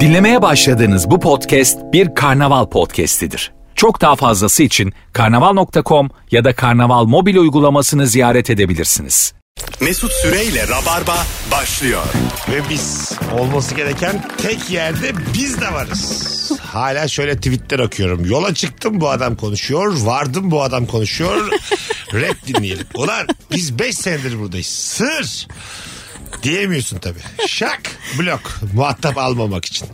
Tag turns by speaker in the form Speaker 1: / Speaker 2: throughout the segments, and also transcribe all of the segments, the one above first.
Speaker 1: Dinlemeye başladığınız bu podcast bir karnaval podcastidir. Çok daha fazlası için karnaval.com ya da karnaval mobil uygulamasını ziyaret edebilirsiniz.
Speaker 2: Mesut Süreyle Rabarba başlıyor.
Speaker 3: Ve biz olması gereken tek yerde biz de varız. Hala şöyle tweetler okuyorum. Yola çıktım bu adam konuşuyor. Vardım bu adam konuşuyor. Rap dinleyelim. Ulan biz 5 senedir buradayız. Sır. Diyemiyorsun tabii. Şak blok muhatap almamak için.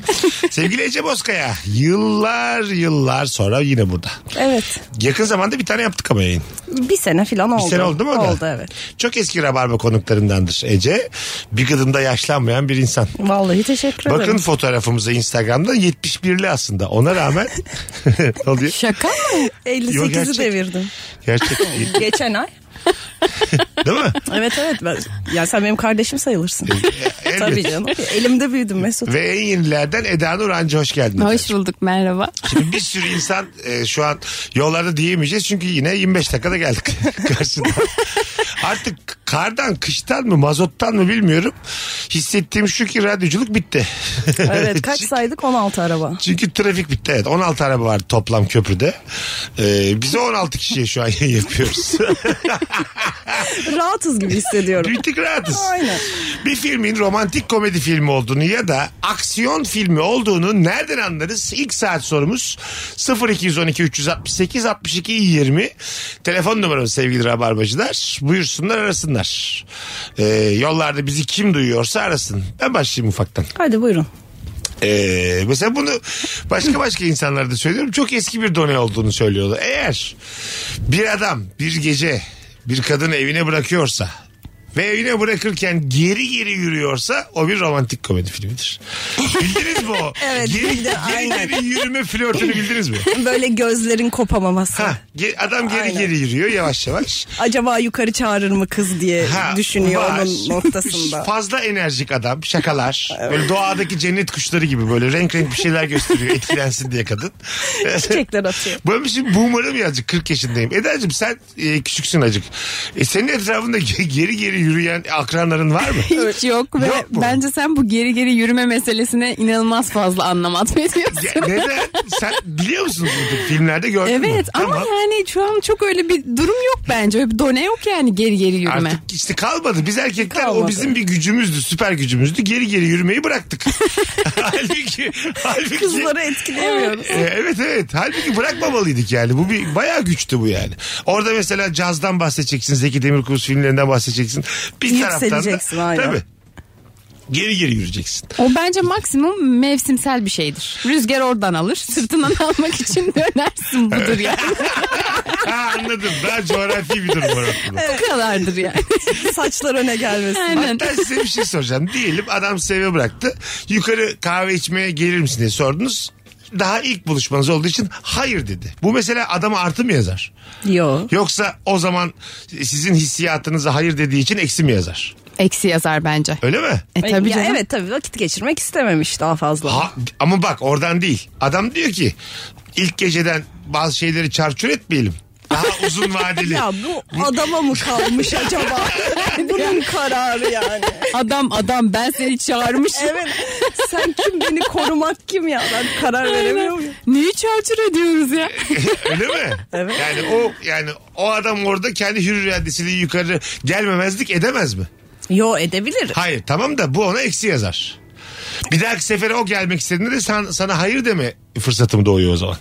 Speaker 3: Sevgili Ece Bozkaya yıllar yıllar sonra yine burada.
Speaker 4: Evet.
Speaker 3: Yakın zamanda bir tane yaptık ama yayın.
Speaker 4: Bir sene filan oldu.
Speaker 3: Bir sene oldu değil mi o da?
Speaker 4: Oldu evet.
Speaker 3: Çok eski rabarba konuklarındandır Ece. Bir kadında yaşlanmayan bir insan.
Speaker 4: Vallahi teşekkür
Speaker 3: Bakın
Speaker 4: ederim.
Speaker 3: fotoğrafımıza Instagram'da 71'li aslında. Ona rağmen ne oluyor?
Speaker 5: Şaka mı?
Speaker 3: Yo,
Speaker 4: 58'i
Speaker 3: gerçek.
Speaker 4: devirdim.
Speaker 3: Gerçek değil,
Speaker 4: Geçen ay.
Speaker 3: değil mi?
Speaker 4: Evet evet. Ben, ya sen benim kardeşim sayılırsın.
Speaker 3: Evet.
Speaker 4: Tabii canım. Elimde büyüdüm Mesut.
Speaker 3: Ve en yenilerden Eda Nurancı hoş geldin.
Speaker 5: Hoş bulduk merhaba.
Speaker 3: Şimdi bir sürü insan e, şu an yollarda diyemeyeceğiz çünkü yine 25 dakikada geldik karşıda. Artık kardan, kıştan mı, mazottan mı bilmiyorum. Hissettiğim şu ki radyoculuk bitti.
Speaker 4: Evet kaç saydık 16 araba.
Speaker 3: Çünkü trafik bitti evet. 16 araba var toplam köprüde. Ee, biz 16 kişiye şu an yayın yapıyoruz.
Speaker 4: Rahatız gibi hissediyorum.
Speaker 3: bir tık rahatız.
Speaker 4: Aynen.
Speaker 3: Bir filmin romantik komedi filmi olduğunu ya da aksiyon filmi olduğunu nereden anlarız? İlk saat sorumuz 0212 368 62 20. Telefon numaramız sevgili Rabarbacılar. Buyursunlar arasınlar. Ee, yollarda bizi kim duyuyorsa arasın. Ben başlayayım ufaktan.
Speaker 4: Hadi buyurun.
Speaker 3: Ee, mesela bunu başka başka insanlara da söylüyorum. Çok eski bir done olduğunu söylüyorlar. Eğer bir adam bir gece bir kadını evine bırakıyorsa ve evine bırakırken geri geri yürüyorsa o bir romantik komedi filmidir. Bildiniz mi o?
Speaker 4: Evet,
Speaker 3: Geri,
Speaker 4: bildim,
Speaker 3: geri,
Speaker 4: aynen.
Speaker 3: geri yürüme flörtünü bildiniz mi?
Speaker 4: Böyle gözlerin kopamaması.
Speaker 3: Ha, ge- adam geri
Speaker 4: Aynen.
Speaker 3: geri yürüyor yavaş yavaş.
Speaker 4: Acaba yukarı çağırır mı kız diye
Speaker 3: Ha,
Speaker 4: düşünüyor
Speaker 3: var.
Speaker 4: onun noktasında.
Speaker 3: Fazla enerjik adam şakalar. Böyle doğadaki cennet kuşları gibi böyle renk renk bir şeyler gösteriyor etkilensin diye kadın.
Speaker 4: Çiçekler atıyor.
Speaker 3: Böyle bir şey boomer'ım ya azıcık 40 yaşındayım. Eda'cığım sen e, küçüksün azıcık. E, senin etrafında ge- geri geri yürüyen akranların var mı?
Speaker 5: Hiç yok ve
Speaker 3: Yok mu?
Speaker 5: bence sen bu geri geri yürüme meselesine inanılmaz fazla anlam atfediyorsun.
Speaker 3: Ya, neden? Sen biliyor musun bunu? Filmlerde gördün mü?
Speaker 5: Evet ama
Speaker 3: Tamam.
Speaker 5: yani şu an çok öyle bir durum yok bence. Öyle bir done yok yani geri geri yürüme.
Speaker 3: Artık işte kalmadı. Biz erkekler o
Speaker 4: Kalmadı.
Speaker 3: bizim bir gücümüzdü, süper gücümüzdü. Geri geri yürümeyi bıraktık. halbuki, halbuki
Speaker 4: Kızları etkileyemiyoruz.
Speaker 3: E, evet evet. Halbuki bırakmamalıydık yani. Bu bir bayağı güçtü bu yani. Orada mesela cazdan bahsedeceksin. Zeki Demirkubuz filmlerinden bahsedeceksin. Bir
Speaker 4: Yükseleceksin,
Speaker 3: taraftan da,
Speaker 4: aynen.
Speaker 3: Tabii. Geri geri yürüyeceksin.
Speaker 5: O bence maksimum mevsimsel bir şeydir. Rüzgar oradan alır. Sırtından almak için dönersin budur yani.
Speaker 3: Ha anladım. Daha coğrafi bir durum var ortada.
Speaker 5: Bu kadardır yani.
Speaker 4: Saçlar öne gelmesin.
Speaker 5: Aynen.
Speaker 3: Ben size bir şey soracağım. Diyelim adam seve bıraktı. Yukarı kahve içmeye gelir misin diye sordunuz. Daha ilk buluşmanız olduğu için hayır dedi. Bu mesela adama artı mı yazar?
Speaker 4: Yo.
Speaker 3: Yoksa o zaman sizin hissiyatınıza hayır dediği için eksi mi yazar?
Speaker 5: Eksi yazar bence.
Speaker 3: Öyle mi?
Speaker 5: E, tabii
Speaker 4: Ya
Speaker 5: canım.
Speaker 4: evet tabii vakit geçirmek istememiş daha fazla.
Speaker 3: Ha, ama bak oradan değil. Adam diyor ki ilk geceden bazı şeyleri çarçur etmeyelim. Daha uzun vadeli.
Speaker 4: Ya bu adama mı kalmış acaba? Bunun kararı yani.
Speaker 5: Adam adam ben seni çağırmışım.
Speaker 4: Evet. Sen kim beni korumak kim ya? Ben karar
Speaker 3: şey
Speaker 4: veremiyor muyum?
Speaker 5: Neyi çarçur ediyoruz ya?
Speaker 3: Öyle mi?
Speaker 4: Evet.
Speaker 3: Yani o yani o adam orada kendi hür iradesiyle yukarı gelmemezlik edemez mi?
Speaker 4: Yo edebilir.
Speaker 3: Hayır tamam da bu ona eksi yazar. Bir dahaki sefere o gelmek istediğinde de sen, sana hayır deme fırsatım doğuyor o zaman.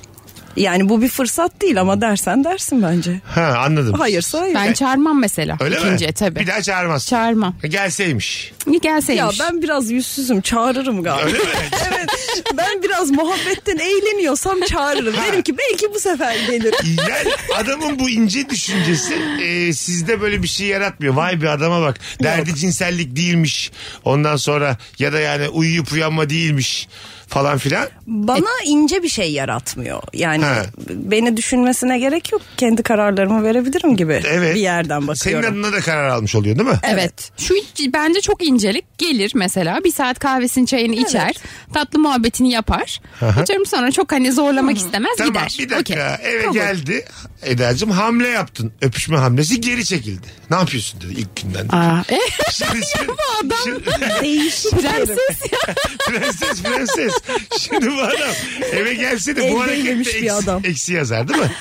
Speaker 4: Yani bu bir fırsat değil ama dersen dersin bence.
Speaker 3: Ha anladım.
Speaker 4: Hayırsa hayır.
Speaker 5: Ben çağırmam mesela.
Speaker 3: Öyle
Speaker 5: İkinciye
Speaker 3: mi?
Speaker 5: tabii.
Speaker 3: Bir daha çağırmaz.
Speaker 5: Çağırmam.
Speaker 3: Gelseymiş.
Speaker 5: İyi gelseymiş.
Speaker 4: Ya ben biraz yüzsüzüm çağırırım galiba.
Speaker 3: Öyle mi?
Speaker 4: evet ben biraz muhabbetten eğleniyorsam çağırırım. Derim ki belki bu sefer gelir.
Speaker 3: Yani adamın bu ince düşüncesi e, sizde böyle bir şey yaratmıyor. Vay be adama bak. Derdi cinsellik değilmiş. Ondan sonra ya da yani uyuyup uyanma değilmiş falan filan.
Speaker 4: Bana ince bir şey yaratmıyor. Yani
Speaker 3: Ha.
Speaker 4: beni düşünmesine gerek yok. Kendi kararlarımı verebilirim gibi
Speaker 3: Evet.
Speaker 4: bir yerden bakıyorum.
Speaker 3: Senin adına da karar almış oluyor değil mi?
Speaker 5: Evet. Şu ince- bence çok incelik. Gelir mesela bir saat kahvesini çayını içer. Tatlı muhabbetini yapar. Atıyorum sonra çok hani zorlamak istemez
Speaker 3: Tamam
Speaker 5: gider.
Speaker 3: bir dakika
Speaker 5: Okey.
Speaker 3: eve
Speaker 5: Kabul.
Speaker 3: geldi Eda'cığım hamle yaptın. Öpüşme hamlesi geri çekildi. Ne yapıyorsun dedi ilk günden.
Speaker 5: Aa, e,
Speaker 3: Şimdi, şimdi,
Speaker 5: adam-
Speaker 3: şimdi-
Speaker 4: Değişik
Speaker 5: prenses ya.
Speaker 3: prenses prenses. Şimdi bu adam eve gelse de bu
Speaker 4: Elde
Speaker 3: harekette
Speaker 4: yemiş bir
Speaker 3: eksi,
Speaker 4: adam.
Speaker 3: eksi yazar değil mi?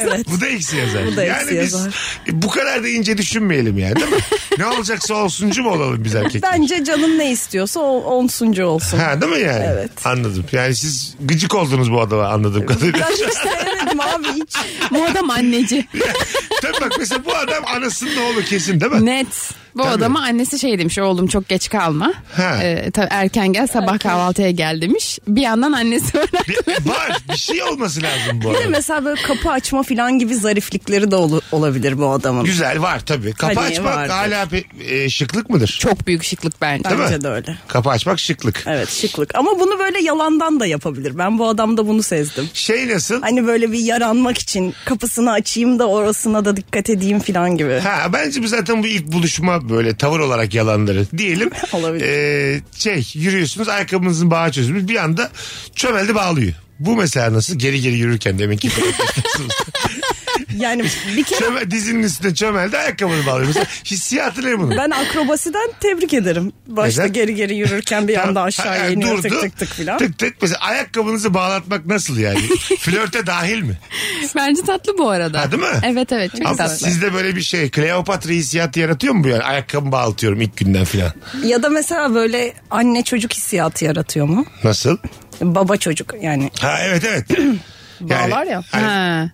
Speaker 4: Evet.
Speaker 3: Bu da eksi yazar.
Speaker 4: Bu da
Speaker 3: yani
Speaker 4: eksi
Speaker 3: biz
Speaker 4: yazar.
Speaker 3: e, bu kadar da ince düşünmeyelim yani değil mi? ne olacaksa olsuncu mu olalım biz erkekler?
Speaker 4: Bence canın ne istiyorsa o onsuncu olsun.
Speaker 3: Ha değil mi yani?
Speaker 4: Evet.
Speaker 3: Anladım. Yani siz gıcık oldunuz bu adama anladığım kadarıyla.
Speaker 4: Ben hiç sevmedim abi hiç.
Speaker 5: Bu adam anneci.
Speaker 3: Tabii bak mesela bu adam anasının oğlu kesin değil mi?
Speaker 5: Net. Bu
Speaker 3: Tabii.
Speaker 5: adama annesi şey demiş oğlum çok geç kalma.
Speaker 3: Ha.
Speaker 5: Ee, tabii erken gel sabah kahvaltıya gel demiş. Bir yandan annesi öğrendi.
Speaker 3: Bir- var bir şey olması lazım bu
Speaker 4: Bir de
Speaker 3: adamın.
Speaker 4: mesela böyle kapı açma falan gibi zariflikleri de ol- olabilir bu adamın.
Speaker 3: Güzel var tabii. Kapı
Speaker 4: Hani
Speaker 3: açmak
Speaker 4: vardır.
Speaker 3: hala pe- e, şıklık mıdır?
Speaker 5: Çok büyük şıklık bence.
Speaker 3: Değil mi?
Speaker 4: Bence de öyle.
Speaker 3: Kapı açmak şıklık.
Speaker 4: Evet şıklık. Ama bunu böyle yalandan da yapabilir. Ben bu adamda bunu sezdim.
Speaker 3: Şey nasıl?
Speaker 4: Hani böyle bir yaranmak için kapısını açayım da orasına da dikkat edeyim falan gibi.
Speaker 3: Ha bence bu zaten bu ilk buluşma böyle tavır olarak yalanları diyelim.
Speaker 4: Olabilir.
Speaker 3: E, şey yürüyorsunuz ayakkabınızın bağı çözülmüş bir anda çömeldi bağlıyor. Bu mesela nasıl geri geri yürürken demek ki
Speaker 4: Yani bir kere
Speaker 3: Çöme, dizinin üstüne çömeldi ayakkabını bağlıyor. Mesela hissiyatı ne bunun?
Speaker 4: ben akrobasiden tebrik ederim. Başta
Speaker 3: Neden?
Speaker 4: geri geri yürürken bir anda aşağıya
Speaker 3: Ha,
Speaker 4: iniyor
Speaker 3: durdu.
Speaker 4: tık tık tık falan.
Speaker 3: Tık tık. Mesela ayakkabınızı bağlatmak nasıl yani? Flörte dahil mi?
Speaker 5: Bence tatlı bu arada.
Speaker 3: Ha, değil mi?
Speaker 5: Evet evet çok
Speaker 3: Ama
Speaker 5: tatlı.
Speaker 3: sizde böyle bir şey Kleopatra hissiyatı yaratıyor mu bu yani? Ayakkabımı bağlatıyorum ilk günden filan.
Speaker 4: Ya da mesela böyle anne çocuk hissiyatı yaratıyor mu?
Speaker 3: Nasıl?
Speaker 4: Baba çocuk yani.
Speaker 3: Ha evet evet. Yani-
Speaker 4: Bağlar ya.
Speaker 3: Hani,
Speaker 5: Ha.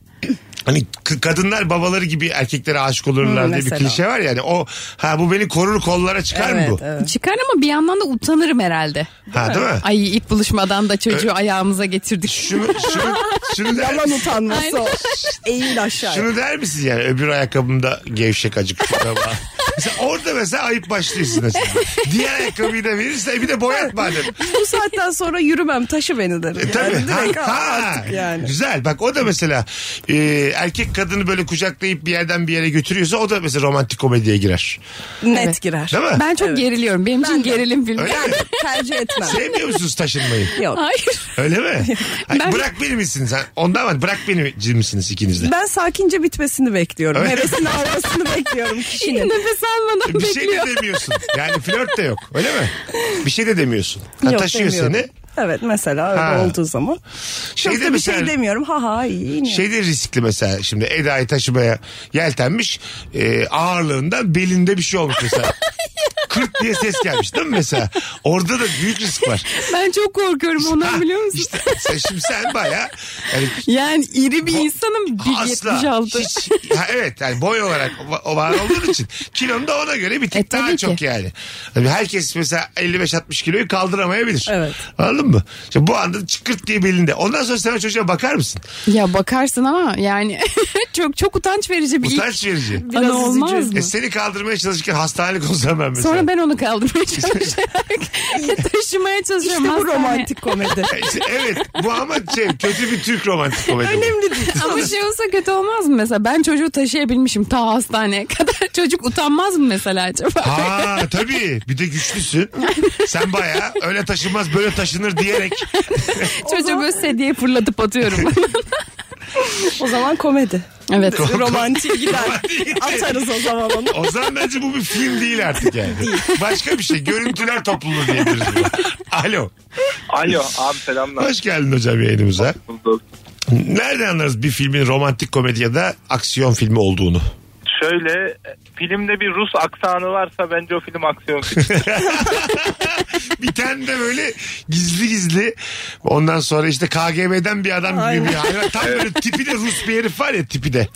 Speaker 3: hani k- kadınlar babaları gibi erkeklere aşık olurlar
Speaker 4: Hı,
Speaker 3: diye bir
Speaker 4: Hmm, mesela.
Speaker 3: klişe var yani. O ha bu beni korur kollara çıkar mı
Speaker 4: Evet,
Speaker 3: bu?
Speaker 4: evet.
Speaker 5: Çıkar ama bir yandan da utanırım herhalde.
Speaker 3: Ha değil mi?
Speaker 5: Ay ilk buluşmadan da çocuğu ayağımıza getirdik.
Speaker 3: Şunu şunu şunu der,
Speaker 4: Yalan utanması
Speaker 5: Aynen.
Speaker 4: o. Eğil aşağı.
Speaker 3: şunu der misin yani öbür ayakkabımda gevşek acık şurada bağ- Mesela orada mesela ayıp başlıyor sizin açısından. Diğer ayakkabıyı da verirse bir de boyat madem.
Speaker 4: Bu saatten sonra yürümem taşı beni derim.
Speaker 3: E, tabii.
Speaker 4: Yani direkt
Speaker 3: Ha,
Speaker 4: al
Speaker 3: ha.
Speaker 4: artık yani.
Speaker 3: Güzel. Bak o da mesela e, erkek kadını böyle kucaklayıp bir yerden bir yere götürüyorsa o da mesela romantik komediye girer.
Speaker 4: Net
Speaker 5: Evet.
Speaker 4: girer.
Speaker 3: Değil mi?
Speaker 5: Ben çok geriliyorum. Benim için
Speaker 4: de.
Speaker 5: gerilim filmi.
Speaker 3: Öyle mi?
Speaker 4: Tercih etmem.
Speaker 3: Sevmiyor musunuz taşınmayı?
Speaker 4: Yok.
Speaker 5: Hayır.
Speaker 3: Öyle mi? Ay,
Speaker 5: Ben-
Speaker 3: Bırak beni misiniz? sen? Ondan var. Bırak beni misiniz ikiniz de?
Speaker 4: Ben sakince bitmesini bekliyorum.
Speaker 3: Öyle.
Speaker 4: Hevesini almasını bekliyorum kişinin.
Speaker 5: Nefes almadan
Speaker 3: bir şey
Speaker 5: bekliyor.
Speaker 3: de demiyorsun. Yani flört de yok. Öyle mi? Bir şey de demiyorsun. Ha,
Speaker 4: Yok,
Speaker 3: taşıyor
Speaker 4: demiyorum.
Speaker 3: seni.
Speaker 4: Evet mesela öyle
Speaker 3: Ha.
Speaker 4: olduğu zaman.
Speaker 3: Şey
Speaker 4: Çok
Speaker 3: de
Speaker 4: da bir şey
Speaker 3: mesela-
Speaker 4: demiyorum. Ha ha iyi. yine.
Speaker 3: Şey de riskli mesela şimdi Eda'yı taşımaya yeltenmiş e, ağırlığından belinde bir şey olmuş mesela. Kırt diye ses gelmiş değil mi mesela? Orada da büyük risk var.
Speaker 5: Ben çok korkuyorum ondan biliyor musun?
Speaker 3: İşte sen, şimdi sen baya yani
Speaker 5: Yani iri bir insanım.
Speaker 3: asla
Speaker 5: 1.76.
Speaker 3: hiç ha, evet yani boy olarak o- o var olduğun için kilon da ona göre bir tık
Speaker 5: E, tabii
Speaker 3: daha
Speaker 5: ki.
Speaker 3: çok yani. Hani herkes mesela 55-60 kiloyu kaldıramayabilir.
Speaker 4: Evet.
Speaker 3: Anladın mı? Şimdi bu anda çıkırt diye belinde. Ondan sonra sen o çocuğa bakar mısın?
Speaker 5: Ya bakarsın ama yani çok çok utanç verici bir ilk.
Speaker 3: Utanç verici.
Speaker 5: Bana
Speaker 4: Biraz üzücü.
Speaker 5: olmaz mı?
Speaker 3: E seni kaldırmaya çalışırken hastanelik olsam ben mesela.
Speaker 5: Sonra ben onu kaldırmaya çalışarak taşımaya çalışıyorum.
Speaker 4: İşte bu
Speaker 5: Hastane.
Speaker 4: romantik komedi.
Speaker 3: İşte E, evet bu ama şey, kötü bir Türk romantik komedi. bu.
Speaker 4: Önemli değil.
Speaker 5: Ama şey olsa kötü olmaz mı mesela? Ben çocuğu taşıyabilmişim ta hastaneye kadar. Çocuk utanmaz mı mesela acaba?
Speaker 3: Ha tabii bir de güçlüsün. Sen baya öyle taşınmaz böyle taşınır diyerek.
Speaker 5: Çocuğu böyle sedyeye fırlatıp atıyorum.
Speaker 4: O zaman komedi.
Speaker 5: evet.
Speaker 4: Romantik gider. Atarız o zaman onu.
Speaker 3: O zaman bence bu bir film değil artık yani. Başka bir şey. Görüntüler topluluğu diyebiliriz. buna. Alo.
Speaker 6: Alo abi selamlar.
Speaker 3: Hoş geldin hocam yayınımıza.
Speaker 6: bulduk.
Speaker 3: Nereden anlarız bir filmin romantik komedi ya da aksiyon filmi olduğunu?
Speaker 6: Şöyle filmde bir Rus aksanı varsa bence o film aksiyon filmi.
Speaker 3: Bir tane de böyle gizli gizli ondan sonra işte KGB'den bir adam gibi bir hayvan. Tam böyle tipi de Rus bir herif var ya tipi de.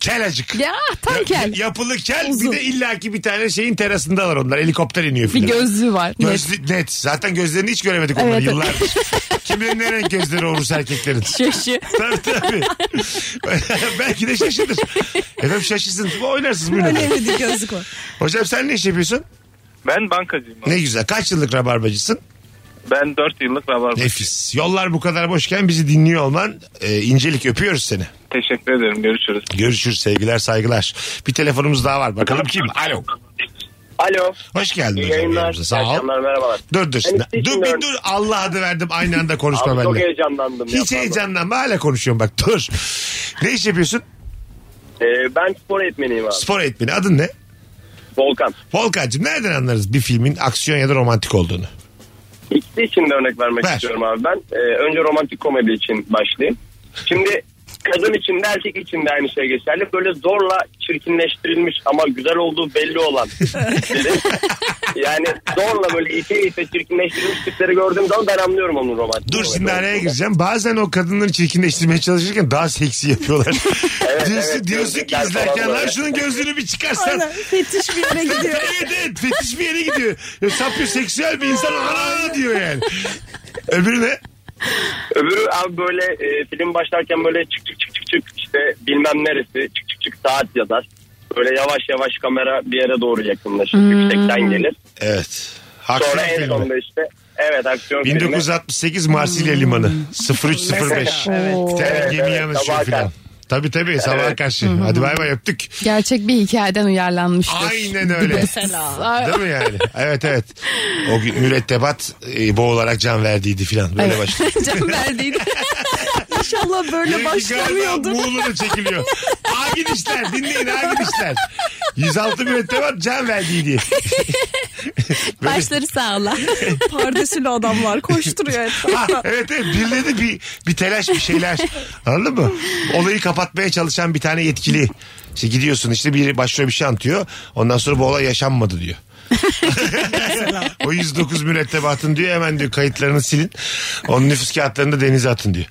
Speaker 3: Kel acık.
Speaker 5: Ya tam
Speaker 3: Ya-
Speaker 5: kel.
Speaker 3: Yapılı kel bir de illaki bir tane şeyin terasındalar onlar. Helikopter iniyor
Speaker 5: Bir
Speaker 3: filan.
Speaker 5: gözlüğü var. Net.
Speaker 3: Gözlü, net. Zaten gözlerini hiç göremedik onları
Speaker 5: Evet.
Speaker 3: yıllardır. Kim bilir ne renk gözleri olursa erkeklerin.
Speaker 5: Şaşı.
Speaker 3: tabii tabii. Belki de şaşırır. Efendim şaşırsın. Oynarsınız buyurun.
Speaker 4: Önemli değil gözlük var.
Speaker 3: Hocam sen ne iş yapıyorsun?
Speaker 6: ben bankacıyım. abi.
Speaker 3: Ne güzel. Kaç yıllık rabarbacısın?
Speaker 6: Ben 4 yıllık rabarba.
Speaker 3: Nefis. Yollar bu kadar boşken bizi dinliyor olman e, incelik öpüyoruz seni.
Speaker 6: Teşekkür ederim. Görüşürüz.
Speaker 3: Görüşürüz sevgiler saygılar. Bir telefonumuz daha var bakalım kim? Alo.
Speaker 7: Alo.
Speaker 3: Hoş geldin
Speaker 7: İyi
Speaker 3: hocam
Speaker 7: yayınlar.
Speaker 3: yayınımıza. Sağ ol.
Speaker 7: İyi akşamlar, merhabalar.
Speaker 3: Dur dur.
Speaker 7: Ben
Speaker 3: Şimdi.
Speaker 7: işte
Speaker 3: Dur
Speaker 7: şimdi
Speaker 3: bir
Speaker 7: ör-
Speaker 3: dur. Allah adı verdim aynı anda konuşma
Speaker 7: Abi çok
Speaker 3: benimle.
Speaker 7: heyecanlandım. ya,
Speaker 3: Hiç
Speaker 7: pardon.
Speaker 3: heyecanlanma hala konuşuyorum bak dur. Ne iş yapıyorsun?
Speaker 7: Ee, ben spor eğitmeniyim abi.
Speaker 3: Spor eğitmeni adın ne?
Speaker 7: Volkan.
Speaker 3: Volkan'cığım nereden anlarız bir filmin aksiyon ya da romantik olduğunu?
Speaker 7: İkisi için de örnek vermek
Speaker 3: Ver.
Speaker 7: istiyorum abi ben. Ee, önce romantik komedi için başlayayım. Şimdi kadın için de erkek için de aynı şey geçerli. Böyle zorla çirkinleştirilmiş ama güzel olduğu belli olan tipleri. yani zorla böyle ite ite çirkinleştirilmiş tipleri gördüğüm zaman ben anlıyorum onun romantik
Speaker 3: Dur
Speaker 7: komedi
Speaker 3: şimdi araya
Speaker 7: olduğunu.
Speaker 3: gireceğim. Bazen o kadınları çirkinleştirmeye çalışırken daha seksi yapıyorlar.
Speaker 7: Evet,
Speaker 3: diyorsun,
Speaker 7: evet,
Speaker 3: diyorsun ki
Speaker 7: gözlükler
Speaker 3: izlerken
Speaker 7: falan
Speaker 3: lan
Speaker 7: böyle."
Speaker 3: şunun gözlüğünü bir çıkarsan.
Speaker 4: Aynen fetiş bir yere gidiyor.
Speaker 3: evet evet fetiş bir yere gidiyor. Ya, sapyo seksüel bir insan ana diyor yani. Öbürü ne?
Speaker 7: Öbürü abi böyle e, film başlarken böyle çık çık çık çık çık işte bilmem neresi çık çık çık saat yazar. Böyle yavaş yavaş kamera bir yere doğru yakınlaşır. Yüksekten gelir.
Speaker 3: Evet.
Speaker 7: Sonra
Speaker 3: Aksiyon
Speaker 7: en
Speaker 3: filmi.
Speaker 7: sonunda işte evet aksiyon filmi.
Speaker 3: 1968 Marsilya Limanı 0305. Bir tane
Speaker 7: Hmm. Evet,
Speaker 3: gemi
Speaker 7: evet,
Speaker 3: yanaşıyor
Speaker 7: sabaha
Speaker 3: filan.
Speaker 7: karşı.
Speaker 3: Tabii tabii sabaha karşı. Hadi bay bay öptük.
Speaker 5: Gerçek bir hikayeden uyarlanmıştır.
Speaker 3: Aynen öyle.
Speaker 5: Ay-
Speaker 3: Değil mi yani? Evet evet. O gün mürettebat e, boğularak can verdiydi filan. Böyle başlıyor.
Speaker 5: Can verdiydi.
Speaker 4: İnşallah böyle
Speaker 3: Benimki galiba
Speaker 4: başlamıyordur.
Speaker 3: Muğla'da çekiliyor. Agin işler dinleyin agin işler. 106 mürettebat can verdiydi.
Speaker 5: Başları sağla.
Speaker 4: Pardesülü adamlar koşturuyor
Speaker 3: Ha,
Speaker 4: etrafta.
Speaker 3: evet evet birileri bir, bir telaş bir şeyler anladın mı? Olayı kapatmaya çalışan bir tane yetkili. İşte gidiyorsun işte biri başlıyor bir şey anlatıyor. Ondan sonra bu olay yaşanmadı diyor. o 109 mürettebatın diyor hemen diyor kayıtlarını silin. Onun nüfus kağıtlarını da denize atın diyor.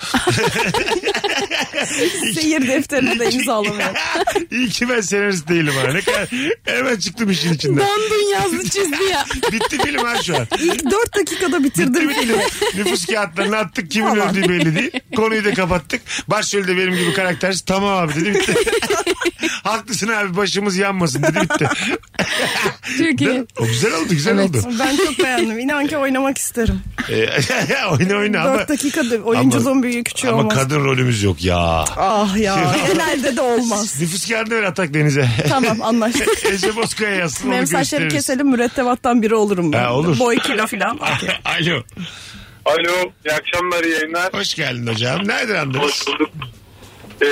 Speaker 4: Seyir defterini de imzalamıyor.
Speaker 3: İyi ki ben senarist değilim ha. Ne kadar hemen çıktım işin içinden.
Speaker 5: Dondun yazdı çizdi ya.
Speaker 3: Bitti film ha şu an.
Speaker 4: İlk 4 dakikada bitirdim.
Speaker 3: Bitti film. Nüfus kağıtlarını attık kimin
Speaker 4: Tamam.
Speaker 3: öldüğü belli değil. Konuyu da kapattık. Başrolü de benim gibi karakter. Tamam abi dedi bitti. Haklısın abi başımız yanmasın dedi bitti.
Speaker 5: Çok iyi.
Speaker 3: O güzel oldu güzel
Speaker 5: Evet.
Speaker 3: oldu.
Speaker 4: Ben çok beğendim. İnan ki oynamak isterim.
Speaker 3: Ee, oyna oyna ama.
Speaker 4: 4 dakikada oyuncu
Speaker 3: ama-
Speaker 4: zombiyi küçüğü
Speaker 3: Ama
Speaker 4: şey olmaz.
Speaker 3: kadın rolümüz yok ya.
Speaker 4: Ah ya. Genelde de olmaz.
Speaker 3: Nüfus kağıdını ver atak denize.
Speaker 4: Tamam anlaştık.
Speaker 3: Ece Bozkaya yazsın onu
Speaker 4: Benim saçları
Speaker 3: gösteririz.
Speaker 4: keselim mürettebattan biri olurum ben.
Speaker 3: Ha, olur.
Speaker 4: Boy kilo falan. Okey.
Speaker 3: Alo.
Speaker 6: Alo. iyi akşamlar. iyi yayınlar.
Speaker 3: Hoş geldin hocam. Nereden anladınız?
Speaker 6: Hoş bulduk. Ee,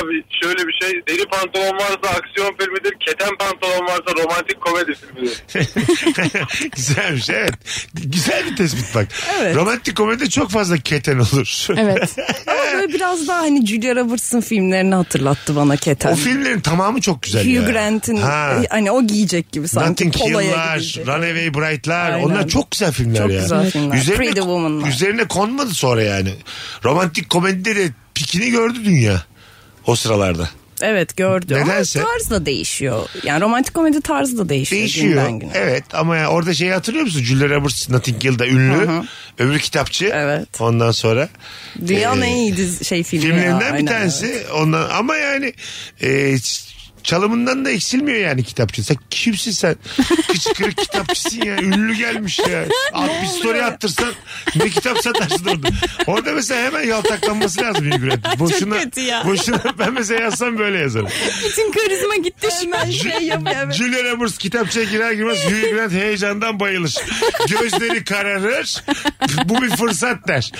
Speaker 6: abi şöyle bir şey. Deri pantolon varsa aksiyon filmidir. Keten pantolon varsa romantik komedi filmidir.
Speaker 3: Güzelmiş evet. Güzel bir tespit bak.
Speaker 4: Evet.
Speaker 3: Romantik komedide çok fazla keten olur.
Speaker 5: Evet.
Speaker 4: Ama böyle biraz daha hani Julia Roberts'ın filmlerini hatırlattı bana Keten.
Speaker 3: O filmlerin tamamı çok güzel. ya.
Speaker 4: Hugh Grant'in
Speaker 3: Ha.
Speaker 4: e, hani o giyecek gibi sanki.
Speaker 3: Nothing
Speaker 4: Polo'ya
Speaker 3: Hill'lar,
Speaker 4: gidecek.
Speaker 3: Runaway Bright'lar
Speaker 4: Aynen.
Speaker 3: onlar çok güzel filmler
Speaker 4: Çok
Speaker 3: ya.
Speaker 4: güzel filmler. Pretty Woman'lar.
Speaker 3: üzerine konmadı sonra yani. Romantik komedide de pikini gördü dünya o sıralarda.
Speaker 4: Evet gördü.
Speaker 3: Nedense-
Speaker 4: Ama tarz da değişiyor. Yani romantik komedi tarzı da değişiyor.
Speaker 3: Değişiyor.
Speaker 4: günden güne.
Speaker 3: Evet ama ya orada şeyi hatırlıyor musun? Julia Roberts Nothing Hill'da ünlü. Öbür kitapçı.
Speaker 4: Evet.
Speaker 3: Ondan sonra.
Speaker 4: Dünyanın
Speaker 3: Ee,
Speaker 4: en iyi dizi, şey filmi. ya.
Speaker 3: Filmlerinden bir
Speaker 4: Aynen,
Speaker 3: tanesi.
Speaker 4: evet.
Speaker 3: Ondan ama yani e, çalımından da eksilmiyor yani kitapçı. Sen kimsin sen? Kıçkırık kitapçısın ya. Ünlü gelmiş ya. At bir story attırsan ne kitap satarsın orada. Orada mesela hemen yaltaklanması lazım Hugh Grant. Boşuna,
Speaker 4: kötü ya.
Speaker 3: boşuna ben mesela yazsam böyle yazarım.
Speaker 5: Bütün karizma gitti şu an.
Speaker 4: Şey yapıyor.
Speaker 3: Julia Roberts kitapçıya girer girmez Hugh Grant heyecandan bayılır. Gözleri kararır. Bu bir fırsat der.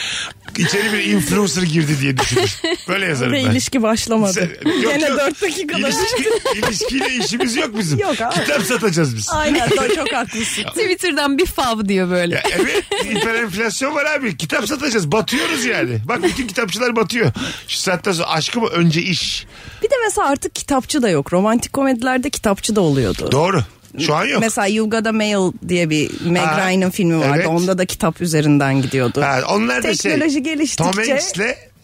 Speaker 3: İçeri bir influencer girdi diye düşünür. Böyle yazarım
Speaker 4: Ve
Speaker 3: ben.
Speaker 4: ilişki başlamadı.
Speaker 3: Sen- yok,
Speaker 4: Gene
Speaker 3: yok.
Speaker 4: 4 dakikada.
Speaker 3: İlişki, ilişkiyle işimiz yok bizim.
Speaker 4: Yok abi.
Speaker 3: Kitap satacağız biz.
Speaker 4: Aynen doğru, çok haklısın.
Speaker 5: Twitter'dan bir fav diyor böyle.
Speaker 3: Ya evet hiper enflasyon var abi. Kitap satacağız. Batıyoruz yani. Bak bütün kitapçılar batıyor. Şu saatten sonra aşkı mı önce iş.
Speaker 4: Bir de mesela artık kitapçı da yok. Romantik komedilerde kitapçı da oluyordu.
Speaker 3: Doğru. Şu an yok.
Speaker 4: Mesela You Got a Mail diye bir Meg
Speaker 3: Ha,
Speaker 4: Ryan'ın filmi vardı.
Speaker 3: evet.
Speaker 4: Onda da kitap üzerinden gidiyordu.
Speaker 3: Ha, onlar da şey.
Speaker 4: Teknoloji geliştikçe.
Speaker 3: Tom Hanks'le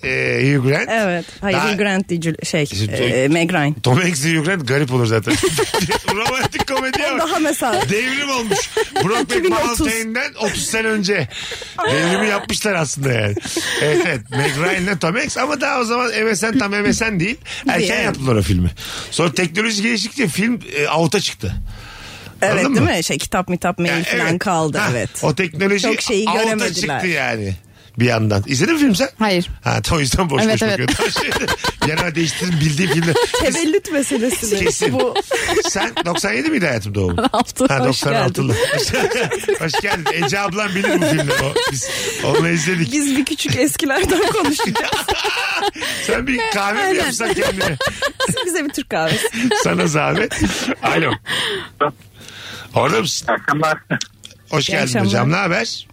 Speaker 3: e, Hugh Grant.
Speaker 4: Evet. Hayır
Speaker 3: Daha-
Speaker 4: Hugh Grant değil Jul- şey
Speaker 3: Şimdi-
Speaker 4: e, Meg Ryan.
Speaker 3: Tom Hanks Hugh Grant garip olur zaten. Romantik komediye bak.
Speaker 4: Daha mesela
Speaker 3: Devrim olmuş. Brokeback
Speaker 4: 2030.
Speaker 3: Mountain'den 30 sene önce. Devrimi yapmışlar aslında yani. Evet evet. Meg Ryan'la Tom Hanks ama daha o zaman MSN tam MSN değil. Erken
Speaker 4: Değil.
Speaker 3: yaptılar o filmi. Sonra teknoloji geliştikçe film e, out'a çıktı.
Speaker 4: Evet
Speaker 3: Anladın
Speaker 4: değil
Speaker 3: mı?
Speaker 4: mi? Şey kitap mitap mail
Speaker 3: Yani
Speaker 4: falan kaldı
Speaker 3: Ha,
Speaker 4: evet.
Speaker 3: O teknoloji
Speaker 4: Çok şeyi
Speaker 3: avuta
Speaker 4: göremediler.
Speaker 3: çıktı yani bir yandan. İzledin mi film sen?
Speaker 5: Hayır.
Speaker 3: Ha, o yüzden boş
Speaker 5: Evet,
Speaker 3: boş
Speaker 5: evet.
Speaker 3: bakıyordun. Genel değiştirin bildiği filmler.
Speaker 4: Tevellüt meselesi mi?
Speaker 3: Kesin.
Speaker 4: Bu
Speaker 3: Sen 97 miydi hayatım doğumun?
Speaker 4: Altı,
Speaker 3: Ha,
Speaker 4: hoş geldin.
Speaker 3: 96'lı. hoş geldin. Ece ablam bilir bu filmi. O, biz onu izledik.
Speaker 4: biz bir küçük eskilerden konuştuk.
Speaker 3: Sen bir kahve mi
Speaker 5: Aynen.
Speaker 3: yapsan kendine?
Speaker 4: Bize bir Türk kahvesi.
Speaker 3: Sana zahmet. Alo. Orada mısın?
Speaker 6: Akşamlar.
Speaker 3: Hoş geldin
Speaker 4: akşamlar.
Speaker 3: hocam. Ne haber?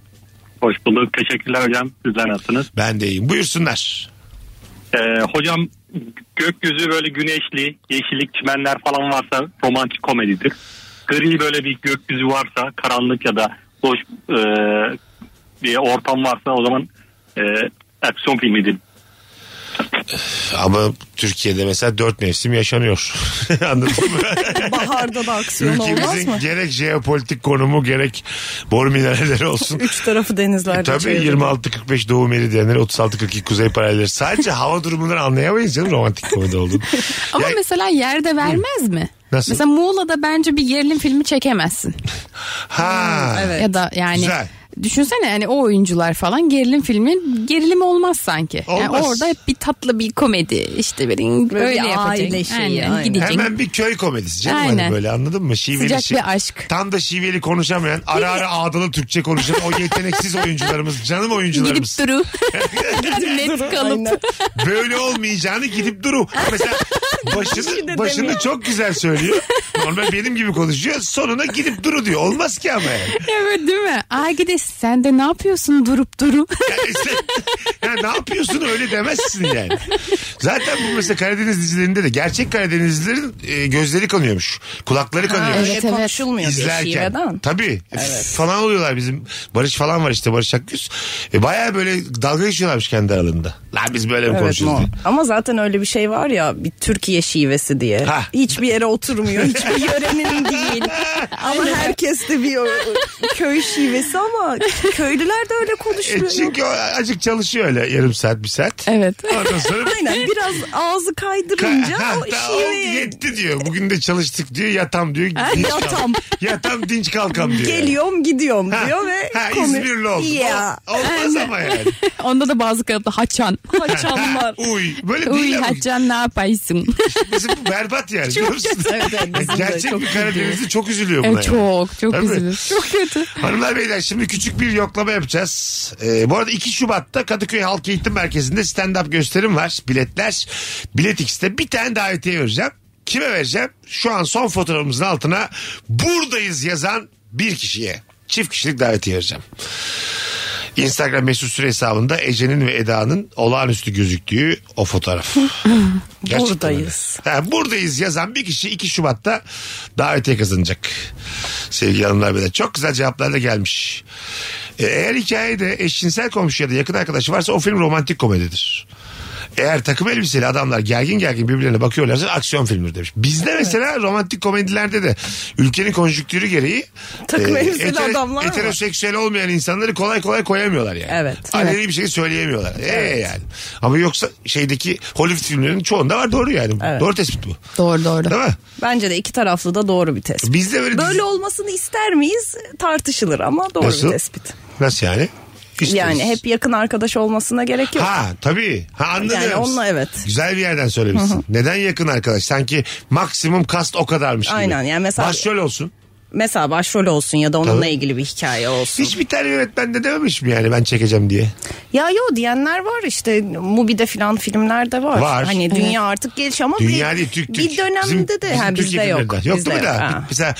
Speaker 6: Hoş bulduk. Teşekkürler hocam. Sizler nasılsınız?
Speaker 3: Ben de iyiyim. Buyursunlar.
Speaker 6: Ee, hocam gökyüzü böyle güneşli, yeşillik, çimenler falan varsa romantik komedidir. Gri böyle bir gökyüzü varsa, karanlık ya da boş e, bir ortam varsa o zaman e, aksiyon filmidir.
Speaker 3: Ama Türkiye'de mesela dört mevsim yaşanıyor. Anladın mı?
Speaker 4: Baharda da aksiyon olmaz mı?
Speaker 3: Ülkemizin gerek jeopolitik konumu gerek bor mineralleri olsun.
Speaker 4: Üç tarafı denizlerde.
Speaker 3: E, Tabii
Speaker 4: çevrili.
Speaker 3: 26-45 doğu meridyenleri 36-42 kuzey paralelleri. Sadece hava durumundan anlayamayız canım romantik komedi olduğunu.
Speaker 5: Ama
Speaker 3: Ya-
Speaker 5: mesela yerde vermez mi?
Speaker 3: Nasıl?
Speaker 5: Mesela Muğla'da bence bir gerilim filmi çekemezsin.
Speaker 3: ha.
Speaker 4: Evet.
Speaker 5: Ya da yani
Speaker 3: Güzel.
Speaker 5: düşünsene yani o oyuncular falan gerilim filminin gerilim olmaz sanki. Yani
Speaker 3: Olmaz.
Speaker 5: orada hep bir tatlı bir komedi işte böyle,
Speaker 4: Böyle
Speaker 5: böyle
Speaker 4: bir
Speaker 5: yapacak.
Speaker 4: aile şeyi,
Speaker 5: Aynen,
Speaker 4: aynen.
Speaker 5: gidecek.
Speaker 3: Hemen bir köy komedisi canım hani
Speaker 5: Aynen.
Speaker 3: böyle anladın mı? Şiveli
Speaker 5: Sıcak
Speaker 3: şey-
Speaker 5: bir aşk.
Speaker 3: Tam da şiveli konuşamayan ara ara ağdalı Türkçe konuşan o yeteneksiz oyuncularımız canım
Speaker 5: Gidip
Speaker 3: oyuncularımız.
Speaker 5: duru. Net kalıp.
Speaker 3: böyle olmayacağını gidip duru. Mesela başını,
Speaker 4: de
Speaker 3: başını
Speaker 4: demiyor.
Speaker 3: çok güzel söylüyor. Normal benim gibi konuşuyor. Sonuna gidip duru diyor. Olmaz ki ama yani.
Speaker 5: evet değil mi? Ay gidesin sen de ne yapıyorsun durup duru.
Speaker 3: Yani sen- ya ne yapıyorsun öyle demezsin yani. Zaten bu mesela Karadeniz dizilerinde de gerçek Karadenizlilerin e, gözleri kanıyormuş. Kulakları kanıyormuş.
Speaker 5: Evet,
Speaker 4: Evet,
Speaker 5: evet.
Speaker 4: konuşulmuyor
Speaker 3: İzlerken.
Speaker 4: şiveden.
Speaker 3: Tabii. Falan oluyorlar bizim. Barış falan var işte Barış Akgüz. E, Baya böyle dalga geçiyorlarmış kendi aralarında. Lan biz böyle mi
Speaker 4: Evet,
Speaker 3: konuşuyoruz
Speaker 4: mu?
Speaker 3: diye.
Speaker 4: Ama zaten öyle bir şey var ya bir Türkiye şivesi diye.
Speaker 3: Ha.
Speaker 4: Hiçbir yere oturmuyor. Hiçbir yörenin değil. ama herkes de bir o- köy şivesi ama köylüler de öyle
Speaker 3: E,
Speaker 4: konuşmuyor.
Speaker 3: çünkü o acık çalışıyor öyle yarım saat bir saat.
Speaker 5: evet.
Speaker 3: Ondan sonra
Speaker 4: Aynen biraz ağzı kaydırınca
Speaker 3: Ha,
Speaker 4: o
Speaker 3: ta-
Speaker 4: şiveye
Speaker 3: yetti diyor. Bugün de çalıştık diyor. Yatam diyor. dinç kalk-
Speaker 4: yatam.
Speaker 3: Yatam dinç kalkam diyor. yani.
Speaker 4: geliyorum gidiyorum diyor ve
Speaker 3: ha,
Speaker 4: konu-
Speaker 3: İzmirli oldu.
Speaker 4: Ya.
Speaker 3: Ol- Olmaz ama yani.
Speaker 5: Onda da bazı kalıpta haçan.
Speaker 4: Kaçanlar.
Speaker 3: Uy. Böyle
Speaker 5: Uy
Speaker 3: değil ama.
Speaker 5: haçan ne yapaysın?
Speaker 3: Bizim bu berbat yani. biliyor musun?
Speaker 4: Evet, evet, bizim de
Speaker 3: Gerçek
Speaker 4: çok
Speaker 3: bir Karadenizli çok üzülüyor buna.
Speaker 5: evet,
Speaker 3: yani.
Speaker 5: çok çok
Speaker 3: Tabii.
Speaker 5: üzülür. Çok kötü.
Speaker 3: Hanımlar beyler şimdi küçük bir yoklama yapacağız. Ee, bu arada 2 Şubat'ta Kadıköy Halk Eğitim Merkezi'nde stand-up gösterim var. Biletler Bilet X'te bir tane davetiye vereceğim. Kime vereceğim? Şu an son fotoğrafımızın altına buradayız yazan bir kişiye. Çift kişilik davetiye vereceğim. Instagram mesut süre hesabında Ece'nin ve Eda'nın olağanüstü gözüktüğü o fotoğraf. Gerçekten
Speaker 4: Buradayız.
Speaker 3: öyle. Ha, buradayız yazan bir kişi 2 Şubat'ta davetiye kazanacak. Sevgili hanımlar beyler. Çok güzel cevaplar da gelmiş. Ee, Eğer hikayede eşcinsel komşu ya da yakın arkadaşı varsa o film romantik komedidir. Eğer takım elbiseli adamlar gergin gergin birbirlerine bakıyorlarsa aksiyon filmidir demiş. Bizde mesela romantik komedilerde de ülkenin konjüktürü gereği e,
Speaker 4: Takım elbiseli adamlar var.
Speaker 3: heteroseksüel olmayan insanları kolay kolay koyamıyorlar yani.
Speaker 4: Evet.
Speaker 3: Aleni bir şey söyleyemiyorlar. Ee yani. Ama yoksa şeydeki Hollywood filmlerinin çoğunda var doğru yani.
Speaker 4: Evet.
Speaker 3: Doğru tespit bu.
Speaker 5: Doğru doğru.
Speaker 3: Değil mi?
Speaker 4: Bence de iki taraflı da doğru bir tespit.
Speaker 3: Bizde böyle,
Speaker 4: Böyle
Speaker 3: dizi-
Speaker 4: olmasını ister miyiz tartışılır ama doğru
Speaker 3: Nasıl?
Speaker 4: bir tespit.
Speaker 3: Nasıl yani? İsteriz.
Speaker 4: Yani hep yakın arkadaş olmasına gerek yok.
Speaker 3: Ha tabii. Ha anladım.
Speaker 4: Yani onunla evet.
Speaker 3: Güzel bir yerden söylemişsin. Neden yakın arkadaş? Sanki maksimum kast o kadarmış gibi.
Speaker 4: Aynen, yani mesela-
Speaker 3: Başrol olsun.
Speaker 4: Mesela başrol olsun ya da onunla
Speaker 3: Tabii.
Speaker 4: ilgili bir hikaye olsun.
Speaker 3: Hiçbir tane yönetmen de dememiş mi yani ben çekeceğim diye?
Speaker 4: Ya yo diyenler var işte Mubi'de filan filmlerde var.
Speaker 3: Var.
Speaker 4: Hani dünya artık geliş ama
Speaker 3: Dünya
Speaker 4: bir,
Speaker 3: değil Türk Türk.
Speaker 4: bir dönemde
Speaker 3: Bizim-
Speaker 4: de
Speaker 3: bizim
Speaker 4: ha,
Speaker 3: Türk
Speaker 4: bizde yok.
Speaker 3: filmlerinden. Yoktu
Speaker 4: Bizde
Speaker 3: mu da?
Speaker 4: ha.
Speaker 3: Mesela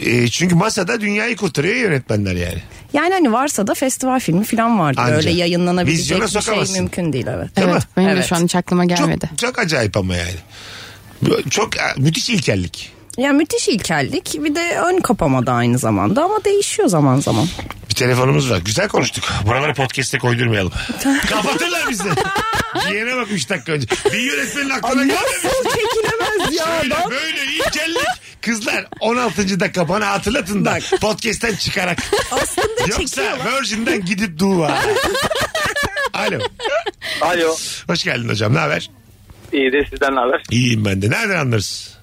Speaker 3: e, çünkü masada dünyayı kurtarıyor yönetmenler yani.
Speaker 4: Yani hani varsa da festival filmi filan vardı.
Speaker 3: Anca.
Speaker 4: Öyle yayınlanabilecek
Speaker 3: Vizyona
Speaker 4: bir
Speaker 3: sokamazsın.
Speaker 4: şey mümkün değil evet.
Speaker 3: Değil mi?
Speaker 5: Evet benim de
Speaker 4: Evet.
Speaker 5: şu an hiç aklıma
Speaker 3: Çok,
Speaker 5: gelmedi.
Speaker 3: çok acayip ama yani. Çok e, müthiş ilkellik.
Speaker 4: Yani müthiş ilkellik bir de ön kapama da aynı zamanda ama değişiyor zaman zaman.
Speaker 3: Bir telefonumuz var. Güzel konuştuk. Buraları podcast'e koydurmayalım. Kapatırlar bizi. Yine bak 3 dakika önce. Bir yönetmenin aklına gelmemiş.
Speaker 4: çekilemez
Speaker 3: Böyle, böyle ilkellik. Kızlar 16. dakika bana hatırlatın da podcast'ten çıkarak.
Speaker 4: Aslında
Speaker 3: Yoksa Virgin'den gidip dua. Alo.
Speaker 8: Alo.
Speaker 3: Hoş geldin hocam. Ne haber?
Speaker 8: İyi de sizden ne haber?
Speaker 3: İyiyim ben de. Nereden anlarız?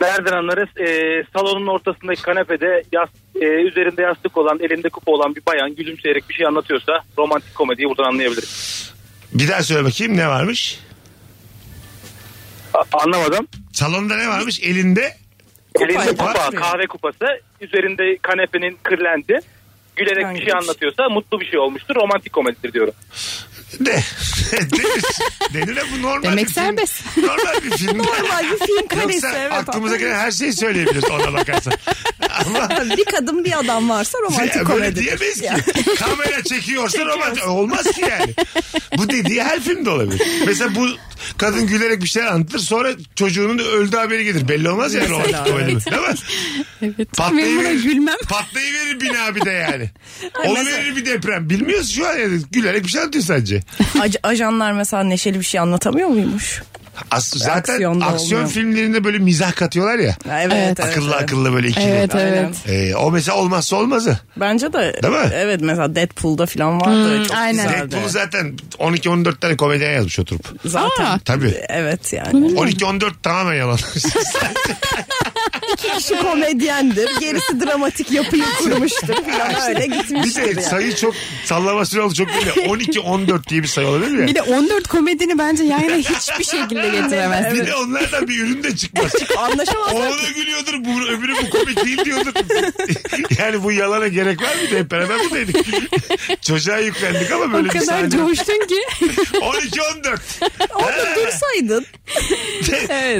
Speaker 8: nereden anlarız? Ee, salonun ortasındaki kanepede yas, e, üzerinde yastık olan, elinde kupa olan bir bayan gülümseyerek bir şey anlatıyorsa romantik komediyi buradan anlayabiliriz.
Speaker 3: Bir daha söyle bakayım ne varmış?
Speaker 8: A- anlamadım.
Speaker 3: Salonda ne varmış? Elinde
Speaker 8: elinde
Speaker 4: yani.
Speaker 8: kupa,
Speaker 4: Kupa.
Speaker 8: kahve kupası, üzerinde kanepenin kırlenti. Gülerek bir şey anlatıyorsa mutlu bir şey olmuştur. Romantik komedidir diyorum.
Speaker 3: de. Denir. Denir de bu normal.
Speaker 5: Demek
Speaker 3: bir film.
Speaker 5: serbest.
Speaker 3: Normal bir film.
Speaker 4: Normal bir film karesi.
Speaker 3: Yoksa
Speaker 4: evet.
Speaker 3: aklımıza gelen her şeyi söyleyebiliriz ona bakarsan. Ama
Speaker 4: bir kadın bir adam varsa romantik
Speaker 3: böyle
Speaker 4: komedi.
Speaker 3: diyemeyiz ki. Kamera çekiyorsa romantik. Olmaz ki yani. Bu dediği her filmde olabilir. Mesela bu kadın gülerek bir şeyler anlatır sonra çocuğunun öldü haberi gelir. Belli olmaz yani romantik komedi. mi? Değil mi?
Speaker 5: Evet. Benim buna
Speaker 3: Patlayıverir.
Speaker 5: gülmem.
Speaker 3: Patlayıverir bina bir de yani. Onu verir bir deprem. Bilmiyoruz şu an yani. Gülerek bir şey anlatıyor sadece.
Speaker 4: Ac- ajanlar mesela neşeli bir şey anlatamıyor muymuş?
Speaker 3: As- zaten
Speaker 4: Aksiyonda
Speaker 3: aksiyon
Speaker 4: olmuyor.
Speaker 3: filmlerinde böyle mizah katıyorlar ya.
Speaker 4: Ha, Evet, evet,
Speaker 3: akıllı
Speaker 4: evet.
Speaker 3: akıllı böyle ikili.
Speaker 5: Evet
Speaker 4: Aynen.
Speaker 5: evet.
Speaker 3: Ee, o mesela olmazsa olmazı.
Speaker 4: Bence de.
Speaker 3: Değil mi?
Speaker 4: Evet mesela Deadpool'da falan vardı. çok
Speaker 5: Hmm, aynen.
Speaker 4: güzeldi.
Speaker 3: Deadpool'u zaten 12-14 tane komedyen yazmış oturup.
Speaker 4: Zaten.
Speaker 5: Aa.
Speaker 3: Tabii.
Speaker 4: Evet yani.
Speaker 3: 12-14 tamamen yalan.
Speaker 4: Kişi şey komedyendir. Gerisi dramatik yapıyı kurmuştur. Falan öyle
Speaker 3: bir
Speaker 4: gitmiştir
Speaker 3: de
Speaker 4: yani.
Speaker 3: sayı çok sallaması oldu çok böyle 12-14 diye bir sayı olabilir mi?
Speaker 5: Bir de 14 komedini bence yayına hiçbir şekilde getiremez.
Speaker 3: Bir de onlardan bir ürün de çıkmaz. O
Speaker 4: Anlaşamazlar.
Speaker 3: ona gülüyordur, bu, öbürü bu komik değil diyordur. yani bu yalana gerek var mıydı? Hep beraber buradaydık. Çocuğa yüklendik ama
Speaker 5: O
Speaker 3: böyle bir
Speaker 5: kadar
Speaker 3: sahne.
Speaker 5: coştun ki.
Speaker 3: 12-14.
Speaker 4: Orada dursaydın.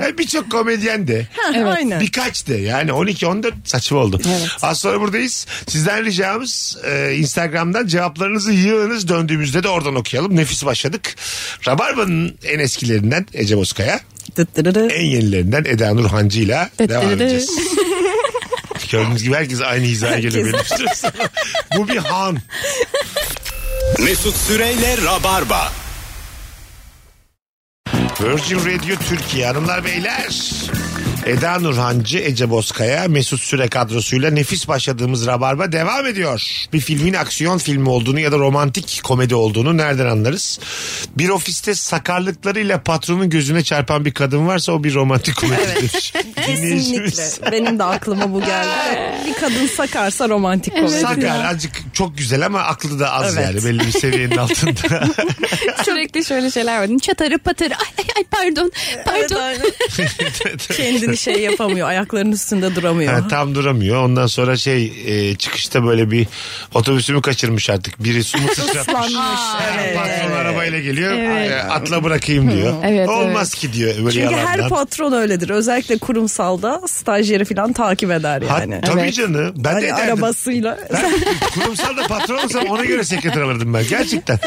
Speaker 3: Yani Birçok komedyen de.
Speaker 4: Aynen.
Speaker 3: Birkaç de yani 12-14 saçma oldu. Az sonra buradayız. Sizden ricamız e, Instagram'dan cevaplarınızı yığınız. Döndüğümüzde de oradan okuyalım. Nefis başladık. Rabarba'nın en eskilerinden Ece Bozkaya.
Speaker 4: Dıttırırı.
Speaker 3: En yenilerinden Eda Nurhancı ile devam edeceğiz. Gördüğünüz gibi herkes aynı hizaya geliyor. benim için. Bu bir han.
Speaker 2: Mesut Süreyle Rabarba.
Speaker 3: Virgin Radio Türkiye hanımlar beyler. Eda Nurhancı, Ece Bozkaya, Mesut Süre kadrosuyla nefis başladığımız Rabarba devam ediyor. Bir filmin aksiyon filmi olduğunu ya da romantik komedi olduğunu nereden anlarız? Bir ofiste sakarlıklarıyla patronun gözüne çarpan bir kadın varsa o bir romantik komedidir. Dinleyicimiz.
Speaker 4: Kesinlikle. Benim de aklıma bu geldi. Bir kadın sakarsa romantik komedi.
Speaker 3: Sakar azıcık çok güzel ama aklı da az
Speaker 4: Evet.
Speaker 3: yani belli bir seviyenin altında.
Speaker 5: Sürekli şöyle şeyler var. Çatarı patarı. Ay ay ay pardon. Pardon.
Speaker 4: Kendini şey yapamıyor. Ayaklarının üstünde duramıyor.
Speaker 3: Ha, tam duramıyor. Ondan sonra şey e, çıkışta böyle bir otobüsümü kaçırmış artık. Biri su mu sıçratmış.
Speaker 4: Islanmış.
Speaker 3: Her
Speaker 4: Evet.
Speaker 3: patron arabayla geliyor. e, Atla bırakayım diyor.
Speaker 5: Evet,
Speaker 3: Olmaz ki diyor böyle
Speaker 4: Çünkü
Speaker 3: yalandan.
Speaker 4: her patron öyledir. Özellikle kurumsalda stajyeri falan takip eder
Speaker 3: Ha,
Speaker 4: yani.
Speaker 3: tabii canım. Ben de
Speaker 4: Hani
Speaker 3: ederdim.
Speaker 4: arabasıyla.
Speaker 3: Ben kurumsalda patron olsam ona göre sekreter alırdım ben. Gerçekten.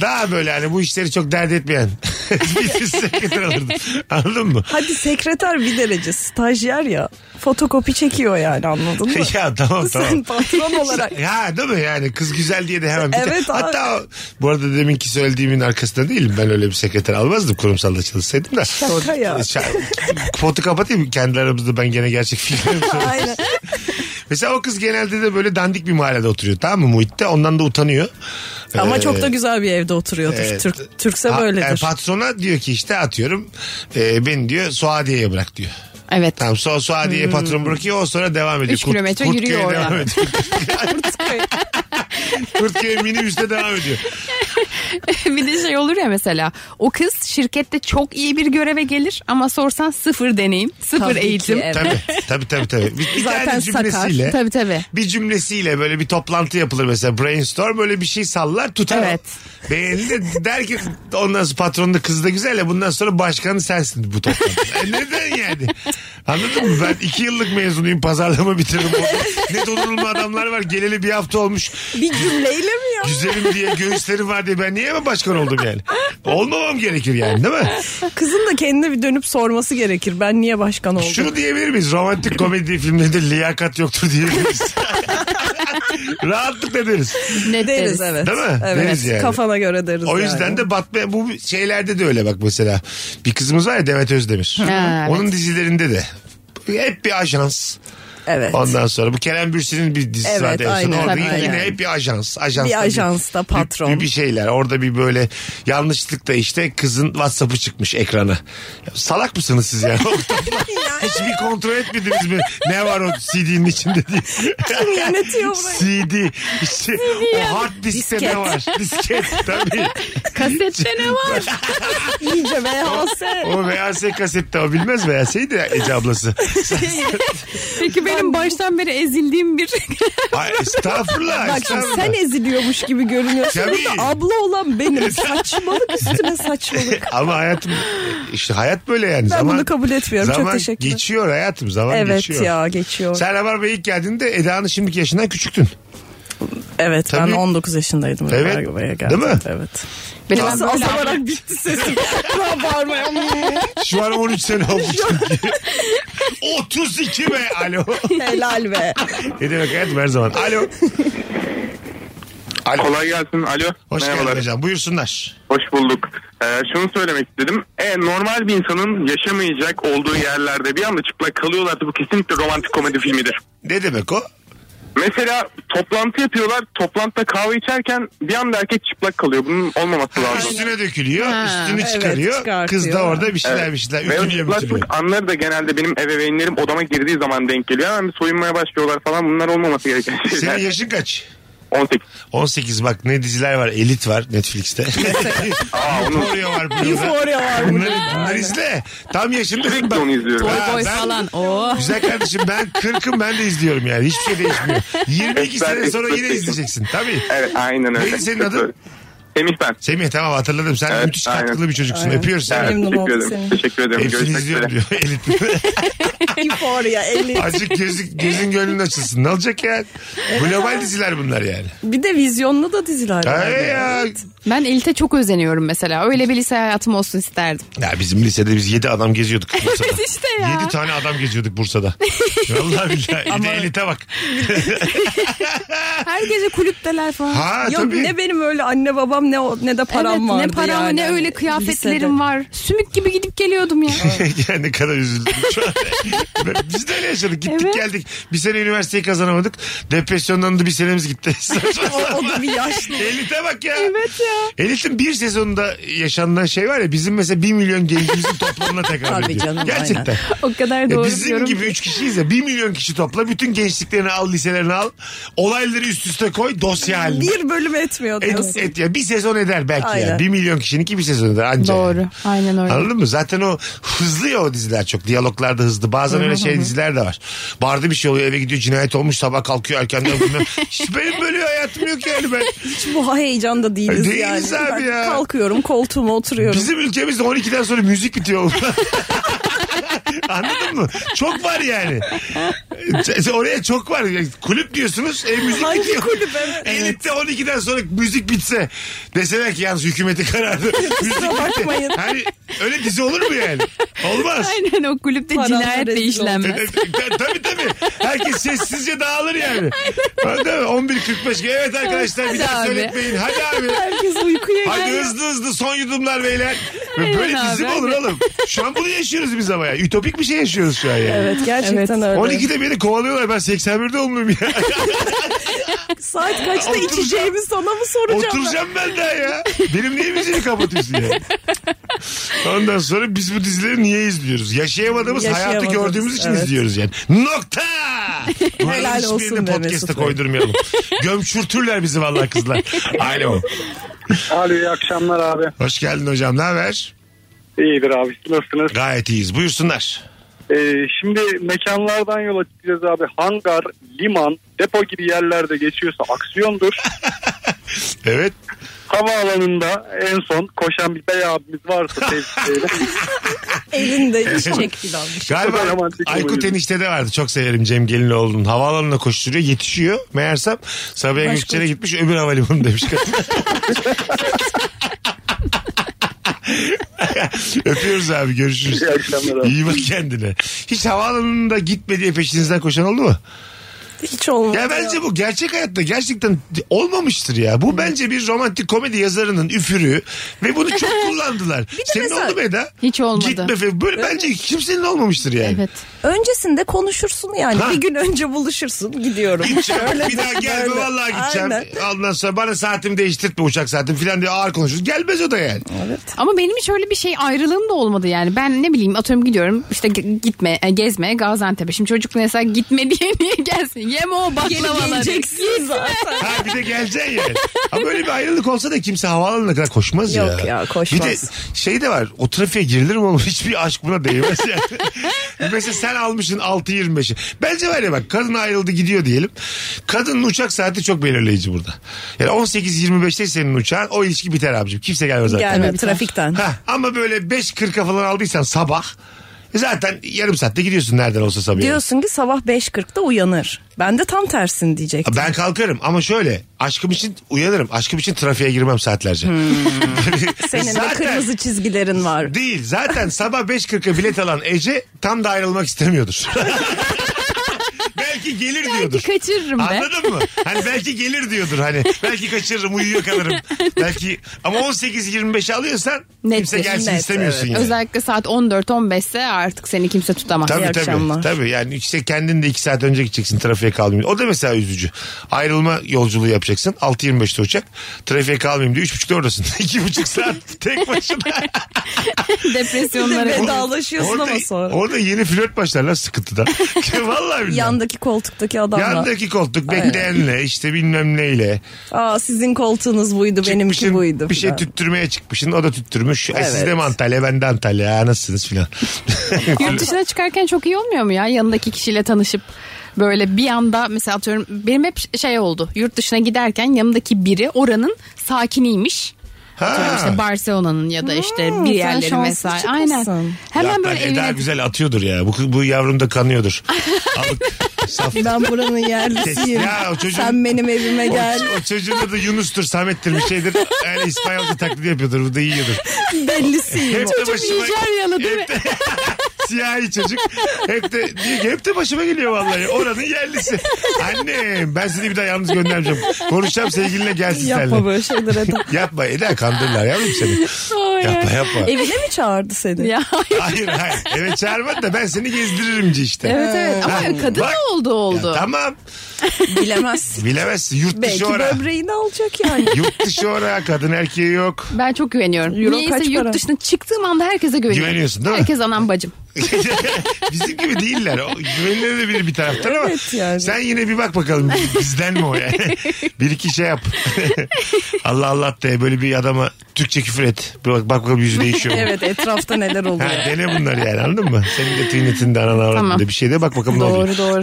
Speaker 3: Daha böyle hani bu işleri çok dert etmeyen bir sekreter alırdım. Anladın mı?
Speaker 4: Hadi sekreter bir derece stajyer ya. Fotokopi çekiyor yani anladın mı?
Speaker 3: ya tamam tamam.
Speaker 4: Sen patron olarak.
Speaker 3: Ya değil mi yani kız güzel diye de hemen bir
Speaker 4: Evet abi.
Speaker 3: Hatta o- bu arada deminki söylediğimin arkasında değilim. Ben öyle bir sekreter almazdım kurumsalda çalışsaydım da.
Speaker 4: Şaka ya.
Speaker 3: Şa- Potu kapatayım kendi aramızda ben gene gerçek filmlerim söylüyorum.
Speaker 4: Aynen.
Speaker 3: Mesela o kız genelde de böyle dandik bir mahallede oturuyor tamam mı muhitte ondan da utanıyor.
Speaker 4: Ama
Speaker 3: Ee,
Speaker 4: çok da güzel bir evde oturuyordur.
Speaker 3: Evet.
Speaker 4: Türk, Türkse
Speaker 3: Ha-
Speaker 4: böyledir.
Speaker 3: e, patrona diyor ki işte atıyorum e, beni diyor Suadiye'ye bırak diyor.
Speaker 5: Evet.
Speaker 3: Tamam sonra Suadiye'ye patron bırakıyor o sonra devam ediyor.
Speaker 5: Hmm. Üç kilometre yürüyor
Speaker 3: Kurtköy'e
Speaker 5: oraya.
Speaker 3: devam ediyor. Kurtköy minibüste devam ediyor.
Speaker 5: bir de şey olur ya mesela o kız şirkette çok iyi bir göreve gelir ama sorsan sıfır deneyim, sıfır
Speaker 4: Tabii ki,
Speaker 5: eğitim.
Speaker 4: evet.
Speaker 3: Tabii tabii tabii. tabii. Bir, bir
Speaker 4: Zaten
Speaker 3: tane cümlesiyle.
Speaker 4: sakar.
Speaker 5: Tabii tabii.
Speaker 3: Bir cümlesiyle böyle bir toplantı yapılır mesela brainstorm böyle bir şey sallar tutar.
Speaker 5: Evet.
Speaker 3: Beğendi de der ki ondan sonra patron da kız da güzel ya bundan sonra başkanı sensin bu toplantı. E neden yani? Anladın mı? Ben iki yıllık mezunuyum pazarlama bitiririm. ne donanımlı adamlar var geleli bir hafta olmuş.
Speaker 4: Bir cümleyle mi ya?
Speaker 3: Güzelim diye göğüslerim var diye ben niye mi başkan oldum yani? Olmamam gerekir yani değil mi?
Speaker 4: Kızın da kendine bir dönüp sorması gerekir. Ben niye başkan oldum?
Speaker 3: Şunu diyebilir miyiz? Romantik komedi filmlerinde liyakat yoktur diyebilir miyiz? Rahatlıkla deriz.
Speaker 5: Net
Speaker 4: Deriz
Speaker 5: deriz.
Speaker 4: evet.
Speaker 3: Değil mi?
Speaker 4: Evet.
Speaker 3: Deriz yani.
Speaker 4: Kafana göre deriz
Speaker 3: O yüzden
Speaker 4: yani.
Speaker 3: de Batman bu şeylerde de öyle bak mesela. Bir kızımız var ya Demet Özdemir.
Speaker 5: Ha, evet.
Speaker 3: Onun dizilerinde de hep bir ajans.
Speaker 4: Evet.
Speaker 3: Ondan sonra bu Kerem Bürsin'in bir dizisi
Speaker 4: Evet,
Speaker 3: var. Orada
Speaker 4: aynen,
Speaker 3: yine,
Speaker 4: tabii,
Speaker 3: yine
Speaker 4: aynen.
Speaker 3: hep bir ajans. ajans
Speaker 4: Bir ajansta patron.
Speaker 3: Bir, bir şeyler. Orada bir böyle yanlışlıkla işte kızın WhatsApp'ı çıkmış ekrana. Ya Salak mısınız siz ya? Hiçbir kontrol etmediniz mi? Ne var o CD'nin içinde diye.
Speaker 4: Kim yönetiyor burayı?
Speaker 3: CD. İşte o hard diskte
Speaker 4: Disket.
Speaker 3: ne var? Disket tabii.
Speaker 5: Kasette ne var?
Speaker 4: İyice VHS.
Speaker 3: O VHS kasette o bilmez VHS'yi de Ece ablası.
Speaker 5: Peki benim baştan beri ezildiğim bir
Speaker 3: Ay, estağfurullah.
Speaker 4: Bak şimdi
Speaker 3: estağfurullah.
Speaker 4: sen eziliyormuş gibi görünüyorsun.
Speaker 3: Tabii.
Speaker 4: Burada abla olan benim. Saçmalık üstüne saçmalık.
Speaker 3: Ama hayatım işte hayat böyle yani.
Speaker 4: Ben bunu kabul etmiyorum. Çok
Speaker 3: Zaman
Speaker 4: teşekkürler.
Speaker 3: geçiyor hayatım zaman
Speaker 4: evet
Speaker 3: geçiyor.
Speaker 4: ya geçiyor.
Speaker 3: Sen Rabarba'ya ilk geldiğinde Eda'nın şimdiki yaşından küçüktün.
Speaker 4: Evet
Speaker 3: Tabii.
Speaker 4: ben 19 yaşındaydım.
Speaker 3: Evet.
Speaker 4: Rabarba'ya
Speaker 3: Değil mi?
Speaker 4: Evet.
Speaker 5: Benim
Speaker 4: Nasıl
Speaker 5: ben böyle-
Speaker 4: azalarak bitti sesim. Ben bağırmaya.
Speaker 3: Şu an 13 sene oldu çünkü. 32 be alo.
Speaker 4: Helal be.
Speaker 3: Ne demek hayatım her zaman. Alo. Alo.
Speaker 9: Kolay gelsin. Alo.
Speaker 3: Hoş geldin
Speaker 9: Merhabalar.
Speaker 3: hocam buyursunlar.
Speaker 9: Hoş bulduk. Ee, şunu söylemek istedim. E, normal bir insanın yaşamayacak olduğu yerlerde bir anda çıplak kalıyorlarsa bu kesinlikle romantik komedi filmidir.
Speaker 3: Ne demek o?
Speaker 9: Mesela toplantı yapıyorlar. Toplantıda kahve içerken bir anda erkek çıplak kalıyor. Bunun olmaması lazım.
Speaker 3: Üstüne dökülüyor, üstünü
Speaker 4: evet,
Speaker 3: çıkarıyor. Kız da
Speaker 4: çıkartıyor.
Speaker 3: orada bir şeyler
Speaker 9: Evet.
Speaker 3: bir şeyler
Speaker 9: Ve o
Speaker 3: ütülüyor ütülüyor.
Speaker 9: çıplaklık anları da genelde benim ebeveynlerim odama girdiği zaman denk geliyor. Hemen bir soyunmaya başlıyorlar falan. Bunlar olmaması gereken
Speaker 3: Senin
Speaker 9: şeyler.
Speaker 3: yaşın kaç?
Speaker 9: 18.
Speaker 3: 18 bak ne diziler var. Elit var Netflix'te.
Speaker 9: Aa, onu
Speaker 3: Euphoria var. burada.
Speaker 4: Euphoria var
Speaker 3: Bunları, bunları izle. Tam yaşındasın.
Speaker 9: sürekli
Speaker 3: bak.
Speaker 9: onu izliyorum.
Speaker 5: Boy
Speaker 3: Ha,
Speaker 5: boy
Speaker 3: ben-
Speaker 5: falan. Oh. Oo.
Speaker 3: Güzel kardeşim ben 40'ım ben de izliyorum yani. Hiçbir şey değişmiyor. 22
Speaker 9: Ben
Speaker 3: sene sonra yine
Speaker 9: ekspektim.
Speaker 3: izleyeceksin. Tabii.
Speaker 9: Evet aynen öyle.
Speaker 3: Neydi senin adın?
Speaker 9: Semih ben.
Speaker 3: Semih tamam hatırladım. Sen
Speaker 9: Evet,
Speaker 3: müthiş
Speaker 9: aynen.
Speaker 3: katkılı bir çocuksun.
Speaker 4: Aynen.
Speaker 3: Öpüyoruz seni.
Speaker 9: Evet,
Speaker 4: Memnun
Speaker 9: teşekkür
Speaker 4: oldum
Speaker 9: ederim.
Speaker 4: senin.
Speaker 9: Teşekkür ederim.
Speaker 3: Hepsini
Speaker 9: Görüşmek
Speaker 3: izliyorum
Speaker 9: üzere.
Speaker 3: diyor. Elit mi?
Speaker 4: Euphoria 50.
Speaker 3: Azıcık gözün, gözün gönlün açılsın. Ne olacak ya? Global diziler bunlar yani.
Speaker 4: Bir de vizyonlu da diziler var.
Speaker 3: Ay ya.
Speaker 5: Ben elite çok özeniyorum mesela. Öyle bir lise hayatım olsun isterdim.
Speaker 3: ya. bizim lisede biz 7 adam geziyorduk. Bursa'da.
Speaker 5: İşte ya.
Speaker 3: 7 tane adam geziyorduk Bursa'da. Vallahi billahi. Bir de elite bak.
Speaker 5: Her gece kulüpteler falan.
Speaker 3: Ha
Speaker 4: Yok
Speaker 3: tabii.
Speaker 4: ne benim öyle anne babam ne o- ne de param
Speaker 5: evet,
Speaker 4: vardı
Speaker 5: ne param hani
Speaker 4: yani.
Speaker 5: ne öyle kıyafetlerim
Speaker 4: Lisede.
Speaker 5: var. Sümük gibi gidip geliyordum ya.
Speaker 3: yani ne kadar üzüldüm şu an. Biz de öyle yaşadık. Gittik
Speaker 5: Evet.
Speaker 3: geldik. Bir sene üniversiteyi kazanamadık. Depresyondan da bir senemiz gitti.
Speaker 4: O, o da bir yaşlı.
Speaker 3: Elite bak ya.
Speaker 5: evet ya.
Speaker 3: Elif'in bir sezonunda yaşanılan şey var ya bizim mesela 1 milyon gencimizin toplamına tekabül
Speaker 4: Tabii
Speaker 3: ediyor.
Speaker 4: canım,
Speaker 3: Gerçekten.
Speaker 5: O kadar
Speaker 3: Ya
Speaker 5: doğru
Speaker 3: E, bizim
Speaker 5: diyorum.
Speaker 3: gibi 3 kişiyiz ya 1 milyon kişi topla bütün gençliklerini al liselerini al olayları üst üste koy dosya haline.
Speaker 4: Bir bölüm etmiyor
Speaker 3: et,
Speaker 4: diyorsun.
Speaker 3: et ya bir sezon eder belki ya.
Speaker 4: Aynen.
Speaker 3: 1 milyon kişininki bir sezon eder anca.
Speaker 5: Doğru.
Speaker 3: yani.
Speaker 5: Aynen öyle.
Speaker 3: Anladın mı? Zaten o hızlı ya o diziler çok. Diyaloglar da hızlı. Bazen öyle şey diziler de var. Barda bir şey oluyor eve gidiyor cinayet olmuş sabah kalkıyor erkenden bilmem. Hiç benim böyle hayatım yok yani ben.
Speaker 4: Hiç bu heyecanda değiliz,
Speaker 3: Değiliz
Speaker 4: yani.
Speaker 3: abi
Speaker 4: Ben
Speaker 3: ya.
Speaker 4: Kalkıyorum koltuğuma oturuyorum.
Speaker 3: Bizim ülkemizde 12'den sonra müzik bitiyor. Anladın mı? Çok var yani. Sen Oraya çok var. Yani Kulüp diyorsunuz. E, müzik
Speaker 4: Hangi
Speaker 3: bitiyor.
Speaker 4: kulüp? Evet.
Speaker 3: Elitte 12'den sonra müzik bitse. Deseler ki yalnız hükümeti karardı. müzik bitti.
Speaker 4: bakmayın.
Speaker 3: Hani öyle dizi olur mu yani? Olmaz. E,
Speaker 5: Aynen o kulüpte
Speaker 4: Paramla
Speaker 5: cinayet de
Speaker 4: rezil
Speaker 5: işlenmez.
Speaker 3: Ta- tabii tabii. Herkes sessizce dağılır yani. Değil mi? 11.45 gibi. Evet arkadaşlar bir
Speaker 5: Hadi
Speaker 3: daha
Speaker 5: abi.
Speaker 3: söyletmeyin. Hadi abi.
Speaker 4: Herkes uykuya
Speaker 3: Hadi
Speaker 4: geldi.
Speaker 3: hızlı hızlı son yudumlar beyler. Ve böyle
Speaker 5: Aynen
Speaker 3: dizi mi
Speaker 5: abi.
Speaker 3: olur oğlum? Şu an bunu yaşıyoruz biz ama ya. Ütopik bir şey yaşıyoruz şu an yani.
Speaker 4: Evet gerçekten öyle.
Speaker 3: 12'de beni kovalıyorlar ben 81'de olmuyorum ya.
Speaker 4: Saat kaçta
Speaker 3: Oturacağım.
Speaker 4: içeceğimi sana mı soracağım? ben?
Speaker 3: Oturacağım ben daha ya. Benim niye müziği kapatıyorsun ya? Ondan sonra biz bu dizileri niye izliyoruz? Yaşayamadığımız hayatı
Speaker 4: Yaşayamadığımız,
Speaker 3: gördüğümüz için
Speaker 4: evet.
Speaker 3: izliyoruz yani. Nokta! Bunların
Speaker 4: Helal
Speaker 3: hiçbirini
Speaker 4: olsun be
Speaker 3: podcast'a
Speaker 4: Mesut Bey.
Speaker 3: koydurmayalım. Gömçürtürler bizi vallahi kızlar. Alo.
Speaker 8: Alo iyi akşamlar abi.
Speaker 3: Hoş geldin hocam. Ne haber?
Speaker 8: İyidir abi nasılsınız?
Speaker 3: Gayet iyiyiz. Buyursunlar.
Speaker 8: Ee, şimdi mekanlardan yola çıkacağız abi. Hangar, liman, depo gibi yerlerde geçiyorsa aksiyondur.
Speaker 3: Evet.
Speaker 8: Havaalanında en son koşan bir bey abimiz varsa tepsiyle.
Speaker 4: Elinde içecek filan.
Speaker 3: Galiba
Speaker 8: Çok romantik
Speaker 3: Aykut
Speaker 8: oluyor.
Speaker 3: enişte de vardı. Çok severim Cem Gelinoğlu'nun. Havaalanına koşturuyor. Yetişiyor. Meğersem Sabiha Gökçen'e gitmiş öbür havalimanı demiş. Öpüyoruz abi görüşürüz.
Speaker 8: İyi akşamlar abi.
Speaker 3: İyi bak kendine. Hiç havaalanında gitme diye peşinizden koşan oldu mu?
Speaker 4: Hiç olmadı.
Speaker 3: Ya bence bu gerçek hayatta gerçekten olmamıştır ya. Bu bence bir romantik komedi yazarının üfürü ve bunu çok kullandılar. Senin
Speaker 4: mesela-
Speaker 3: oldu mu Eda?
Speaker 5: Hiç olmadı.
Speaker 3: Gitme falan. Böyle bence kimsenin olmamıştır yani.
Speaker 5: Evet.
Speaker 4: Öncesinde konuşursun yani.
Speaker 3: Ha.
Speaker 4: Bir gün önce buluşursun gidiyorum.
Speaker 3: Gideceğim.
Speaker 4: Öyle
Speaker 3: bir daha
Speaker 4: de-
Speaker 3: gelme
Speaker 4: böyle.
Speaker 3: vallahi gideceğim.
Speaker 4: Aynen.
Speaker 3: Ondan sonra bana saatimi değiştirtme uçak saatimi falan diye ağır konuşuruz. Gelmez o da yani.
Speaker 5: Ama benim hiç öyle bir şey ayrılığım da olmadı yani. Ben ne bileyim atıyorum gidiyorum işte ge- gitme e, gezme Gaziantep'e. Şimdi çocuk mesela gitme diye niye gelsin? Yeme o
Speaker 4: Geri
Speaker 5: baklavaları.
Speaker 4: geleceksin zaten.
Speaker 3: Ha bir de geleceksin yani. Ama böyle bir ayrılık olsa da kimse havaalanına kadar koşmaz ya.
Speaker 4: Yok ya, koşmaz.
Speaker 3: Bir de şey de var o trafiğe girilir mi oğlum? Hiçbir aşk buna değmez yani. Mesela sen almışsın 6.25'i. Bence var ya bak kadın ayrıldı gidiyor diyelim. Kadının uçak saati çok belirleyici burada. Yani 18.25'te senin uçağın o ilişki biter abicim. Kimse gelmez zaten.
Speaker 4: Gelme trafikten.
Speaker 3: Ha, ama böyle 5.40'a falan aldıysan sabah e zaten yarım saatte gidiyorsun nereden olsa sabah.
Speaker 4: Diyorsun ki sabah 5.40'da uyanır. Ben de tam tersin diyecektim.
Speaker 3: Ben kalkarım ama şöyle aşkım için uyanırım. Aşkım için trafiğe girmem saatlerce.
Speaker 4: Hmm.
Speaker 3: Hani
Speaker 4: Senin de
Speaker 3: Zaten-
Speaker 4: kırmızı çizgilerin var.
Speaker 3: Değil zaten sabah 5.40'a bilet alan Ece tam da ayrılmak istemiyordur. belki gelir diyordur.
Speaker 5: Kaçırırım be.
Speaker 3: Anladın mı? Hani belki gelir diyordur hani. Belki kaçırırım uyuyor kalırım. belki ama 18-25 alıyorsan
Speaker 5: Nettir,
Speaker 3: kimse gelsin
Speaker 4: net,
Speaker 3: istemiyorsun yani.
Speaker 5: Özellikle saat 14-15 ise artık seni kimse tutamaz.
Speaker 3: Tabii
Speaker 4: İyi
Speaker 3: tabii,
Speaker 4: akşamlar.
Speaker 3: tabii yani işte kendin de 2 saat önce gideceksin trafiğe kalmayayım. O da mesela üzücü. Ayrılma yolculuğu yapacaksın. 6.25'te uçak. Trafiğe kalmayayım diye 3.30'da oradasın. 2.5 saat tek başına.
Speaker 5: Depresyonlara.
Speaker 4: Vedalaşıyorsun
Speaker 3: orada,
Speaker 4: ama sonra.
Speaker 3: orada yeni flört başlar lan sıkıntıda. Vallahi billahi.
Speaker 4: Yandaki koltuktaki adamla.
Speaker 3: Yandaki koltuk bekleyenle işte bilmem neyle.
Speaker 4: Aa sizin koltuğunuz buydu benimki
Speaker 3: Çıkmışsın,
Speaker 4: buydu.
Speaker 3: Bir şey
Speaker 4: falan.
Speaker 3: tüttürmeye çıkmışsın o da tüttürmüş. E, siz
Speaker 4: Evet.
Speaker 3: de mi Antalya ben de Antalya Ha, nasılsınız filan.
Speaker 5: Yurt dışına çıkarken çok iyi olmuyor mu ya? Yanındaki kişiyle tanışıp böyle bir anda mesela atıyorum benim hep şey oldu. Yurt dışına giderken yanımdaki biri oranın sakiniymiş. Atıyorum
Speaker 3: Ha.
Speaker 5: işte Barcelona'nın ya da işte bir yerleri
Speaker 4: şanslı
Speaker 5: mesela.
Speaker 4: çıkmışsın.
Speaker 5: Aynen. Hemen
Speaker 3: Zaten
Speaker 5: böyle
Speaker 3: Eda
Speaker 5: evine
Speaker 3: güzel atıyordur ya. Bu, bu yavrum da kanıyordur. Alık, saf,
Speaker 4: Ben buranın yerlisiyim.
Speaker 3: Ya, o çocuğun-
Speaker 4: Sen benim evime
Speaker 3: o,
Speaker 4: gel.
Speaker 3: o çocuğun adı Yunus'tur, Samet'tir bir şeydir. Yani İspanyolca taklidi yapıyordur. Bu da yiyordur.
Speaker 4: Bellisiyim.
Speaker 3: Hep de
Speaker 5: Çocuk Nijeryalı değil
Speaker 3: hep de- siyahi çocuk. Hep de, diyor ki, hep de başıma geliyor vallahi. Oranın yerlisi. Annem ben seni bir daha yalnız göndermeyeceğim. Konuşacağım sevgilinle gelsin
Speaker 4: Yapma
Speaker 3: seninle.
Speaker 4: böyle şeyler Eda.
Speaker 3: Yapma Eda kandırırlar yavrum seni.
Speaker 5: Ay,
Speaker 3: Yapma yapma.
Speaker 4: Evine mi çağırdı seni?
Speaker 5: ya.
Speaker 3: Hayır hayır. Evet çağırmadı da ben seni gezdiririmci işte.
Speaker 5: Evet evet ama
Speaker 3: Ha,
Speaker 5: kadın
Speaker 3: bak.
Speaker 5: oldu oldu.
Speaker 3: Ya tamam.
Speaker 4: Bilemezsin.
Speaker 3: Bilemezsin. Yurt
Speaker 4: Belki
Speaker 3: dışı ora.
Speaker 4: böbreğini alacak yani.
Speaker 3: Yurt dışı ora. Kadın erkeği yok.
Speaker 5: Ben çok güveniyorum.
Speaker 4: Euro
Speaker 5: Niyeyse
Speaker 4: kaç
Speaker 5: yurt
Speaker 4: para?
Speaker 5: dışına çıktığım anda herkese güveniyorum.
Speaker 3: Güveniyorsun, değil mi?
Speaker 5: Herkes anam bacım.
Speaker 3: Bizim gibi değiller. O Güvenilebilir bir taraftan ama
Speaker 4: Evet yani.
Speaker 3: sen yine bir bak bakalım bizden mi o yani? bir iki şey yap. Allah Allah de böyle bir adama Türkçe küfür et. Bir bak, bak bakalım yüzü değişiyor mu?
Speaker 4: evet etrafta neler
Speaker 3: Ha,
Speaker 4: oluyor.
Speaker 3: dene bunları yani anladın mı? Senin de tıynetinde anan avradında
Speaker 5: Tamam.
Speaker 3: bir şey de bak bakalım ne oluyor.
Speaker 5: Doğru doğru.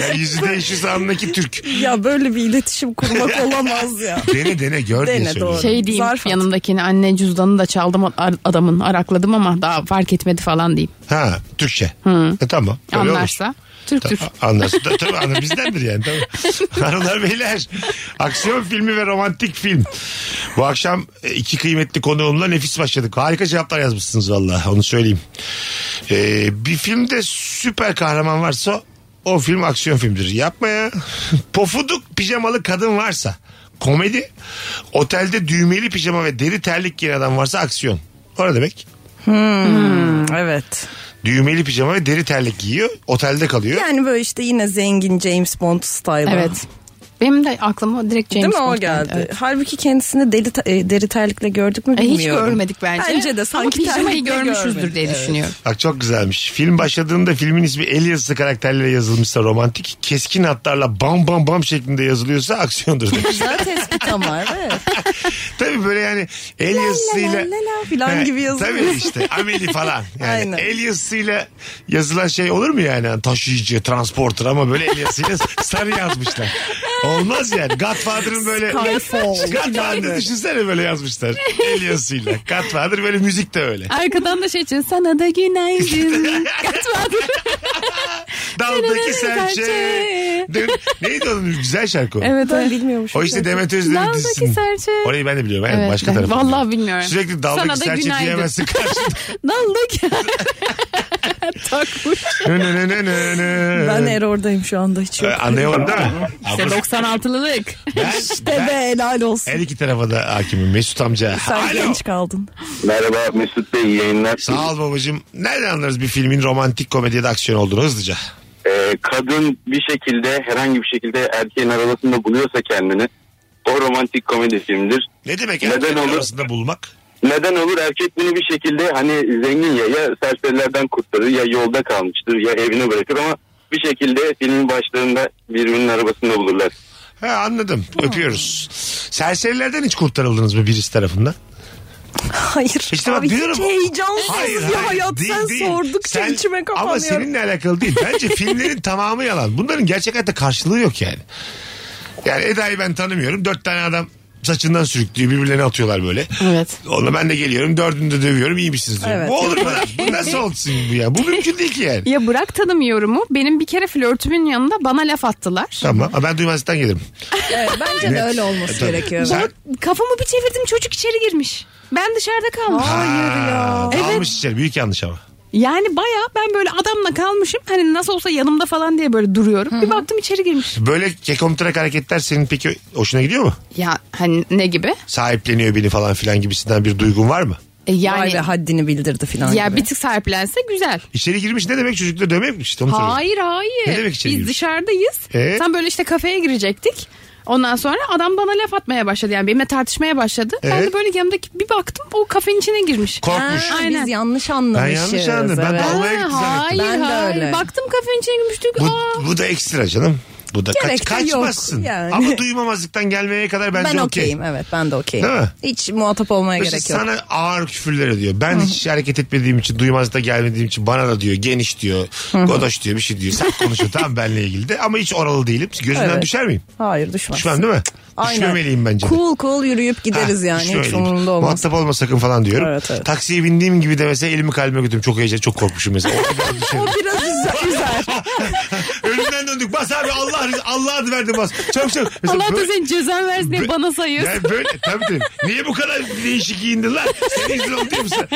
Speaker 3: Yani yüzü değişirse anındaki Türk.
Speaker 4: ya böyle bir iletişim kurmak olamaz ya.
Speaker 3: Dene dene gör diye
Speaker 4: Dene,
Speaker 3: söylüyorum.
Speaker 4: doğru.
Speaker 5: Şey diyeyim
Speaker 4: Zarf at.
Speaker 5: yanımdakini anne cüzdanını da çaldım ar- adamın arakladım ama daha fark etmedi falan diyeyim.
Speaker 3: Ha Türkçe. E, tamam. Öyle olur.
Speaker 5: Anlarsa. Türktür.
Speaker 3: Ta- Anlarsın. Ta- Tabii anlar. Bizdendir yani. Tabii. Hanımlar beyler. Aksiyon filmi ve romantik film. Bu akşam e, iki kıymetli konuğumla nefis başladık. Harika cevaplar yazmışsınız valla. Onu söyleyeyim. Ee, bir filmde süper kahraman varsa o film aksiyon filmidir. Yapma ya. Pofuduk pijamalı kadın varsa komedi. Otelde düğmeli pijama ve deri terlik giyen adam varsa aksiyon. O ne demek?
Speaker 4: Hmm, Evet.
Speaker 3: Düğmeli pijama ve deri terlik giyiyor. Otelde kalıyor.
Speaker 4: Yani böyle işte yine zengin James Bond style.
Speaker 5: Evet. Benim de aklıma direkt James
Speaker 4: Değil mi o
Speaker 5: Bond
Speaker 4: geldi.
Speaker 5: evet.
Speaker 4: Halbuki kendisini deli te- e, deri terlikle gördük mü
Speaker 5: E,
Speaker 4: bilmiyorum.
Speaker 5: Hiç görmedik bence.
Speaker 4: Bence de sanki
Speaker 5: Ama pijamayı
Speaker 4: terlikle
Speaker 5: görmüşüzdür
Speaker 4: görmedik,
Speaker 5: diye
Speaker 4: evet.
Speaker 5: düşünüyorum.
Speaker 3: Bak çok güzelmiş. Film başladığında filmin ismi el yazısı karakterleriyle yazılmışsa romantik, keskin hatlarla bam bam bam şeklinde yazılıyorsa aksiyondur demiş.
Speaker 4: Güzel tespit ama evet.
Speaker 3: Tabii böyle yani el yazısıyla...
Speaker 4: la la filan
Speaker 3: He,
Speaker 4: gibi yazılıyor.
Speaker 3: Tabii işte ameli falan. Yani
Speaker 4: Aynen.
Speaker 3: el yazısıyla yazılan şey olur mu yani? Hani Taşıyıcı, transporter ama böyle el yazısıyla sarı yazmışlar. Olmaz yani. Godfather'ın böyle...
Speaker 4: Skyfall.
Speaker 3: Godfather düşünsene böyle yazmışlar. El yazısıyla. Godfather böyle müzik de öyle.
Speaker 5: Arkadan da şey için sana da günaydın. Katmadım.
Speaker 3: Daldaki serçe.
Speaker 5: serçe.
Speaker 3: Dün, neydi onun güzel şarkı? o?
Speaker 5: evet
Speaker 4: Ben
Speaker 5: evet.
Speaker 4: bilmiyormuşum.
Speaker 3: O işte Demet Özdemir'in
Speaker 5: Daldaki
Speaker 3: dizisinin.
Speaker 5: serçe.
Speaker 3: Orayı ben de biliyorum. Evet,
Speaker 5: Evet,
Speaker 3: başka
Speaker 5: ben-
Speaker 3: tarafı.
Speaker 5: Vallahi bilmiyorum.
Speaker 3: Sürekli daldaki
Speaker 5: Sana da
Speaker 3: serçe
Speaker 5: günaydın.
Speaker 3: diyemezsin karşında.
Speaker 5: Daldık. takmış.
Speaker 4: Ben erordayım şu anda hiç
Speaker 3: Ee,
Speaker 4: yok.
Speaker 3: Anlayamadım değil mi?
Speaker 5: İşte 96'lılık.
Speaker 3: Ben,
Speaker 4: De be helal olsun.
Speaker 3: her iki tarafa da hakimim Mesut amca.
Speaker 4: Sen
Speaker 3: Alo.
Speaker 4: genç kaldın.
Speaker 9: Merhaba Mesut Bey iyi yayınlar.
Speaker 3: Sağ ol babacığım. Nereden anlarız bir filmin romantik komedyada aksiyon olduğunu hızlıca?
Speaker 9: Ee, kadın bir şekilde herhangi bir şekilde erkeğin arabasında buluyorsa kendini o romantik komedi filmidir.
Speaker 3: Ne demek
Speaker 9: Neden
Speaker 3: erkekler
Speaker 9: olur?
Speaker 3: arasında bulmak?
Speaker 9: Neden olur erkek bunu bir şekilde hani zengin ya ya serserilerden kurtarır ya yolda kalmıştır ya evine bırakır ama bir şekilde filmin başlarında birbirinin arabasında bulurlar.
Speaker 3: He anladım. Öpüyoruz. Serserilerden hiç kurtarıldınız mı birisi tarafından?
Speaker 4: Hayır.
Speaker 3: İşte bak
Speaker 4: Abi hiç
Speaker 3: diyorum.
Speaker 4: heyecansız ya hayat.
Speaker 3: değil,
Speaker 4: sen
Speaker 3: değil.
Speaker 4: sordukça
Speaker 3: Sen-
Speaker 4: içime kapanıyorum.
Speaker 3: Ama seninle alakalı değil. Bence filmlerin tamamı yalan. Bunların gerçek hayatta karşılığı yok yani. Yani Eda'yı ben tanımıyorum. Dört tane adam saçından sürüklüyor. Birbirlerine atıyorlar böyle.
Speaker 5: Evet.
Speaker 3: Onunla ben de geliyorum. Dördünü de dövüyorum. iyi misiniz diyorum.
Speaker 4: Evet.
Speaker 3: Bu olur mu lan? Bu nasıl olsun bu ya? Bu mümkün değil ki yani.
Speaker 5: Ya bırak tanımıyorumu. Benim bir kere flörtümün yanında bana laf attılar.
Speaker 3: Tamam. Ha, Ben duymazlıktan gelirim.
Speaker 4: Evet, bence de
Speaker 3: Net.
Speaker 4: öyle olması
Speaker 3: E, tabii.
Speaker 4: gerekiyor.
Speaker 3: Sen-
Speaker 5: Kafamı bir çevirdim çocuk içeri girmiş. Ben dışarıda kalmışım.
Speaker 4: Hayır ya.
Speaker 3: Aa, Almış içeri. Büyük yanlış ama.
Speaker 5: Yani baya ben böyle adamla kalmışım. Hani nasıl olsa yanımda falan diye böyle duruyorum. Bir baktım içeri girmiş.
Speaker 3: Böyle kekomtrak hareketler senin peki hoşuna gidiyor mu?
Speaker 5: Ya hani ne gibi?
Speaker 3: Sahipleniyor beni falan filan gibisinden bir duygun var mı?
Speaker 5: E yani
Speaker 4: Vay be haddini bildirdi falan
Speaker 5: ya
Speaker 4: gibi.
Speaker 5: bir tık sahiplense güzel.
Speaker 3: İçeri girmiş ne demek çocukları dövmek mi işte onu soruyorum.
Speaker 5: Hayır hayır.
Speaker 3: Ne demek içeri
Speaker 5: Biz
Speaker 3: girmiş?
Speaker 5: dışarıdayız.
Speaker 3: Ee?
Speaker 5: Tam böyle işte kafeye girecektik. Ondan sonra adam bana laf atmaya başladı. Yani benimle tartışmaya başladı. Ben
Speaker 3: Evet.
Speaker 5: de böyle yanımdaki bir baktım o kafenin içine girmiş.
Speaker 3: Korkmuş.
Speaker 4: Ha,
Speaker 5: Aynen.
Speaker 4: Biz yanlış anlamışız.
Speaker 3: Ben yanlış anladım. Ben
Speaker 4: evet.
Speaker 3: de- Olmaya gitti
Speaker 5: hayır
Speaker 3: zannettim.
Speaker 4: Ben de
Speaker 5: hayır.
Speaker 4: öyle.
Speaker 5: Baktım kafenin içine girmiş. Diyor ki,
Speaker 3: Bu,
Speaker 5: "Aa,
Speaker 3: bu da ekstra canım. Bu da kaç,
Speaker 4: Gerek de yok
Speaker 3: kaçmazsın.
Speaker 4: yani.
Speaker 3: Ama duymamazlıktan gelmeye kadar bence
Speaker 4: ben
Speaker 3: okey.
Speaker 4: okeyim evet ben de okeyim.
Speaker 3: Değil mi?
Speaker 4: Hiç muhatap olmaya
Speaker 3: Mesela
Speaker 4: gerek yok.
Speaker 3: sana ağır küfürler ediyor. Ben hiç hareket etmediğim için, duymazda gelmediğim için bana da diyor, geniş diyor, godoş diyor, bir şey diyor. Sen konuşuyor tamam benle ilgili de ama hiç oralı değilim. Gözünden
Speaker 4: Evet.
Speaker 3: düşer miyim?
Speaker 4: Hayır düşmez.
Speaker 3: Düşmem değil mi?
Speaker 4: Aynen.
Speaker 3: Düşmemeliyim bence de.
Speaker 4: Cool cool yürüyüp gideriz
Speaker 3: Ha,
Speaker 4: yani. Hiç
Speaker 3: düşmemeliyim.
Speaker 4: umurumda olmaz.
Speaker 3: Muhatap olma sakın falan diyorum.
Speaker 4: Evet, evet.
Speaker 3: Taksiye bindiğim gibi de mesela elimi kalbime götürdüm. Çok heyecan, çok korkmuşum mesela. Orada biraz düşerim.
Speaker 4: O biraz üzer. üzer.
Speaker 3: Önümden döndük. Bas abi Allah Allah'a verdi bas. Çabuk çabuk. Mesela
Speaker 5: Allah da
Speaker 3: böyle-
Speaker 5: senin cezan versin diye
Speaker 3: Bö-
Speaker 5: bana sayıyorsun.
Speaker 3: Yani böyle tabii tabii. Niye bu kadar değişik giyindin lan? Senin yüzün oldu değil mi sen?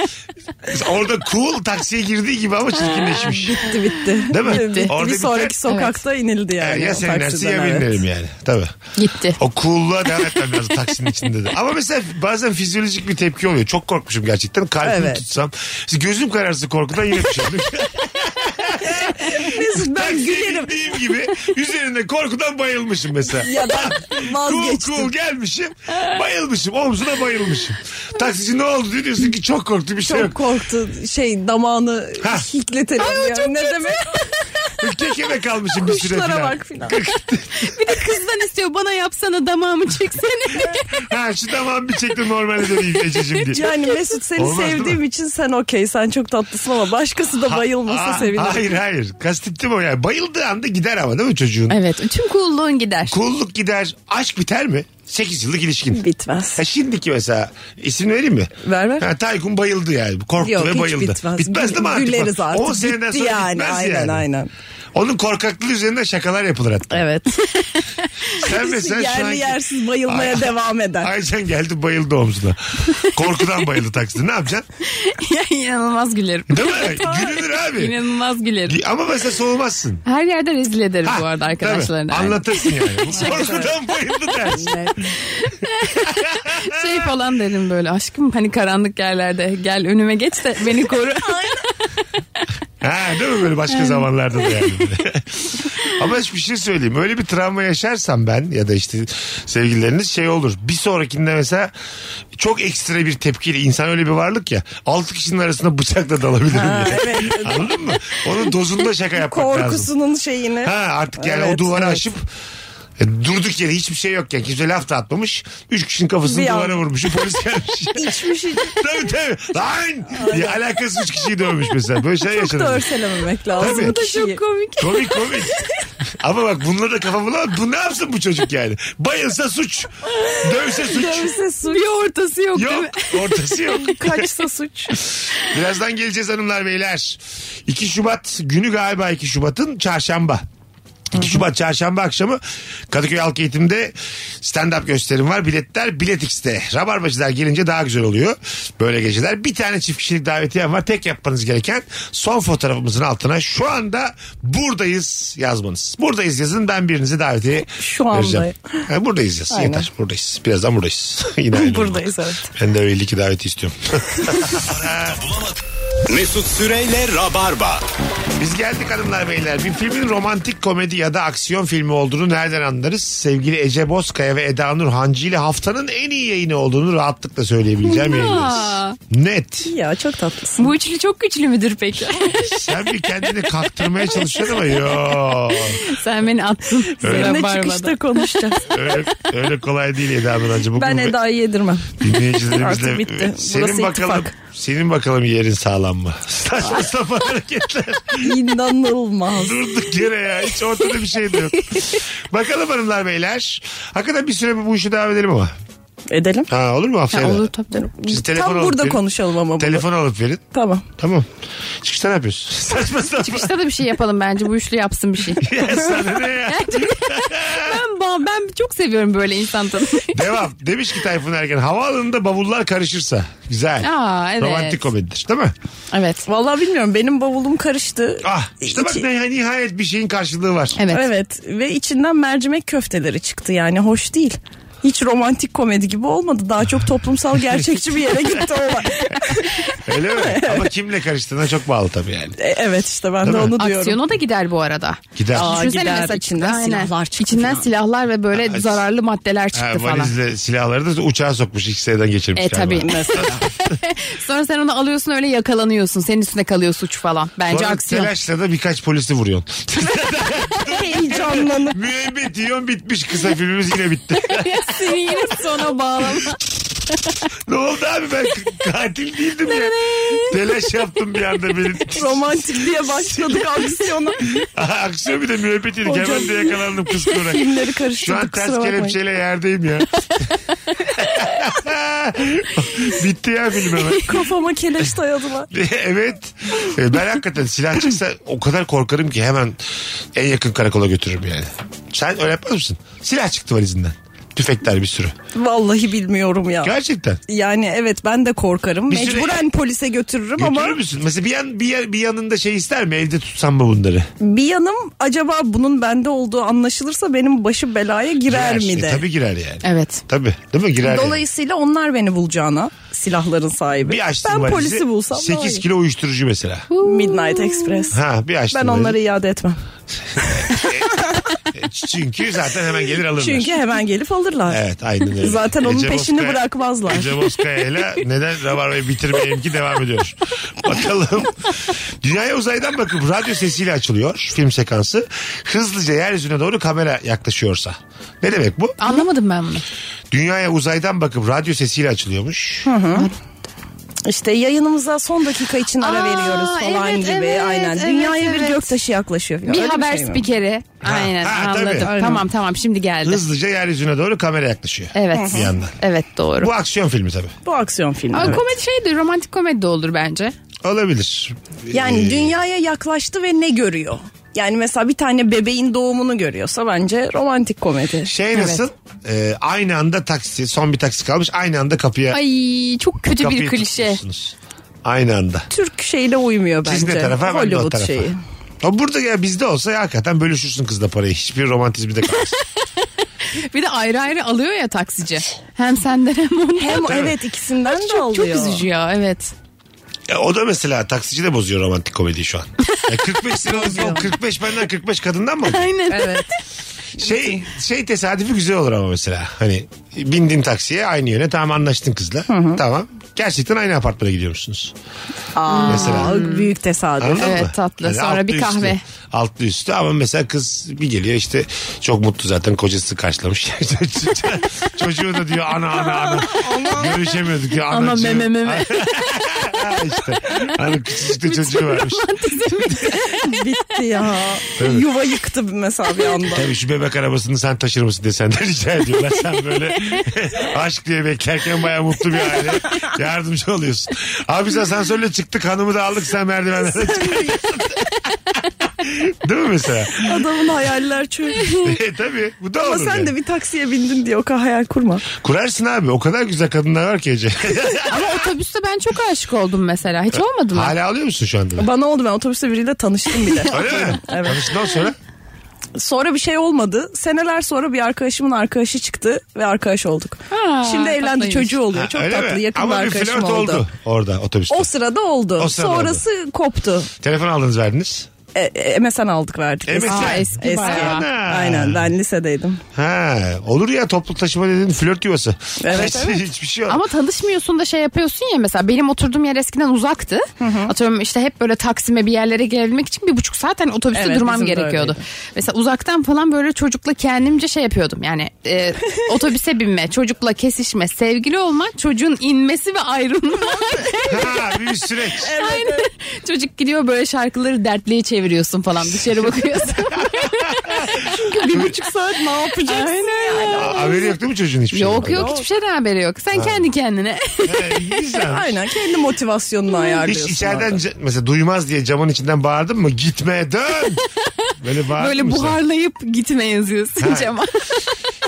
Speaker 3: Orada cool taksiye girdiği gibi ama çirkinleşmiş.
Speaker 4: bitti bitti.
Speaker 3: Değil mi? Bitti. Orada
Speaker 4: Bir sonraki
Speaker 3: biter.
Speaker 4: sokakta inildi
Speaker 3: Ya,
Speaker 4: yani.
Speaker 3: E, ya
Speaker 4: o
Speaker 3: sen inersin
Speaker 4: taksiden,
Speaker 3: ya
Speaker 4: evet.
Speaker 3: ben inerim yani. Tabii.
Speaker 5: Gitti.
Speaker 3: O cool'luğa devam etmem lazım taksinin içinde de. Ama mesela bazen fizyolojik bir tepki oluyor. Çok korkmuşum gerçekten. Kalbimi
Speaker 4: Evet.
Speaker 3: tutsam. Gözüm kararsın korkudan yine düşürdüm.
Speaker 4: Mesut ben
Speaker 3: Taksiye
Speaker 4: gülerim.
Speaker 3: bindiğim gibi üzerinde korkudan bayılmışım mesela.
Speaker 4: Ya ben
Speaker 3: Cool
Speaker 4: vazgeçtim.
Speaker 3: Ah, cool gelmişim. Bayılmışım. Omzuna bayılmışım. Taksici ne oldu diyor, diyorsun ki çok korktu bir şey
Speaker 4: Çok
Speaker 3: yok.
Speaker 4: korktu şey damağını
Speaker 3: Ha.
Speaker 4: hikletelim ya. Ne demek
Speaker 3: Kekeme kalmışım bir süre
Speaker 4: kuşlara
Speaker 3: falan.
Speaker 4: bak filan.
Speaker 5: Bir de kızdan istiyor bana yapsana damağımı çeksene diye.
Speaker 3: Ha şu tamam bir çekti normale döneyim Ececiğim diye.
Speaker 4: Yani Mesut seni
Speaker 3: Olmaz, değil
Speaker 4: sevdiğim
Speaker 3: mi?
Speaker 4: için sen okey sen çok tatlısın ama başkası da bayılmasa
Speaker 3: Ha-
Speaker 4: sevinirim.
Speaker 3: Hayır hayır. Kastettim o yani. Bayıldığı anda gider ama değil mi çocuğun?
Speaker 5: Evet tüm coolluğun gider.
Speaker 3: Kulluk gider. Aşk biter mi? 8 yıllık ilişkin.
Speaker 4: Bitmez.
Speaker 3: Ha şimdiki mesela isim vereyim mi?
Speaker 4: Ver, ver.
Speaker 3: Ha, Taykun bayıldı yani. Korktu
Speaker 4: Yok
Speaker 3: ve
Speaker 4: hiç
Speaker 3: bayıldı.
Speaker 4: bitmez.
Speaker 3: Bitmez değil mi artık?
Speaker 4: Güleriz artık.
Speaker 3: 10 seneden
Speaker 4: Bitti
Speaker 3: sonra
Speaker 4: yani,
Speaker 3: bitmez
Speaker 4: aynen,
Speaker 3: yani.
Speaker 4: aynen.
Speaker 3: Onun korkaklığı üzerinden şakalar yapılır hatta.
Speaker 4: Evet.
Speaker 3: Sen mesela şu
Speaker 4: Yerli
Speaker 3: anki-
Speaker 4: yersiz bayılmaya
Speaker 3: Ay-
Speaker 4: devam eder.
Speaker 3: Ayşen geldi bayıldı omzuna. Korkudan bayıldı takside. Ne yapacaksın?
Speaker 5: Ya inanılmaz gülerim.
Speaker 3: Değil mi? Gülünür abi.
Speaker 5: İnanılmaz gülerim.
Speaker 3: Ama mesela soğumazsın.
Speaker 5: Her yerde rezil ederim
Speaker 3: Ha,
Speaker 5: bu arada arkadaşlarına.
Speaker 3: Tabii, anlatırsın yani. Bu Korkudan bayıldı dersin.
Speaker 5: Yani Şey falan derim böyle aşkım hani karanlık yerlerde gel önüme geç de beni koru.
Speaker 3: Ha, değil mi böyle başka zamanlarda da yani. Ama bir şey söyleyeyim. Öyle bir travma yaşarsam ben ya da işte sevgilileriniz şey olur. Bir sonrakinde mesela çok ekstra bir tepkiyle insan öyle bir varlık ya. Altı kişinin arasında bıçakla dalabilirim.
Speaker 4: Ha,
Speaker 3: yani.
Speaker 4: evet.
Speaker 3: Anladın mı? Onun dozunda şaka yapmak lazım.
Speaker 4: Korkusunun şeyini.
Speaker 3: Ha artık yani o
Speaker 4: Evet,
Speaker 3: duvarı
Speaker 4: evet.
Speaker 3: aşıp e, durduk yere hiçbir şey yokken kimse laf da atmamış. Üç kişinin kafasını
Speaker 4: Bir an.
Speaker 3: duvara vurmuş. Polis gelmiş.
Speaker 4: İçmiş iç-
Speaker 3: tabii tabii. Lan! Diye alakasız üç kişiyi dövmüş mesela. Böyle şey
Speaker 4: Çok da
Speaker 3: yaşanır.
Speaker 4: örselememek lazım.
Speaker 3: Tabii.
Speaker 4: Bu da şey,
Speaker 5: Çok
Speaker 4: çok
Speaker 5: komik.
Speaker 3: Komik komik. Ama bak bununla da kafa bulamaz. Bu ne yapsın bu çocuk yani? Bayılsa suç. Dövse suç.
Speaker 4: Dövse şey, suç.
Speaker 5: Bir ortası yok, değil
Speaker 3: Yok
Speaker 5: mi?
Speaker 3: ortası yok.
Speaker 4: Kaçsa suç.
Speaker 3: Birazdan geleceğiz hanımlar beyler. 2 Şubat günü galiba 2 Şubat'ın çarşamba. 2 Şubat çarşamba akşamı Kadıköy Halk Eğitim'de stand-up gösterim var. Biletler Bilet X'te. Rabarbacılar gelince daha güzel oluyor. Böyle geceler. Bir tane çift kişilik davetiye var. Tek yapmanız gereken son fotoğrafımızın altına şu anda buradayız yazmanız. Buradayız yazın ben birinize davetiye
Speaker 4: Şu anda.
Speaker 3: vereceğim. Ha, buradayız yaz.
Speaker 4: Aynen.
Speaker 3: Yeter buradayız. Birazdan buradayız. Yine aynı
Speaker 4: Buradayız
Speaker 3: oldu.
Speaker 4: evet.
Speaker 3: Ben de öyle iki daveti istiyorum.
Speaker 2: Mesut Süreyle Rabarba.
Speaker 3: Biz geldik hanımlar beyler. Bir filmin romantik komedi ya da aksiyon filmi olduğunu nereden anlarız? Sevgili Ece Bozkaya ve Eda Nur Hancı ile haftanın en iyi yayını olduğunu rahatlıkla söyleyebileceğim yayınlarız. Net.
Speaker 4: Ya çok tatlısın.
Speaker 5: Bu üçlü çok güçlü müdür peki?
Speaker 3: Sen bir kendini kaktırmaya çalışıyorsun ama yo.
Speaker 5: Sen beni attın.
Speaker 4: Seninle
Speaker 5: Rabarba'da.
Speaker 4: çıkışta konuşacağız.
Speaker 3: Öyle, öyle kolay değil Eda Nur Hancı. Bugün
Speaker 4: ben
Speaker 3: bu-
Speaker 4: Eda'yı yedirmem.
Speaker 3: Dinleyicilerimizle
Speaker 4: Artık bitti.
Speaker 3: senin
Speaker 4: Burası
Speaker 3: bakalım
Speaker 4: ittifak.
Speaker 3: senin bakalım yerin sağlam mı? Saçma sapan hareketler.
Speaker 4: İnanılmaz.
Speaker 3: Durduk yere ya. Hiç ortada bir şey de yok. Bakalım hanımlar beyler. Hakikaten bir süre bu işi devam edelim ama.
Speaker 4: Edelim.
Speaker 3: Ha olur mu haftaya?
Speaker 5: Ha,
Speaker 3: da?
Speaker 5: olur tabii, tabii.
Speaker 3: Siz telefon
Speaker 4: Tam
Speaker 3: alıp
Speaker 4: burada
Speaker 3: verin.
Speaker 4: konuşalım ama bunu.
Speaker 3: Telefon alıp verin.
Speaker 4: Tamam.
Speaker 3: Tamam. Çıkışta ne yapıyorsun? Saçma sapan.
Speaker 5: Çıkışta da bir şey yapalım bence. Bu üçlü yapsın bir şey.
Speaker 3: Ya sana ne ya?
Speaker 5: ben, ba- ben çok seviyorum böyle insan tanımayı.
Speaker 3: Devam. Demiş ki Tayfun Ergen havaalanında bavullar karışırsa. Güzel.
Speaker 5: Aa, evet.
Speaker 3: Romantik komedidir değil mi?
Speaker 5: Evet.
Speaker 4: Vallahi bilmiyorum benim bavulum karıştı.
Speaker 3: Ah işte bak
Speaker 4: İçi-
Speaker 3: ne, nihayet bir şeyin karşılığı var.
Speaker 5: E, Evet.
Speaker 4: Evet. ve içinden mercimek köfteleri çıktı yani hoş değil. Hiç romantik komedi gibi olmadı. Daha çok toplumsal gerçekçi bir yere gitti olay.
Speaker 3: Öyle mi? Ama kimle karıştığına çok bağlı tabii yani.
Speaker 4: E, evet işte ben de
Speaker 3: mi?
Speaker 4: onu diyorum.
Speaker 5: Aksiyona da gider bu arada.
Speaker 3: Gider.
Speaker 4: Aa,
Speaker 5: Düşünsene
Speaker 4: gider.
Speaker 5: mesela
Speaker 4: İçinden
Speaker 5: Aynen.
Speaker 4: silahlar çıktı
Speaker 5: İçinden
Speaker 4: falan.
Speaker 5: silahlar ve böyle
Speaker 3: Ha,
Speaker 5: zararlı maddeler çıktı
Speaker 3: Ha,
Speaker 5: falan.
Speaker 3: valizle silahları da uçağa sokmuş ikisinden geçirmiş
Speaker 5: E
Speaker 3: galiba.
Speaker 5: tabii. Sonra sen onu alıyorsun öyle yakalanıyorsun. Senin üstüne kalıyor suç falan. Bence
Speaker 3: Sonra
Speaker 5: aksiyon.
Speaker 3: telaşla da birkaç polisi vuruyorsun.
Speaker 4: Heyecanlanıp
Speaker 3: Müebbet yiyorsun bitmiş kısa filmimiz yine bitti.
Speaker 5: Seni yine sona bağlama.
Speaker 3: ne oldu abi ben k- katil değildim ya. Telaş yaptım bir anda benim.
Speaker 4: romantik diye başladık aksiyona.
Speaker 3: Aksiyon bir de müebbet yedik. Hemen de yakalandım kıskıvrak.
Speaker 4: Filmleri
Speaker 3: Şu an
Speaker 4: karıştırdık
Speaker 3: ters
Speaker 4: kusura bakmayın.
Speaker 3: kelepçeyle yerdeyim ya. bitti ya film hemen.
Speaker 4: Kafama keleş dayadılar.
Speaker 3: evet. E, Ben hakikaten silah çıksa o kadar korkarım ki hemen en yakın karakola götürürüm yani. Sen öyle yapmaz mısın? Silah çıktı valizinden. Tüfekler bir sürü.
Speaker 4: Vallahi bilmiyorum ya.
Speaker 3: Gerçekten.
Speaker 4: Yani evet ben de korkarım.
Speaker 3: Bir süre-
Speaker 4: Mecburen polise götürürüm ama
Speaker 3: Götürür müsün? Mesela bir, yan, bir, yer- bir yanında şey ister mi? Evde tutsam mı bunları?
Speaker 4: bir yanım acaba bunun bende olduğu anlaşılırsa benim başı belaya girer, mi
Speaker 3: E,
Speaker 4: de.
Speaker 3: tabii girer yani.
Speaker 5: Evet.
Speaker 3: Tabii değil mi? Girer yani.
Speaker 4: Dolayısıyla onlar beni bulacağına silahların sahibi.
Speaker 3: Bir açtın
Speaker 4: ben
Speaker 3: valizi,
Speaker 4: polisi bulsam daha
Speaker 3: 8
Speaker 4: iyi.
Speaker 3: kilo uyuşturucu mesela.
Speaker 4: Midnight Express.
Speaker 3: Ha bir açtın
Speaker 4: Ben
Speaker 3: valizi.
Speaker 4: onları iade etmem.
Speaker 3: E, Çünkü zaten hemen gelir alırlar.
Speaker 4: Çünkü hemen gelip alırlar.
Speaker 3: Evet aynen öyle. E,
Speaker 4: Zaten onun peşini
Speaker 3: Bozkaya-
Speaker 4: bırakmazlar.
Speaker 3: Ece Bozkaya'yla neden Rabarba'yı bitirmeyelim ki devam ediyor. Bakalım. Dünyaya uzaydan bakıp radyo sesiyle açılıyor film sekansı. Hızlıca yeryüzüne doğru kamera yaklaşıyorsa. Ne demek bu?
Speaker 5: Anlamadım ben bunu.
Speaker 3: Dünyaya uzaydan bakıp radyo sesiyle açılıyormuş.
Speaker 4: İşte yayınımıza son dakika için ara
Speaker 5: Aa,
Speaker 4: veriyoruz falan
Speaker 5: evet,
Speaker 4: gibi.
Speaker 5: evet,
Speaker 4: Aynen.
Speaker 5: evet,
Speaker 4: Dünyaya bir
Speaker 5: evet.
Speaker 4: göktaşı yaklaşıyor. falan.
Speaker 5: Bir
Speaker 4: Öyle
Speaker 5: haber
Speaker 4: şey mi?
Speaker 5: spikeri. Aynen
Speaker 3: ha, tabii.
Speaker 5: anladım.
Speaker 3: Aynen.
Speaker 5: Tamam tamam şimdi geldi.
Speaker 3: Hızlıca yeryüzüne doğru kamera yaklaşıyor.
Speaker 5: Evet.
Speaker 3: Bir yandan.
Speaker 5: Evet doğru.
Speaker 3: Bu aksiyon filmi tabii.
Speaker 4: Bu aksiyon filmi.
Speaker 5: Ama
Speaker 4: evet.
Speaker 5: komedi şey de romantik komedi de olur bence.
Speaker 3: Olabilir.
Speaker 4: Yani
Speaker 3: Ee,
Speaker 4: dünyaya yaklaştı ve ne görüyor? Yani mesela bir tane bebeğin doğumunu görüyorsa bence romantik komedi.
Speaker 3: Şey nasıl? Ee, aynı anda taksi, son bir taksi kalmış. Aynı anda kapıya
Speaker 5: Ay çok kötü
Speaker 3: kapıyı
Speaker 5: bir klişe.
Speaker 3: tutmuşsunuz. Aynı anda.
Speaker 4: Türk şeyle uymuyor bence.
Speaker 3: Siz ne tarafa ben de o
Speaker 4: Hollywood
Speaker 3: tarafa.
Speaker 4: şeyi.
Speaker 3: Ha, burada ya bizde olsa ya hakikaten bölüşürsün kızla parayı. Hiçbir romantizmi de kalmaz.
Speaker 5: Bir de ayrı ayrı alıyor ya taksici. Hem senden hem ondan.
Speaker 4: Hem evet ikisinden de
Speaker 5: çok,
Speaker 4: alıyor.
Speaker 5: çok üzücü ya evet.
Speaker 3: Ya o da mesela taksici de bozuyor romantik komediyi şu an. Ya 45 lira olsa o 45 benden 45 kadından mı? alıyor?
Speaker 5: Aynen.
Speaker 4: Evet.
Speaker 3: Şey, şey tesadüfi güzel olur ama mesela. Hani bindin taksiye aynı yöne tamam anlaştın kızla. Tamam. Gerçekten aynı apartmana gidiyormuşsunuz.
Speaker 4: Aa,
Speaker 3: Mesela.
Speaker 4: büyük tesadüf.
Speaker 3: Anladın
Speaker 5: Evet,
Speaker 3: mı?
Speaker 5: tatlı.
Speaker 3: Hani
Speaker 5: Sonra
Speaker 3: altlı
Speaker 5: bir kahve.
Speaker 3: Üstü, altlı üstü ama mesela kız bir geliyor işte çok mutlu zaten kocası karşılamış. Çocuğu da diyor ana ana ana. Görüşemiyorduk ya
Speaker 5: Ama
Speaker 3: anacığım.
Speaker 5: meme meme.
Speaker 3: işte. Hani küçücükte çocuğu varmış.
Speaker 4: Bitti ya.
Speaker 3: Tabii.
Speaker 4: Yuva yıktı mesela bir anda.
Speaker 3: Tabii şu bebek arabasını sen taşır mısın diye senden rica ediyorlar. Sen böyle aşk diye beklerken baya mutlu bir aile. Yardımcı oluyorsun. Abi biz asansörle çıktık hanımı da aldık sen merdivenlere çık. Değil mi mesela?
Speaker 4: Adamın hayaller çöp.
Speaker 3: e, tabii bu da
Speaker 4: Ama
Speaker 3: olur.
Speaker 4: sen
Speaker 3: yani.
Speaker 4: de bir taksiye bindin diye o kadar hayal kurma.
Speaker 3: Kurarsın abi o kadar güzel kadınlar var ki Ece.
Speaker 5: Ama otobüste ben çok aşık oldum mesela. Hiç olmadı mı?
Speaker 3: Hala alıyor musun şu anda? da?
Speaker 4: Bana oldu ben otobüste biriyle tanıştım bile.
Speaker 3: Öyle mi?
Speaker 4: Evet.
Speaker 3: Tanıştıktan sonra?
Speaker 4: Sonra bir şey olmadı. Seneler sonra bir arkadaşımın arkadaşı çıktı ve arkadaş olduk.
Speaker 5: Ha,
Speaker 4: Şimdi evlendi
Speaker 5: tatlıymış.
Speaker 4: çocuğu oluyor.
Speaker 3: Ha,
Speaker 4: Çok
Speaker 3: öyle
Speaker 4: tatlı
Speaker 3: mi?
Speaker 4: yakın bir
Speaker 3: Ama bir
Speaker 4: arkadaşım
Speaker 3: flört
Speaker 4: oldu.
Speaker 3: oldu. Orada otobüste.
Speaker 4: O sırada oldu.
Speaker 3: O sırada
Speaker 4: Sonrası koptu.
Speaker 3: Telefon aldınız verdiniz.
Speaker 4: E, e, MSN aldık verdik.
Speaker 3: MSN.
Speaker 5: Aa,
Speaker 4: Eski.
Speaker 5: eski,
Speaker 4: Eski.
Speaker 5: bayağı.
Speaker 4: Aynen ben lisedeydim.
Speaker 3: Ha, olur ya toplu taşıma dediğin flört yuvası.
Speaker 4: Evet, evet.
Speaker 3: Hiçbir şey yok.
Speaker 5: Ama tanışmıyorsun da şey yapıyorsun ya mesela benim oturduğum yer eskiden uzaktı. Atıyorum işte hep böyle Taksim'e bir yerlere gelebilmek için bir buçuk saat hani otobüste
Speaker 4: Evet,
Speaker 5: durmam
Speaker 4: bizim de
Speaker 5: gerekiyordu.
Speaker 4: öyleydi.
Speaker 5: Mesela uzaktan falan böyle çocukla kendimce şey yapıyordum. Yani e, otobüse binme, çocukla kesişme, sevgili olma, çocuğun inmesi ve ayrılma.
Speaker 3: Ha, bir süreç.
Speaker 5: Aynen. Çocuk gidiyor böyle şarkıları dertliye çeviriyorsun falan dışarı bakıyorsun. Çünkü bir buçuk saat ne yapacaksın? Aynen.
Speaker 3: Aa, Haberi yok değil mi çocuğun hiçbir şey?
Speaker 5: Yok yok hiçbir şeyden haberi yok. Sen kendi kendine.
Speaker 3: Güzel.
Speaker 4: Aynen kendi motivasyonunu ayarlıyorsun.
Speaker 3: Hiç içeriden
Speaker 4: orada.
Speaker 3: ca- mesela duymaz diye camın içinden bağırdın mı? Gitme dön. Böyle bağırdın
Speaker 5: Böyle
Speaker 3: mı sen?
Speaker 5: buharlayıp gitme yazıyorsun
Speaker 3: Ha.
Speaker 5: cama.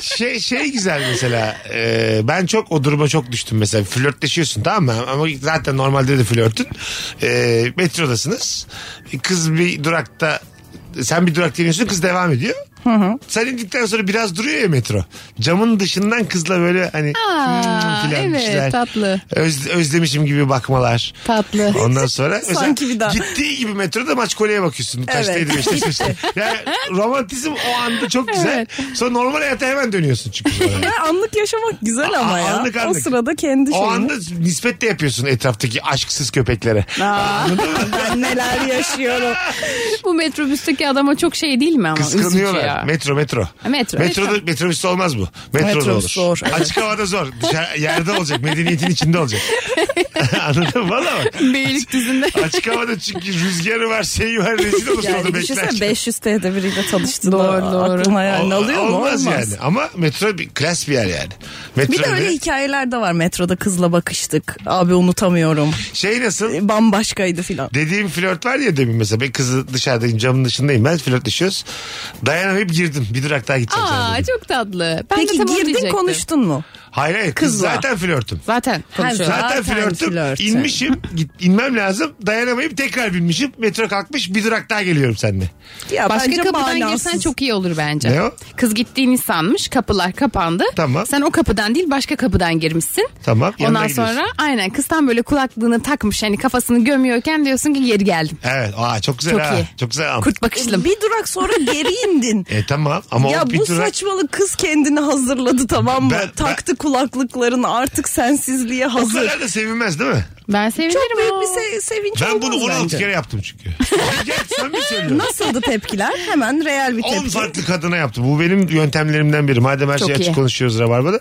Speaker 3: Şey, şey güzel mesela e, ben çok o duruma çok düştüm mesela flörtleşiyorsun tamam mı ama zaten normalde de flörtün e, metrodasınız kız bir durakta sen bir durakta iniyorsun kız devam ediyor. Sen indikten sonra biraz duruyor ya metro. Camın dışından kızla böyle hani
Speaker 5: Aa,
Speaker 3: "Hmm" filan
Speaker 5: evet,
Speaker 3: bir şeyler.
Speaker 5: tatlı.
Speaker 3: Öz- özlemişim gibi bakmalar.
Speaker 5: Tatlı.
Speaker 3: Ondan sonra mesela
Speaker 4: Sanki bir daha.
Speaker 3: gittiği gibi metroda maç koleye bakıyorsun. Taştaydı
Speaker 4: Evet.
Speaker 3: beşte işte. Yani romantizm o anda çok güzel. Sonra normal hayata hemen dönüyorsun çünkü. sonra.
Speaker 4: Ya anlık yaşamak güzel ama
Speaker 3: A-
Speaker 4: ya.
Speaker 3: anlık, anlık.
Speaker 4: O sırada kendi
Speaker 3: o
Speaker 4: şeyini.
Speaker 3: anda nispet de yapıyorsun etraftaki aşksız köpeklere.
Speaker 4: Aa, ben neler yaşıyorum.
Speaker 5: Bu metrobüsteki adama çok şey değil mi ama? Üzücü
Speaker 3: Kıskanıyorlar.
Speaker 5: ya.
Speaker 3: Metro metro.
Speaker 5: Metro,
Speaker 3: Metroda,
Speaker 5: metro.
Speaker 3: metrobüste olmaz bu. Metroda
Speaker 4: Metro
Speaker 3: olur.
Speaker 4: zor, evet.
Speaker 3: Açık havada zor. Dışarı, yerde olacak. Medeniyetin içinde olacak. Anladın mı? Valla bak.
Speaker 5: Beylikdüzü'nde.
Speaker 3: Açık havada çünkü rüzgarı var, şeyi var, rezil olursun orada
Speaker 4: Yani
Speaker 3: beklerken.
Speaker 4: düşünsene 500 TL'de biriyle tanıştığını
Speaker 5: Doğru, doğru.
Speaker 4: aklın hayalini
Speaker 3: Ol-
Speaker 4: alıyor mu?
Speaker 3: Olmaz
Speaker 4: Olmaz
Speaker 3: yani. Ama metro bir klas bir yer yani. Metro
Speaker 4: Bir de öyle hikayeler de var metroda kızla bakıştık. Abi unutamıyorum.
Speaker 3: şey nasıl?
Speaker 4: E, Bambaşkaydı filan.
Speaker 3: Dediğim flört var ya demin mesela. Ben kızı dışarıdayım camın dışındayım. Ben flörtleşiyoruz. Dayanamayıp girdim. Bir durak daha gideceğim sana
Speaker 5: Aa
Speaker 3: dedim.
Speaker 5: çok tatlı. Ben de
Speaker 4: Peki
Speaker 5: tam onu
Speaker 4: girdin
Speaker 5: diyecektim.
Speaker 4: konuştun mu?
Speaker 3: Hayır hayır kız
Speaker 4: Kızla.
Speaker 3: zaten flörtüm.
Speaker 5: Zaten konuşuyorlar.
Speaker 3: Zaten,
Speaker 4: Zaten
Speaker 3: flörtüm.
Speaker 4: flört.
Speaker 3: İnmişim. Git, inmem lazım. Dayanamayıp tekrar binmişim. Metro kalkmış. Bir durak daha geliyorum seninle.
Speaker 4: Ya
Speaker 5: Başka
Speaker 4: bence
Speaker 5: kapıdan
Speaker 4: manasız.
Speaker 5: girsen çok iyi olur bence.
Speaker 3: Ne o?
Speaker 5: Kız gittiğini sanmış kapılar kapandı.
Speaker 3: Tamam.
Speaker 5: Sen o kapıdan değil başka kapıdan girmişsin.
Speaker 3: Tamam. yanına
Speaker 5: Ondan
Speaker 3: gidiyorsun.
Speaker 5: sonra aynen kız tam böyle kulaklığını takmış yani kafasını gömüyorken diyorsun ki geri geldim.
Speaker 3: Evet. Aa, çok güzel
Speaker 5: Çok
Speaker 3: ha.
Speaker 5: iyi.
Speaker 3: Çok güzel. ama.
Speaker 5: Kurt bakışlım.
Speaker 4: Bir durak sonra geri indin.
Speaker 3: E tamam ama
Speaker 4: ya
Speaker 3: o bir
Speaker 4: bu
Speaker 3: durak.
Speaker 4: saçmalık kız kendini hazırladı tamam mı?
Speaker 3: Ben- ben-
Speaker 4: Taktı kulaklıklarını artık sensizliğe
Speaker 3: O
Speaker 4: hazır.
Speaker 3: kadar da sevinmez değil mi?
Speaker 5: Ben sevinirim
Speaker 4: Çok büyük
Speaker 5: o.
Speaker 4: bir se- sevinç
Speaker 3: Ben bunu
Speaker 4: olmaz
Speaker 3: 16
Speaker 4: bence.
Speaker 3: kere yaptım çünkü. Gel sen bir söylüyorsun.
Speaker 4: Nasıldı tepkiler? Hemen real bir
Speaker 3: 10
Speaker 4: tepki.
Speaker 3: farklı kadına yaptım. Bu benim yöntemlerimden biri. Madem her
Speaker 5: Çok
Speaker 3: şeyi açık
Speaker 5: iyi.
Speaker 3: konuşuyoruz Rabarba'da.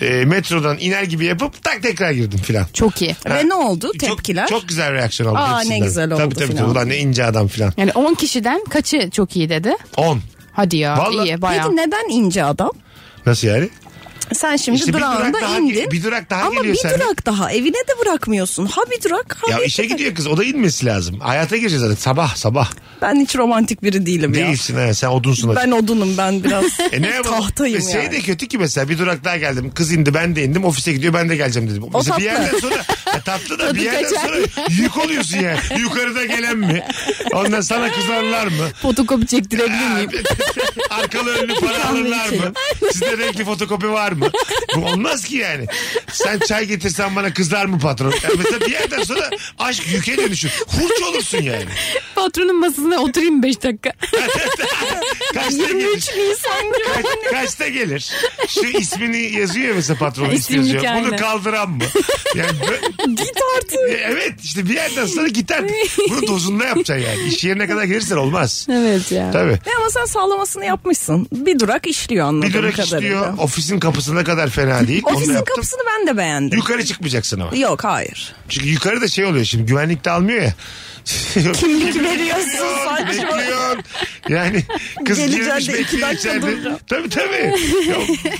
Speaker 3: E, metrodan iner gibi yapıp tak tekrar girdim filan.
Speaker 5: Çok iyi.
Speaker 4: Ve ne oldu tepkiler?
Speaker 3: Çok, çok güzel reaksiyon aldım
Speaker 4: Aa, ne
Speaker 3: hepsinden.
Speaker 4: güzel oldu
Speaker 3: Tabii tabii, tabii.
Speaker 4: filan.
Speaker 3: Ulan ne ince adam filan.
Speaker 5: Yani 10 kişiden kaçı çok iyi dedi?
Speaker 3: 10.
Speaker 5: Hadi ya
Speaker 3: Vallahi-
Speaker 5: iyi bayağı.
Speaker 4: Peki neden ince adam?
Speaker 3: Nasıl yani?
Speaker 4: Sen şimdi
Speaker 3: İşte bir
Speaker 4: durağında
Speaker 3: durak daha
Speaker 4: indin.
Speaker 3: gel- bir durak daha
Speaker 4: Ama
Speaker 3: geliyor
Speaker 4: bir
Speaker 3: senden.
Speaker 4: durak daha evine de bırakmıyorsun. Ha bir durak ha
Speaker 3: Ya
Speaker 4: bir
Speaker 3: işe
Speaker 4: durak.
Speaker 3: gidiyor kız. O da inmesi lazım. Hayata gireceğiz zaten. Sabah sabah.
Speaker 4: Ben hiç romantik biri değilim ya.
Speaker 3: Değilsin ha. Sen odunsun. hadi.
Speaker 4: Ben odunum ben biraz
Speaker 3: E ne yapalım?
Speaker 4: tahtayım
Speaker 3: E şey
Speaker 4: yani.
Speaker 3: de kötü ki mesela bir durak daha geldim. Kız indi ben de indim. Ofise gidiyor ben de geleceğim dedim. mesela bir
Speaker 4: tatlı.
Speaker 3: yerden sonra Ha, tatlı da
Speaker 5: Tadı
Speaker 3: bir yerden
Speaker 5: kaçar.
Speaker 3: sonra yük oluyorsun ya. Yukarıda gelen mi? Ondan sana kızarlar mı?
Speaker 5: Fotokopi çektirebilir miyim?
Speaker 3: Arkalı önlü para alırlar mı? Sizde renkli fotokopi var mı? Bu olmaz ki yani. Sen çay getirsen bana kızar mı patron? Yani mesela bir yerden sonra aşk yüke dönüşür. Hurç olursun yani.
Speaker 5: Patronun masasına oturayım 5 dakika.
Speaker 3: Kaçta gelir? Ka- kaçta gelir? Şu ismini yazıyor ya mesela patronun ismi
Speaker 5: İsimlik
Speaker 3: yazıyor. Bunu
Speaker 5: aynen.
Speaker 3: kaldıran mı? Yani bö- E,
Speaker 4: Git artık.
Speaker 3: evet işte bir yerden sonra gider. Bunu dozunda yapacaksın yani. İş yerine kadar gelirsen olmaz.
Speaker 5: evet ya.
Speaker 3: Tabii.
Speaker 4: Ya E ama sen sağlamasını yapmışsın. Bir durak işliyor anladığım
Speaker 3: Bir durak
Speaker 4: kadarıyla.
Speaker 3: istiyor. Ofisin kapısına kadar fena değil. Onu da
Speaker 4: Ofisin
Speaker 3: yaptım.
Speaker 4: kapısını ben de beğendim.
Speaker 3: Yukarı çıkmayacaksın ama.
Speaker 4: Yok hayır.
Speaker 3: Çünkü yukarıda şey oluyor şimdi güvenlik de almıyor ya.
Speaker 4: Kimlik veriyorsun saçma.
Speaker 3: Bekliyorsun. Yani kız
Speaker 4: Geleceğim
Speaker 3: girmiş
Speaker 4: de iki
Speaker 3: bekliyor
Speaker 4: dakika
Speaker 3: içeride.
Speaker 4: duracağım.
Speaker 3: Tabii tabii. Ya,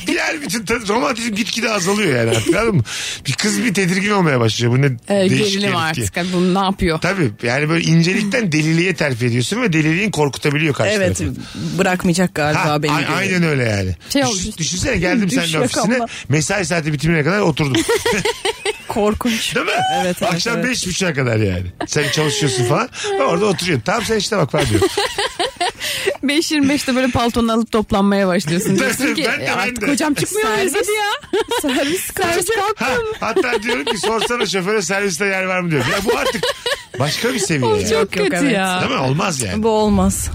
Speaker 3: diğer bütün tadı, romantizm gitgide azalıyor yani artık anladın mı? Bir kız bir tedirgin olmaya başlıyor. Bu ne
Speaker 5: Ee,
Speaker 3: değişik herif
Speaker 5: gerilim
Speaker 3: diye.
Speaker 5: artık. Abi, bunu ne yapıyor?
Speaker 3: Tabii yani böyle incelikten deliliğe terfi ediyorsun ve deliliğin korkutabiliyor karşı
Speaker 4: Evet
Speaker 3: tarafı.
Speaker 4: bırakmayacak galiba
Speaker 3: Ha,
Speaker 4: beni.
Speaker 3: a-
Speaker 4: diyor.
Speaker 3: aynen öyle yani.
Speaker 5: Şey
Speaker 3: Düş-
Speaker 5: olmuş.
Speaker 3: düşünsene geldim
Speaker 4: Düş
Speaker 3: senin ofisine
Speaker 4: yakamla.
Speaker 3: mesai saati bitimine kadar oturdum.
Speaker 4: Korkunç.
Speaker 3: Değil mi?
Speaker 4: Evet, evet,
Speaker 3: Akşam
Speaker 4: evet.
Speaker 3: beş buçuğa kadar yani. Sen çalışıyorsun falan. Ben orada oturuyorum. Tamam sen işte bak falan diyor.
Speaker 5: 5.25'te böyle paltonu alıp toplanmaya başlıyorsun. Diyorsun ki
Speaker 3: Ben de,
Speaker 5: "E,
Speaker 3: ben
Speaker 5: artık
Speaker 3: de."
Speaker 5: hocam çıkmıyor muyuz hadi ya.
Speaker 4: Servis
Speaker 5: Servis
Speaker 3: Ha,
Speaker 5: kalktım.
Speaker 3: hatta diyorum ki sorsana şoföre serviste yer var mı diyor. Ya bu artık başka bir seviye.
Speaker 5: Oğlum
Speaker 3: ya.
Speaker 5: çok
Speaker 4: yok,
Speaker 5: kötü
Speaker 4: evet.
Speaker 5: ya.
Speaker 3: Değil mi? Olmaz yani.
Speaker 4: Bu Hmm. olmaz.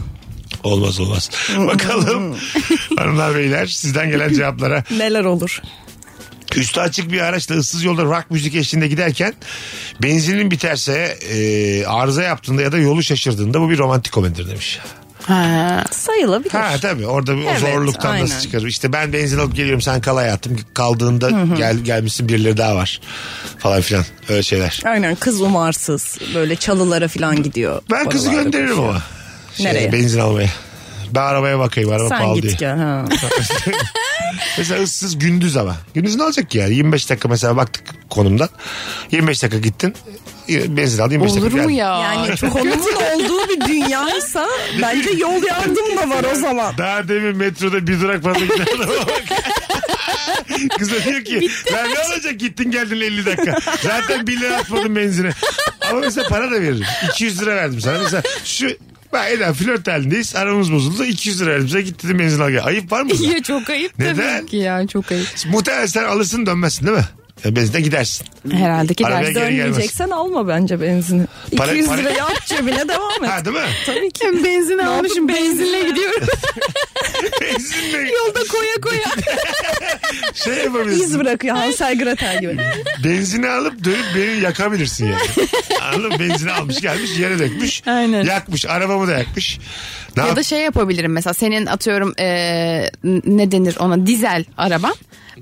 Speaker 3: Olmaz olmaz. Bakalım hanımlar beyler sizden gelen cevaplara.
Speaker 4: Neler olur?
Speaker 3: Üstü açık bir araçla ıssız yolda rock müzik eşliğinde giderken benzinin biterse e, arıza yaptığında ya da yolu şaşırdığında bu bir romantik komedidir demiş.
Speaker 5: Ha.
Speaker 4: Sayılabilir.
Speaker 3: Ha tabii orada bir o
Speaker 4: Evet,
Speaker 3: zorluktan
Speaker 4: aynen.
Speaker 3: nasıl çıkarır? İşte ben benzin alıp geliyorum sen kal hayatım kaldığında gel gelmişsin birileri daha var falan filan öyle şeyler.
Speaker 4: Aynen kız umarsız böyle çalılara falan gidiyor.
Speaker 3: Ben kızı
Speaker 4: Oralarda
Speaker 3: gönderirim
Speaker 4: koşuyor.
Speaker 3: ama. Şey,
Speaker 4: Nereye?
Speaker 3: Benzin almaya. Ben arabaya bakayım araba
Speaker 4: Sen
Speaker 3: pahalı
Speaker 4: git
Speaker 3: diye.
Speaker 4: gel. Ha.
Speaker 3: Mesela ıssız gündüz ama. Gündüz ne olacak ki yani? 25 dakika mesela baktık konumdan. 25 dakika gittin. Benzin al 25
Speaker 5: Olur
Speaker 3: dakika
Speaker 5: mu
Speaker 3: geldin.
Speaker 5: ya?
Speaker 4: Yani
Speaker 5: Çok
Speaker 4: konumun olduğu bir dünyaysa bence yol yardım da var o zaman.
Speaker 3: Daha demin metroda bir durak fazla giden adama bak. Kız da diyor ki ben ne olacak gittin geldin 50 dakika. Zaten 1 lira atmadım benzine. Ama mesela para da veririm. 200 lira verdim sana. Mesela şu ben Eda flört halindeyiz. Aramız bozuldu. 200 lira verdim. Sen git dedim benzin al gel. Ayıp var mı? buna?
Speaker 5: Ya çok ayıp
Speaker 3: Neden?
Speaker 5: tabii ki ya çok ayıp.
Speaker 3: Muhtemelen sen alırsın dönmezsin değil mi? Ya Benzinden gidersin.
Speaker 5: Herhalde ki
Speaker 3: Arabaya
Speaker 5: ders
Speaker 3: geri gelmez.
Speaker 4: Dönmeyeceksen alma bence benzini.
Speaker 3: Para-
Speaker 4: 200
Speaker 3: para-
Speaker 4: lirayı at cebine devam et.
Speaker 3: Ha değil mi?
Speaker 4: Tabii ki.
Speaker 5: Benzin almışım
Speaker 4: yapıp
Speaker 5: benzinle gidiyorum.
Speaker 3: Benzinle
Speaker 5: Yolda koya koya.
Speaker 3: şey yapabilirsin.
Speaker 4: İz bırakıyor Hansel Gretel gibi.
Speaker 3: Benzini alıp dönüp beni yakabilirsin yani. Anladın mı? Benzini almış gelmiş yere dökmüş.
Speaker 5: Aynen.
Speaker 3: Yakmış arabamı da yakmış. Ne
Speaker 5: ya
Speaker 3: yap-
Speaker 5: da şey yapabilirim mesela senin atıyorum eee, ne denir ona dizel araban.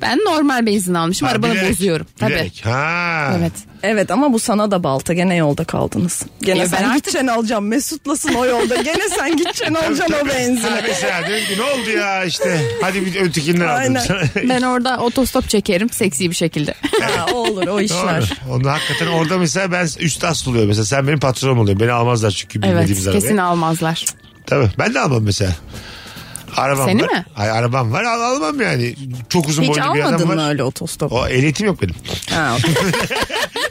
Speaker 5: Ben normal benzin almışım
Speaker 3: Ha,
Speaker 5: arabanı
Speaker 3: bilerek,
Speaker 5: bozuyorum. Tabii.
Speaker 3: bilerek. Ha.
Speaker 5: Evet.
Speaker 4: Evet ama bu sana da balta gene yolda kaldınız. Gene
Speaker 5: Ya
Speaker 4: sen
Speaker 5: ben artık-
Speaker 4: gideceksin alacaksın Mesut'lasın o yolda. Gene sen gideceksin alacaksın o
Speaker 3: Ha,
Speaker 4: benzini.
Speaker 3: mesela diyorum ki ne oldu ya işte hadi bir ötekinden aldım.
Speaker 4: Aynen.
Speaker 3: sana.
Speaker 5: Ben orada otostop çekerim seksi bir şekilde.
Speaker 4: Ha, o olur o
Speaker 3: Doğru.
Speaker 4: işler.
Speaker 3: Onu hakikaten orada mesela ben üstas oluyor mesela sen benim patronum oluyor. Beni almazlar çünkü bilmediğimiz
Speaker 5: evet
Speaker 3: arabayı.
Speaker 5: kesin almazlar.
Speaker 3: Tabii ben de almam mesela. Arabam
Speaker 5: Seni
Speaker 3: var.
Speaker 5: mi?
Speaker 3: Ay, arabam var al- almam yani. Çok uzun
Speaker 4: Hiç
Speaker 3: boylu bir adam
Speaker 4: almadın
Speaker 3: var.
Speaker 4: mı öyle otostop?
Speaker 3: O ehliyetim yok benim.
Speaker 4: Ha, okey.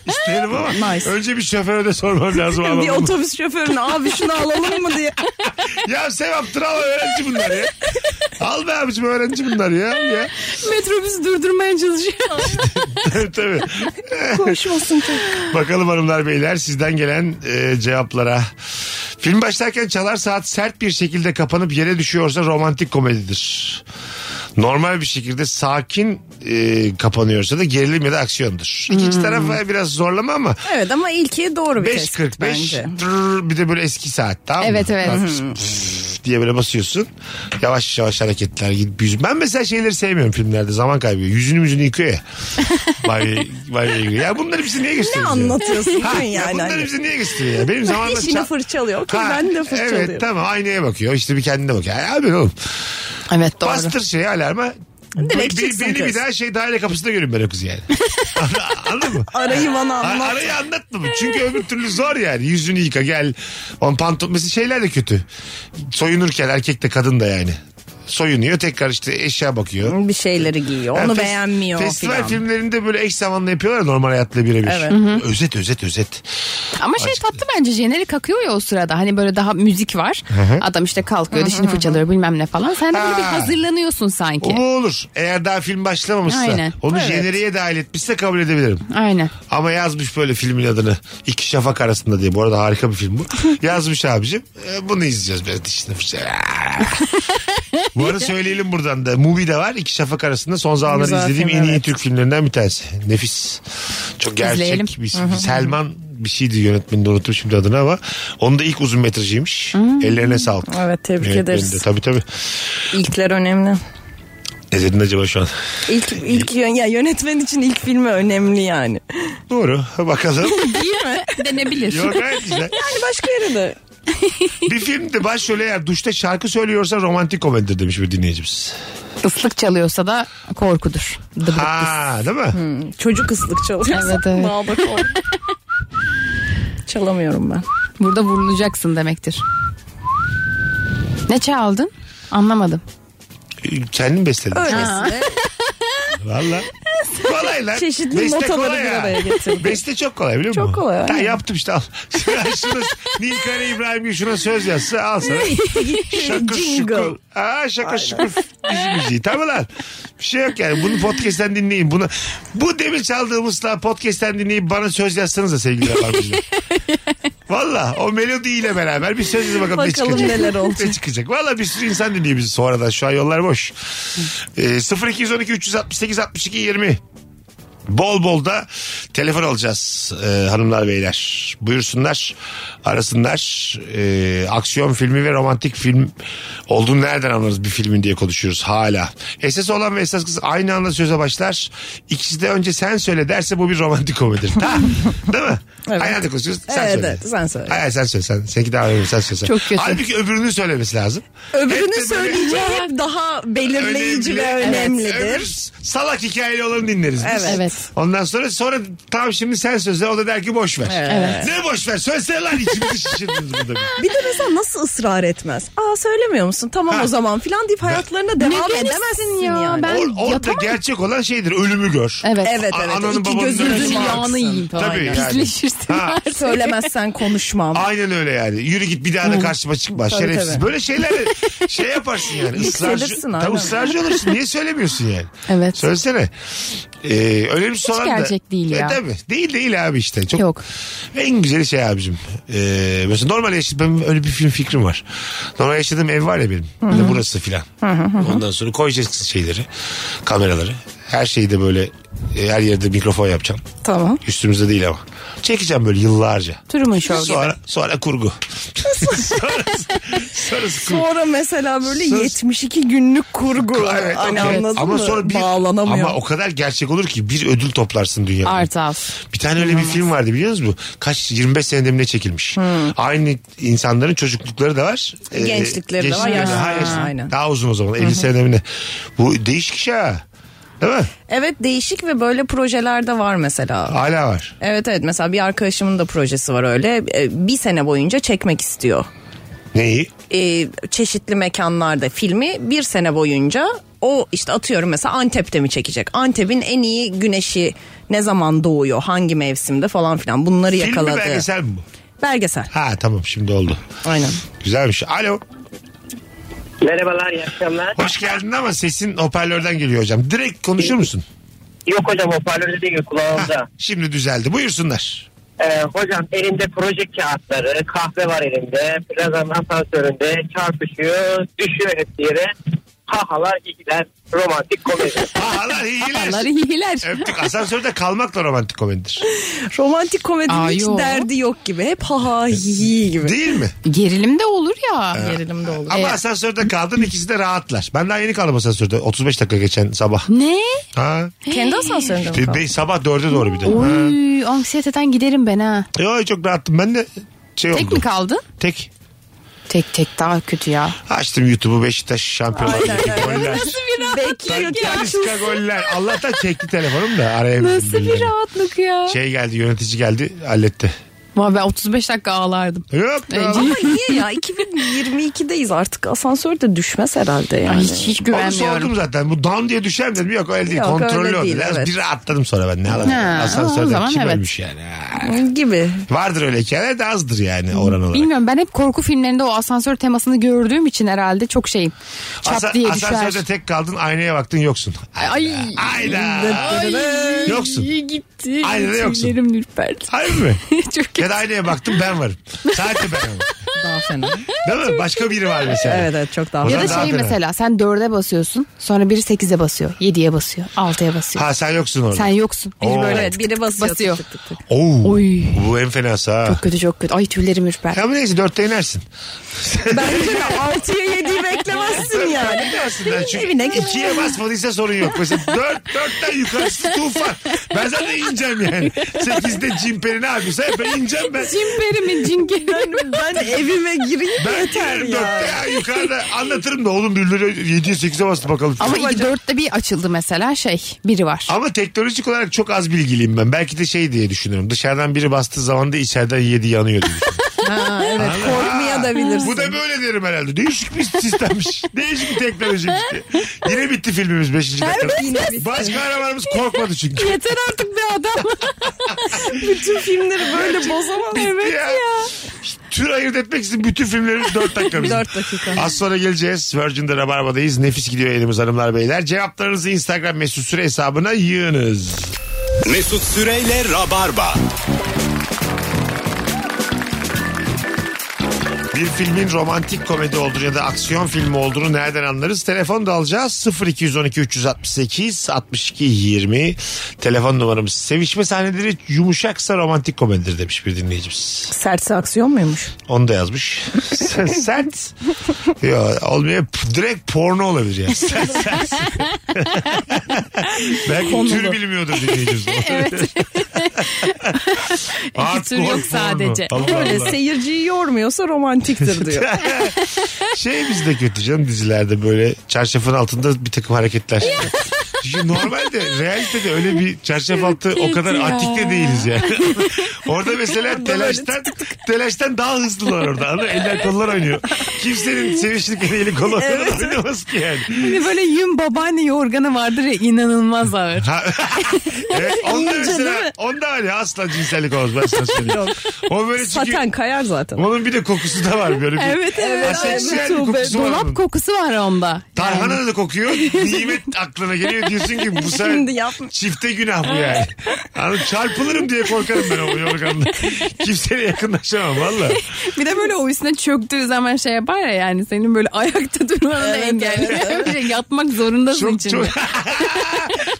Speaker 3: İsterim ama
Speaker 4: Nice.
Speaker 3: önce bir şoföre de sormam lazım.
Speaker 4: bir
Speaker 3: alalım mı?
Speaker 4: otobüs şoförüne abi şunu alalım mı diye.
Speaker 3: Ya sevaptır ama öğrenci bunlar ya. Al be abicim öğrenci bunlar ya. ya.
Speaker 5: Metrobüs durdurmaya çalışıyor.
Speaker 3: Tabii.
Speaker 4: Konuşmasın çok.
Speaker 3: Bakalım hanımlar beyler sizden gelen e, cevaplara. Film başlarken çalar saat sert bir şekilde kapanıp yere düşüyorsa romantik komedidir. Normal bir şekilde sakin e, kapanıyorsa da gerilim ya da aksiyondur. İkinci
Speaker 4: Hmm.
Speaker 3: tarafa biraz zorlama ama
Speaker 4: Evet ama ilki doğru bir tespit
Speaker 3: 5.45
Speaker 4: bence.
Speaker 3: tırr, bir de böyle eski saat tamam mı?
Speaker 5: Evet, evet.
Speaker 3: Bak, püf diye böyle basıyorsun. Yavaş yavaş hareketler gidip yüz. Ben mesela şeyleri sevmiyorum filmlerde zaman kaybıyor. Yüzünü yüzünü yıkıyor ya. Bay Bay Bey yıkıyor. Ya bunları bize niye
Speaker 4: Ne
Speaker 3: gösteriyorsun?
Speaker 4: anlatıyorsun
Speaker 3: Ha,
Speaker 4: bugün
Speaker 3: ya
Speaker 4: yani?
Speaker 3: bunları
Speaker 4: hani?
Speaker 3: bize niye gösteriyor ya? Benim zamanımda
Speaker 4: Eşini fırçalıyor. Okey, ben de fırçalıyorum.
Speaker 3: Evet tamam aynaya bakıyor. İşte bir kendine bakıyor. Ya abi oğlum
Speaker 5: Evet doğru.
Speaker 3: bastır şeyi alarma.
Speaker 4: Direkt
Speaker 3: Be- be-
Speaker 4: çıksın
Speaker 3: beni bir
Speaker 4: kız.
Speaker 3: daha şey daire kapısında görün ben o kızı yani. Anladın mı?
Speaker 4: Arayı bana
Speaker 3: Ar-
Speaker 4: anlat.
Speaker 3: Arayı anlatma mı? Çünkü öbür türlü zor yani. Yüzünü yıka gel. On pantolon mesela şeyler de kötü. Soyunurken erkek de kadın da yani. Soyunuyor tekrar işte eşya bakıyor.
Speaker 4: Bir şeyleri giyiyor.
Speaker 3: Yani
Speaker 4: Onu
Speaker 3: fes-
Speaker 4: beğenmiyor
Speaker 3: Festival
Speaker 4: filan.
Speaker 3: filmlerinde böyle eş zamanlı yapıyorlar ya normal hayatla birebir.
Speaker 4: Evet.
Speaker 3: Özet özet özet.
Speaker 5: Ama şey tatlı bence jenerik akıyor ya o sırada. Hani böyle daha müzik var. Adam işte kalkıyor dişini fırçalıyor bilmem ne falan. Sen de böyle bir
Speaker 3: Ha.
Speaker 5: hazırlanıyorsun sanki.
Speaker 3: O mu olur? Eğer daha film başlamamışsa
Speaker 5: Aynen.
Speaker 3: onu
Speaker 4: Evet.
Speaker 3: jeneriğe dahil etmişse kabul edebilirim.
Speaker 5: Aynen.
Speaker 3: Ama yazmış böyle filmin adını. İki şafak arasında diye. Bu arada harika bir film bu. yazmış abicim. E, bunu izleyeceğiz biraz dişini fırçayla. bu arada söyleyelim buradan da. Movie de var. İki şafak arasında son zamanlarda
Speaker 4: Güzel
Speaker 3: izlediğim
Speaker 4: film,
Speaker 3: en iyi
Speaker 4: evet.
Speaker 3: Türk filmlerinden bir tanesi. Nefis. Çok gerçek.
Speaker 5: İzleyelim.
Speaker 3: Bir, Selman bir şeydi yönetmeni de unuttum şimdi adını ama onun da ilk uzun metrajıymış. Ellerine sağlık.
Speaker 4: Evet, tebrik
Speaker 3: Yönetmeni
Speaker 4: ederiz.
Speaker 3: de. Tabii tabii.
Speaker 4: İlkler önemli.
Speaker 3: Ne dedin acaba şu an?
Speaker 4: İlk, ilk yön- ya yönetmen için ilk filmi önemli yani.
Speaker 3: Doğru. Bakalım.
Speaker 5: Değil mi? Denebilir.
Speaker 3: Yok gayet güzel.
Speaker 4: Yani başka yere de.
Speaker 3: Bir filmde başrol eğer duşta şarkı söylüyorsa romantik komedidir demiş bir dinleyicimiz.
Speaker 5: Islık çalıyorsa da korkudur. Dıbırık.
Speaker 3: Ha, değil mi?
Speaker 4: Çocuk ıslık çalıyor.
Speaker 5: Evet, evet.
Speaker 4: Bağda kor. Çalamıyorum ben.
Speaker 5: Burada vurulacaksın demektir. Ne çaldın? Anlamadım.
Speaker 4: Hmm.
Speaker 3: Kendin besledin.
Speaker 4: Öylesine
Speaker 3: Valla. Kolay lan.
Speaker 4: çeşitli
Speaker 3: Beste
Speaker 4: notaları
Speaker 3: kolay
Speaker 4: bir
Speaker 3: ha.
Speaker 4: araya getirdim.
Speaker 3: Beste çok kolay biliyor musun?
Speaker 4: Çok kolay,
Speaker 3: Ha,
Speaker 4: aynen.
Speaker 3: yaptım işte al. şuna, Nilkare İbrahim Gül şuna söz yazsa al sana. şakır
Speaker 4: Jingle.
Speaker 3: şukur. Aa, şakır şukur. Biz müziği. Tamam lan. Bir şey yok yani. Bunu podcast'ten dinleyin. Bunu, bu demin çaldığımızla podcast'ten dinleyip bana söz yazsanız da sevgili Rabarbacılar. Valla o melodiyle beraber bir söz yazın bakalım, ne
Speaker 4: Bakalım
Speaker 3: çıkacak.
Speaker 4: neler olacak.
Speaker 3: Ne çıkacak. Valla bir sürü insan dinliyor bizi sonradan. Şu an yollar boş. Ee, 0212 368 62 20 Bol bol da telefon alacağız e, hanımlar beyler. Buyursunlar arasınlar. E, aksiyon filmi ve romantik film olduğunu nereden anlarız bir filmin diye konuşuyoruz hala. Esas olan ve esas kız aynı anda söze başlar. İkisi de önce sen söyle derse bu bir romantik komedidir. Ha, değil mi?
Speaker 4: Evet.
Speaker 3: Aynı anda konuşuyoruz. Sen
Speaker 4: Evet,
Speaker 3: söyle.
Speaker 4: evet, sen söyle.
Speaker 3: Hayır, hayır, sen söyle. Sen, seninki daha önemli. Sen söyle. sen.
Speaker 5: Çok kötü.
Speaker 3: Halbuki öbürünü söylemesi lazım. Hep de
Speaker 4: Öbürünü
Speaker 3: böyle-
Speaker 4: söyleyeceği hep daha belirleyici ve
Speaker 3: Önemli.
Speaker 4: önemlidir.
Speaker 3: Öbür salak hikayeli olanı dinleriz biz.
Speaker 4: Evet.
Speaker 5: Evet.
Speaker 3: Ondan sonra sonra tam şimdi sen sözle o da der ki boş ver.
Speaker 4: Evet.
Speaker 3: Ne boş ver söylesene lan içimizi şişirdiniz burada. bir.
Speaker 4: Bir de mesela nasıl ısrar etmez? Aa söylemiyor musun? Tamam
Speaker 3: Ha.
Speaker 4: o zaman filan deyip hayatlarına devam
Speaker 5: verirsin
Speaker 4: edemezsin
Speaker 5: ya?
Speaker 4: yani.
Speaker 5: Ben-
Speaker 3: Or- orada
Speaker 5: yapamam.
Speaker 3: gerçek olan şeydir ölümü gör.
Speaker 5: Evet.
Speaker 4: Evet
Speaker 3: A-
Speaker 4: evet.
Speaker 3: ananın
Speaker 4: İki
Speaker 3: babanın
Speaker 4: gözünüzün
Speaker 3: önüne
Speaker 5: Gözünün
Speaker 3: Yağını
Speaker 5: yağını
Speaker 4: yaksın.
Speaker 5: yiyeyim falan.
Speaker 3: Tabii yani.
Speaker 5: Pisleşirsin.
Speaker 3: Ha.
Speaker 4: Söylemezsen konuşmam.
Speaker 3: Aynen öyle yani. Yürü git bir daha da karşıma çıkma.
Speaker 4: Tabii,
Speaker 3: Şerefsiz.
Speaker 4: tabii.
Speaker 3: Böyle şeyler şey yaparsın yani. Israrcı,
Speaker 4: Yükselirsin,
Speaker 3: tam
Speaker 4: aynen.
Speaker 3: ısrarcı olursun. Niye söylemiyorsun yani?
Speaker 5: Evet.
Speaker 3: Söylesene. Ee, önemli soran da.
Speaker 5: gerçek değil ya.
Speaker 3: E, tabii. Değil değil abi işte. Çok,
Speaker 5: Yok.
Speaker 3: En güzeli şey abicim. Ee, mesela normal yaşadığım benim öyle bir film fikrim var. Normal yaşadığım ev var ya benim. Bir de burası filan. Ondan sonra koyacağız şeyleri. Kameraları. Her şeyi de böyle e, her yerde mikrofon yapacağım.
Speaker 4: Tamam.
Speaker 3: Üstümüzde değil ama. Çekeceğim böyle yıllarca.
Speaker 5: Truman Show gibi.
Speaker 3: Sonra, sonra kurgu. sonra, sonra kurgu.
Speaker 4: Sonra mesela böyle
Speaker 3: Söz-
Speaker 4: 72 günlük kurgu.
Speaker 3: Evet,
Speaker 4: hani
Speaker 3: okey.
Speaker 4: anladın
Speaker 3: ama
Speaker 4: mı?
Speaker 3: sonra bir
Speaker 4: Bağlanamıyor.
Speaker 3: ama o kadar gerçek olur ki bir ödül toplarsın dünyada.
Speaker 5: Art House.
Speaker 3: Bir tane öyle bir film vardı biliyor musunuz? bu? Kaç 25 senede mi ne çekilmiş. Aynı insanların çocuklukları da var. Ee,
Speaker 4: Gençlikleri de var, yaşlı-
Speaker 3: Ha, yaşlı.
Speaker 4: Aynen.
Speaker 3: Daha uzun o zaman 50 senede mi ne? Bu değişik iş ha. Değil mi?
Speaker 4: Evet değişik ve böyle projeler de var mesela.
Speaker 3: Hala var.
Speaker 4: Evet evet mesela bir arkadaşımın da projesi var öyle. E, Bir sene boyunca çekmek istiyor.
Speaker 3: Neyi?
Speaker 4: E, çeşitli mekanlarda filmi bir sene boyunca o işte atıyorum mesela Antep'te mi çekecek? Antep'in en iyi güneşi ne zaman doğuyor? Hangi mevsimde falan filan bunları yakaladı.
Speaker 3: Film mi belgesel mi bu?
Speaker 4: Belgesel.
Speaker 3: Ha tamam şimdi oldu.
Speaker 4: Aynen.
Speaker 3: Güzelmiş. Alo.
Speaker 7: Merhabalar iyi akşamlar.
Speaker 3: Hoş geldin ama sesin hoparlörden geliyor hocam. Direkt konuşur musun?
Speaker 7: Yok hocam hoparlörde değil kulağımda.
Speaker 3: Ha, şimdi düzeldi. Buyursunlar.
Speaker 7: Ee, hocam elimde proje kağıtları, kahve var elimde, plazanın asansöründe çarpışıyor, düşüyor hepsi yere. Hahalar iyiler, romantik komedi.
Speaker 3: Ağlar iyiler.
Speaker 5: Allah'ı iyiler.
Speaker 3: Öptük. Asansörde kalmakla romantik komedidir.
Speaker 4: Romantik komedinin
Speaker 5: Aa,
Speaker 4: hiç
Speaker 5: yok.
Speaker 4: derdi yok gibi. Hep ha ha hi hi gibi.
Speaker 3: Değil mi?
Speaker 5: Gerilim de olur ya.
Speaker 4: Gerilim de olur.
Speaker 3: Ama
Speaker 5: Ee,
Speaker 3: asansörde kaldın ikisi de rahatlar. Ben daha yeni kaldım asansörde. 35 dakika geçen sabah.
Speaker 5: Ne?
Speaker 3: Ha.
Speaker 4: Kendi asansöründe mi
Speaker 3: Be-
Speaker 4: kaldın?
Speaker 3: be- sabah 4'e doğru bir de. Ha.
Speaker 5: Oy, anksiyeteden giderim ben ha.
Speaker 3: Yo, çok rahattım. Ben de şey
Speaker 5: Tek
Speaker 3: oldu.
Speaker 5: mi kaldın?
Speaker 3: Tek.
Speaker 5: Tek tek daha kötü ya.
Speaker 3: Açtım YouTube'u Beşiktaş şampiyonlar.
Speaker 4: Aynen,
Speaker 3: Ligi
Speaker 4: evet.
Speaker 3: Goller.
Speaker 4: Bekliyorken
Speaker 3: Talisca goller. Allah'tan çekti telefonum da araya
Speaker 5: Nasıl bir rahatlık ya.
Speaker 3: Şey geldi yönetici geldi halletti.
Speaker 5: Valla ben 35 dakika ağlardım.
Speaker 3: Yok.
Speaker 5: Ee,
Speaker 3: ya.
Speaker 5: ciddi-
Speaker 4: Ama niye ya? 2022'deyiz artık asansör de düşmez herhalde
Speaker 5: Ay,
Speaker 4: yani.
Speaker 5: hiç, hiç
Speaker 3: Onu
Speaker 5: güvenmiyorum.
Speaker 3: sordum zaten. Bu down diye düşer mi dedim. Yok öyle değil.
Speaker 4: Yok,
Speaker 3: Kontrollü
Speaker 4: öyle
Speaker 3: oldu.
Speaker 4: değil,
Speaker 3: Biraz
Speaker 4: evet.
Speaker 3: bir rahatladım sonra ben. Ne alalım.
Speaker 5: Ha,
Speaker 3: Asansörde
Speaker 5: o zaman
Speaker 3: kim
Speaker 5: evet.
Speaker 3: ölmüş yani. Ha.
Speaker 4: Gibi.
Speaker 3: Vardır öyle hikayeler de azdır yani oran olarak.
Speaker 5: Bilmiyorum ben hep korku filmlerinde o asansör temasını gördüğüm için herhalde çok şeyim. Çat
Speaker 3: Asa-
Speaker 5: diye düşer.
Speaker 3: asansörde tek kaldın aynaya baktın yoksun.
Speaker 5: Ay.
Speaker 3: Ayda. Yoksun.
Speaker 5: İyi gitti.
Speaker 3: Aynen yoksun.
Speaker 5: Tüylerim ürperdi.
Speaker 3: Hayır mı?
Speaker 5: çok
Speaker 3: ya da aynaya baktım ben varım. Sadece ben varım.
Speaker 4: Daha fena.
Speaker 3: Değil mi? Başka biri var mesela.
Speaker 4: evet evet çok daha
Speaker 3: O
Speaker 5: Ya
Speaker 3: zaman
Speaker 5: da
Speaker 3: daha
Speaker 5: şey
Speaker 3: fena.
Speaker 5: mesela sen dörde basıyorsun sonra biri sekize basıyor, yediye basıyor, altıya basıyor.
Speaker 3: Ha sen yoksun orada.
Speaker 5: Sen yoksun. Biri
Speaker 3: Oo.
Speaker 5: böyle
Speaker 4: Evet biri basıyor.
Speaker 5: basıyor.
Speaker 4: Tık tık tık.
Speaker 3: Oo,
Speaker 5: Oy.
Speaker 3: Bu en fenası ha.
Speaker 5: Çok kötü çok kötü. Ay tüylerim ürper.
Speaker 3: Tamam neyse dörtte inersin.
Speaker 4: Bence de 6'ya 7'yi beklemez. Kesin yani.
Speaker 3: Kendi aslında. Çünkü
Speaker 4: Evine gir.
Speaker 3: ikiye basmadıysa sorun yok. Mesela dört, dörtten yukarısı tufan. Ben zaten ineceğim yani. Sekizde cimperi ne yapıyorsa hep ben ineceğim ben.
Speaker 5: Cimperi mi cinkeri mi?
Speaker 4: Ben evime gireyim
Speaker 3: Ben
Speaker 4: yeter
Speaker 3: girerim
Speaker 4: ya.
Speaker 3: dörtte ya yukarıda anlatırım da oğlum birileri yediye sekize bastı bakalım.
Speaker 5: Ama iki dörtte bir açıldı mesela şey biri var.
Speaker 3: Ama teknolojik olarak çok az bilgiliyim ben. Belki de şey diye düşünüyorum. Dışarıdan biri bastığı zaman da içeriden yedi yanıyor diye düşünüyorum.
Speaker 4: Ha, evet korkmaya da bilirsin.
Speaker 3: Bu da böyle derim herhalde. Değişik bir sistemmiş. Değişik bir teknolojiymiş diye. Yine bitti filmimiz 5. dakikada.
Speaker 4: Yine bitti.
Speaker 3: Baş kahramanımız korkmadı çünkü.
Speaker 5: Yeter artık be adam.
Speaker 4: Bütün filmleri böyle bozamaz.
Speaker 3: Bitti ya. Tür ayırt etmek için bütün filmlerimiz 4 dakika bizim.
Speaker 4: Dört dakika.
Speaker 3: Az sonra geleceğiz. Virgin'de Rabarba'dayız. Nefis gidiyor elimiz hanımlar beyler. Cevaplarınızı Instagram mesut süre hesabına yığınız.
Speaker 2: Mesut Süreyle Rabarba.
Speaker 3: Bir filmin romantik komedi olduğunu ya da aksiyon filmi olduğunu nereden anlarız? Telefon da alacağız. 0212 368 62 20. Telefon numaramız. Sevişme sahneleri yumuşaksa romantik komedidir demiş bir dinleyicimiz.
Speaker 4: Sertse aksiyon muymuş?
Speaker 3: Onu da yazmış. Sert. sert. Yo, olmuyor. P- Direkt porno olabilir yani. Sert, sert. Belki tür bilmiyordur dinleyicimiz. evet.
Speaker 5: İki tür yok sadece.
Speaker 4: Böyle seyirciyi yormuyorsa romantiktir diyor.
Speaker 3: Şey bizde kötü canım dizilerde böyle çarşafın altında bir takım hareketler. Çünkü normalde realitede öyle bir çarşaf altı o kadar
Speaker 5: ya.
Speaker 3: antik de değiliz yani. orada mesela telaştan telaştan daha hızlılar orada. Anladın? mı? Eller kollar oynuyor. Kimsenin sevişirken eli kolu evet. oynamaz ki yani.
Speaker 5: Hani böyle yün babaanne yorganı vardır ya inanılmaz ağır.
Speaker 3: Ha, evet, onda
Speaker 5: İnce değil
Speaker 3: mesela
Speaker 5: mi?
Speaker 3: onda hani asla cinsellik olmaz ben sana söyleyeyim. O böyle çünkü
Speaker 4: Zaten kayar zaten.
Speaker 3: onun bir de kokusu da var böyle bir.
Speaker 5: Evet evet.
Speaker 3: Aseksüel
Speaker 5: evet.
Speaker 3: bir kokusu var onun.
Speaker 5: Dolap kokusu var onda.
Speaker 3: Tarhana da kokuyor. Nimet aklına geliyor. Diyorsun ki bu sefer
Speaker 4: Şimdi yapma.
Speaker 3: çifte günah bu yani. Anladın, çarpılırım diye korkarım ben o yorganla. Kimseye yakınlaşamam valla.
Speaker 5: Bir de böyle o üstüne çöktüğü zaman şey yapar ya yani senin böyle ayakta durmanı
Speaker 4: Evet,
Speaker 5: engelleyen bir şey yatmak zorundasın
Speaker 3: Çok
Speaker 5: içinde.
Speaker 3: çok,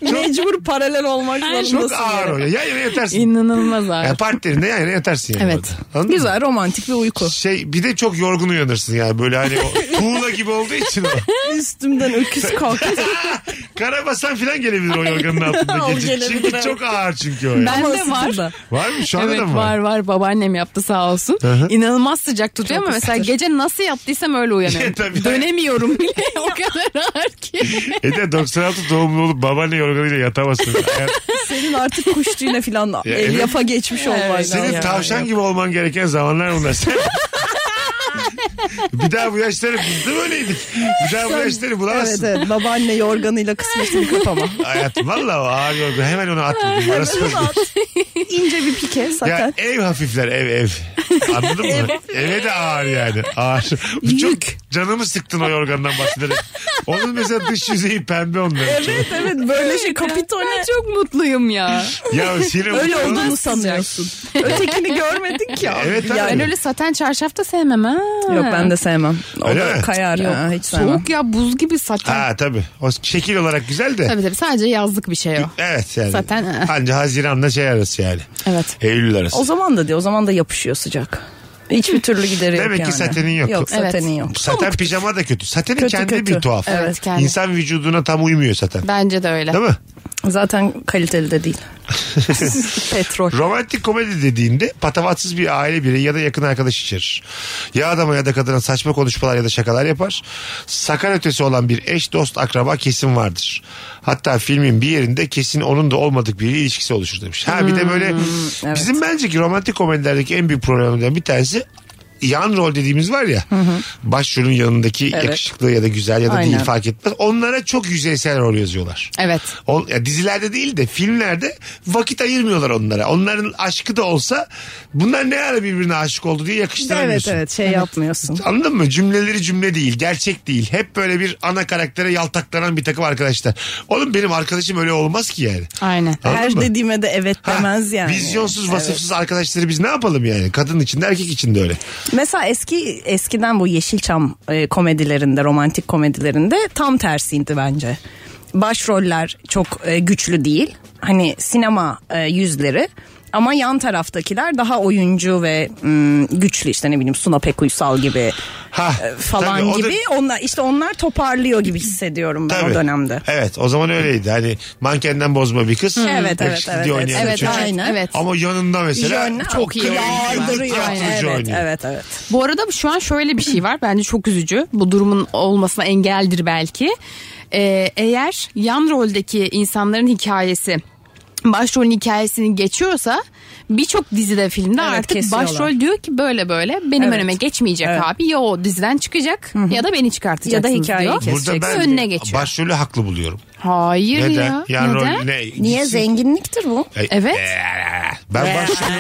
Speaker 4: Mecbur paralel olmak
Speaker 3: çok
Speaker 4: zorundasın.
Speaker 3: ağır o. Ya Yan yana yatarsın.
Speaker 5: İnanılmaz ağır.
Speaker 3: Ya partnerine yan yana yatarsın yani.
Speaker 5: Evet.
Speaker 3: orada. Anladın mı?
Speaker 4: Güzel romantik bir uyku.
Speaker 3: Şey bir de çok yorgun uyanırsın yani böyle hani o tuğla gibi olduğu için o.
Speaker 4: Üstümden öküz kalktı.
Speaker 3: Karabasan falan gelebilir o yorganın altında
Speaker 4: O
Speaker 3: gece.
Speaker 4: gelebilir,
Speaker 3: Çünkü
Speaker 4: evet.
Speaker 3: çok ağır çünkü o. Yani.
Speaker 5: Ben de var.
Speaker 4: Aslında.
Speaker 3: Var mı? Şu anda
Speaker 5: Evet
Speaker 3: da
Speaker 5: var
Speaker 3: mı
Speaker 5: var, babaannem yaptı sağ olsun.
Speaker 3: hı.
Speaker 5: İnanılmaz sıcak tutuyor ama mesela gece nasıl yattıysam öyle uyanıyorum.
Speaker 3: Tabii.
Speaker 5: Dönemiyorum bile o kadar ağır ki.
Speaker 3: E de 96 doğumlu olup babaanne yorganıyla yatamazsın. Hayat-
Speaker 4: Senin artık kuş tüyüne falan el
Speaker 3: evet.
Speaker 4: yafa geçmiş olman lazım.
Speaker 3: Senin
Speaker 4: yani.
Speaker 3: tavşan gibi olman gereken zamanlar bunlar. Sen... bir daha bu yaşları biz de böyleydik. Bir daha bu yaşları
Speaker 4: Evet
Speaker 3: bulamazsın.
Speaker 4: evet babaanne yorganıyla kısmetini kapama.
Speaker 3: Hayat valla o ağır yorgun. Hemen onu atmadım. Orası öyle.
Speaker 4: İnce bir pike
Speaker 3: ya
Speaker 4: zaten.
Speaker 3: ev hafifler ev ev. Anladın mı? Eve de ağır yani. Ağır. Bu çok canımı sıktın o yorgandan bahsederek. Onun mesela dış yüzeyi pembe onların.
Speaker 4: Evet evet böyle şey kapitone.
Speaker 5: Ben çok mutluyum ya.
Speaker 3: Ya sinir
Speaker 4: Öyle
Speaker 3: bozuldu.
Speaker 4: olduğunu sanıyorsun. Ötekini görmedik ya.
Speaker 3: Evet, evet.
Speaker 5: Ben öyle saten çarşaf da sevmem ha.
Speaker 4: Yok ben de sevmem. O
Speaker 3: Öyle
Speaker 4: da
Speaker 3: mi?
Speaker 4: kayar ha, hiç sevmem.
Speaker 5: Soğuk ya buz gibi saten.
Speaker 3: Ha tabii. O şekil olarak güzel de.
Speaker 5: Tabii tabii sadece yazlık bir şey o.
Speaker 3: Evet yani.
Speaker 5: Zaten, ı.
Speaker 3: Anca Haziran'da şey arası yani.
Speaker 5: Evet.
Speaker 3: Eylül arası.
Speaker 4: e- O zaman da diyor o zaman da yapışıyor sıcak. Hiçbir türlü gideri yok
Speaker 3: Demek ki
Speaker 4: yani.
Speaker 3: satenin yok.
Speaker 4: Yok
Speaker 5: Evet.
Speaker 4: satenin yok.
Speaker 3: Saten pijama da kötü. Satenin
Speaker 4: Kötü,
Speaker 3: kendi
Speaker 4: kötü.
Speaker 3: bir tuhaf.
Speaker 5: Evet, kendi.
Speaker 3: İnsan vücuduna tam uymuyor saten.
Speaker 5: Bence de öyle.
Speaker 3: Değil mi?
Speaker 4: Zaten kaliteli de değil. Petrol.
Speaker 3: Romantik komedi dediğinde patavatsız bir aile bireyi ya da yakın arkadaş içerir. Ya adama ya da kadına saçma konuşmalar ya da şakalar yapar. Sakar ötesi olan bir eş, dost, akraba kesin vardır. Hatta filmin bir yerinde kesin onun da olmadık bir ilişkisi oluşur demiş. Ha bir de böyle
Speaker 4: Hmm, evet.
Speaker 3: bizim bence ki romantik komedilerdeki en büyük problemlerden bir tanesi yan rol dediğimiz var ya başrolün yanındaki
Speaker 4: Evet.
Speaker 3: yakışıklı ya da güzel ya da
Speaker 4: Aynen.
Speaker 3: değil fark etmez. Onlara çok yüzeysel rol yazıyorlar.
Speaker 5: Evet.
Speaker 3: O, ya dizilerde değil de filmlerde vakit ayırmıyorlar onlara. Onların aşkı da olsa bunlar ne ara birbirine aşık oldu diye
Speaker 4: Evet
Speaker 3: yakıştıramıyorsun.
Speaker 4: evet şey yapmıyorsun.
Speaker 3: Anladın mı? Cümleleri cümle değil, gerçek değil. Hep böyle bir ana karaktere yaltaklanan bir takım arkadaşlar. Oğlum benim arkadaşım öyle olmaz ki yani.
Speaker 5: Aynen.
Speaker 3: Anladın
Speaker 4: Her
Speaker 3: mı?
Speaker 4: dediğime de evet
Speaker 3: Ha,
Speaker 4: demez yani.
Speaker 3: Vizyonsuz, vasıfsız arkadaşları biz ne yapalım yani? Kadın için de erkek için de öyle.
Speaker 4: Mesela eski eskiden bu Yeşilçam e, komedilerinde, romantik komedilerinde tam tersiydi bence. Başroller çok e, güçlü değil. Hani sinema e, yüzleri ama yan taraftakiler daha oyuncu ve mm, güçlü işte ne bileyim Suna Pekuysal gibi
Speaker 3: Ha,
Speaker 4: e, falan
Speaker 3: tabii o da-
Speaker 4: gibi. Onlar işte onlar toparlıyor gibi hissediyorum ben
Speaker 3: Tabii.
Speaker 4: o dönemde.
Speaker 3: Evet o zaman öyleydi. Hani mankenden bozma bir kız.
Speaker 4: Evet, evet,
Speaker 3: yakışıklı
Speaker 4: evet,
Speaker 3: diye
Speaker 4: evet.
Speaker 3: oynayan bir
Speaker 5: Evet,
Speaker 3: çocuk.
Speaker 5: aynen. Evet.
Speaker 3: Ama yanında mesela
Speaker 4: Yön-
Speaker 3: çok
Speaker 5: iyi
Speaker 3: kıymetli
Speaker 5: yardırıyor.
Speaker 3: tiyatrocu
Speaker 4: Evet,
Speaker 3: oynuyor.
Speaker 4: evet, evet.
Speaker 5: Bu arada şu an şöyle bir şey var. Bence çok üzücü. Bu durumun olmasına engeldir belki. Ee, eğer yan roldeki insanların hikayesi başrolün hikayesini geçiyorsa birçok dizide filmde
Speaker 4: Evet,
Speaker 5: artık
Speaker 4: kesiyorlar.
Speaker 5: başrol diyor ki böyle böyle benim
Speaker 4: Evet.
Speaker 5: önüme geçmeyecek
Speaker 4: Evet.
Speaker 5: abi ya o diziden çıkacak ya da beni çıkartacaksınız
Speaker 4: Ya da hikayeyi
Speaker 5: diyor.
Speaker 4: kes-
Speaker 3: Burada ben
Speaker 4: Keseceksin.
Speaker 5: Önüne geçiyor.
Speaker 3: başrolü haklı buluyorum.
Speaker 5: Hayır
Speaker 3: Neden?
Speaker 5: ya.
Speaker 3: Yan
Speaker 5: Neden?
Speaker 3: rol ne?
Speaker 4: Niye
Speaker 3: Gitsin-
Speaker 4: zenginliktir bu?
Speaker 3: Ay, Ee,
Speaker 5: Evet. Ee.
Speaker 3: Ben başrolüm.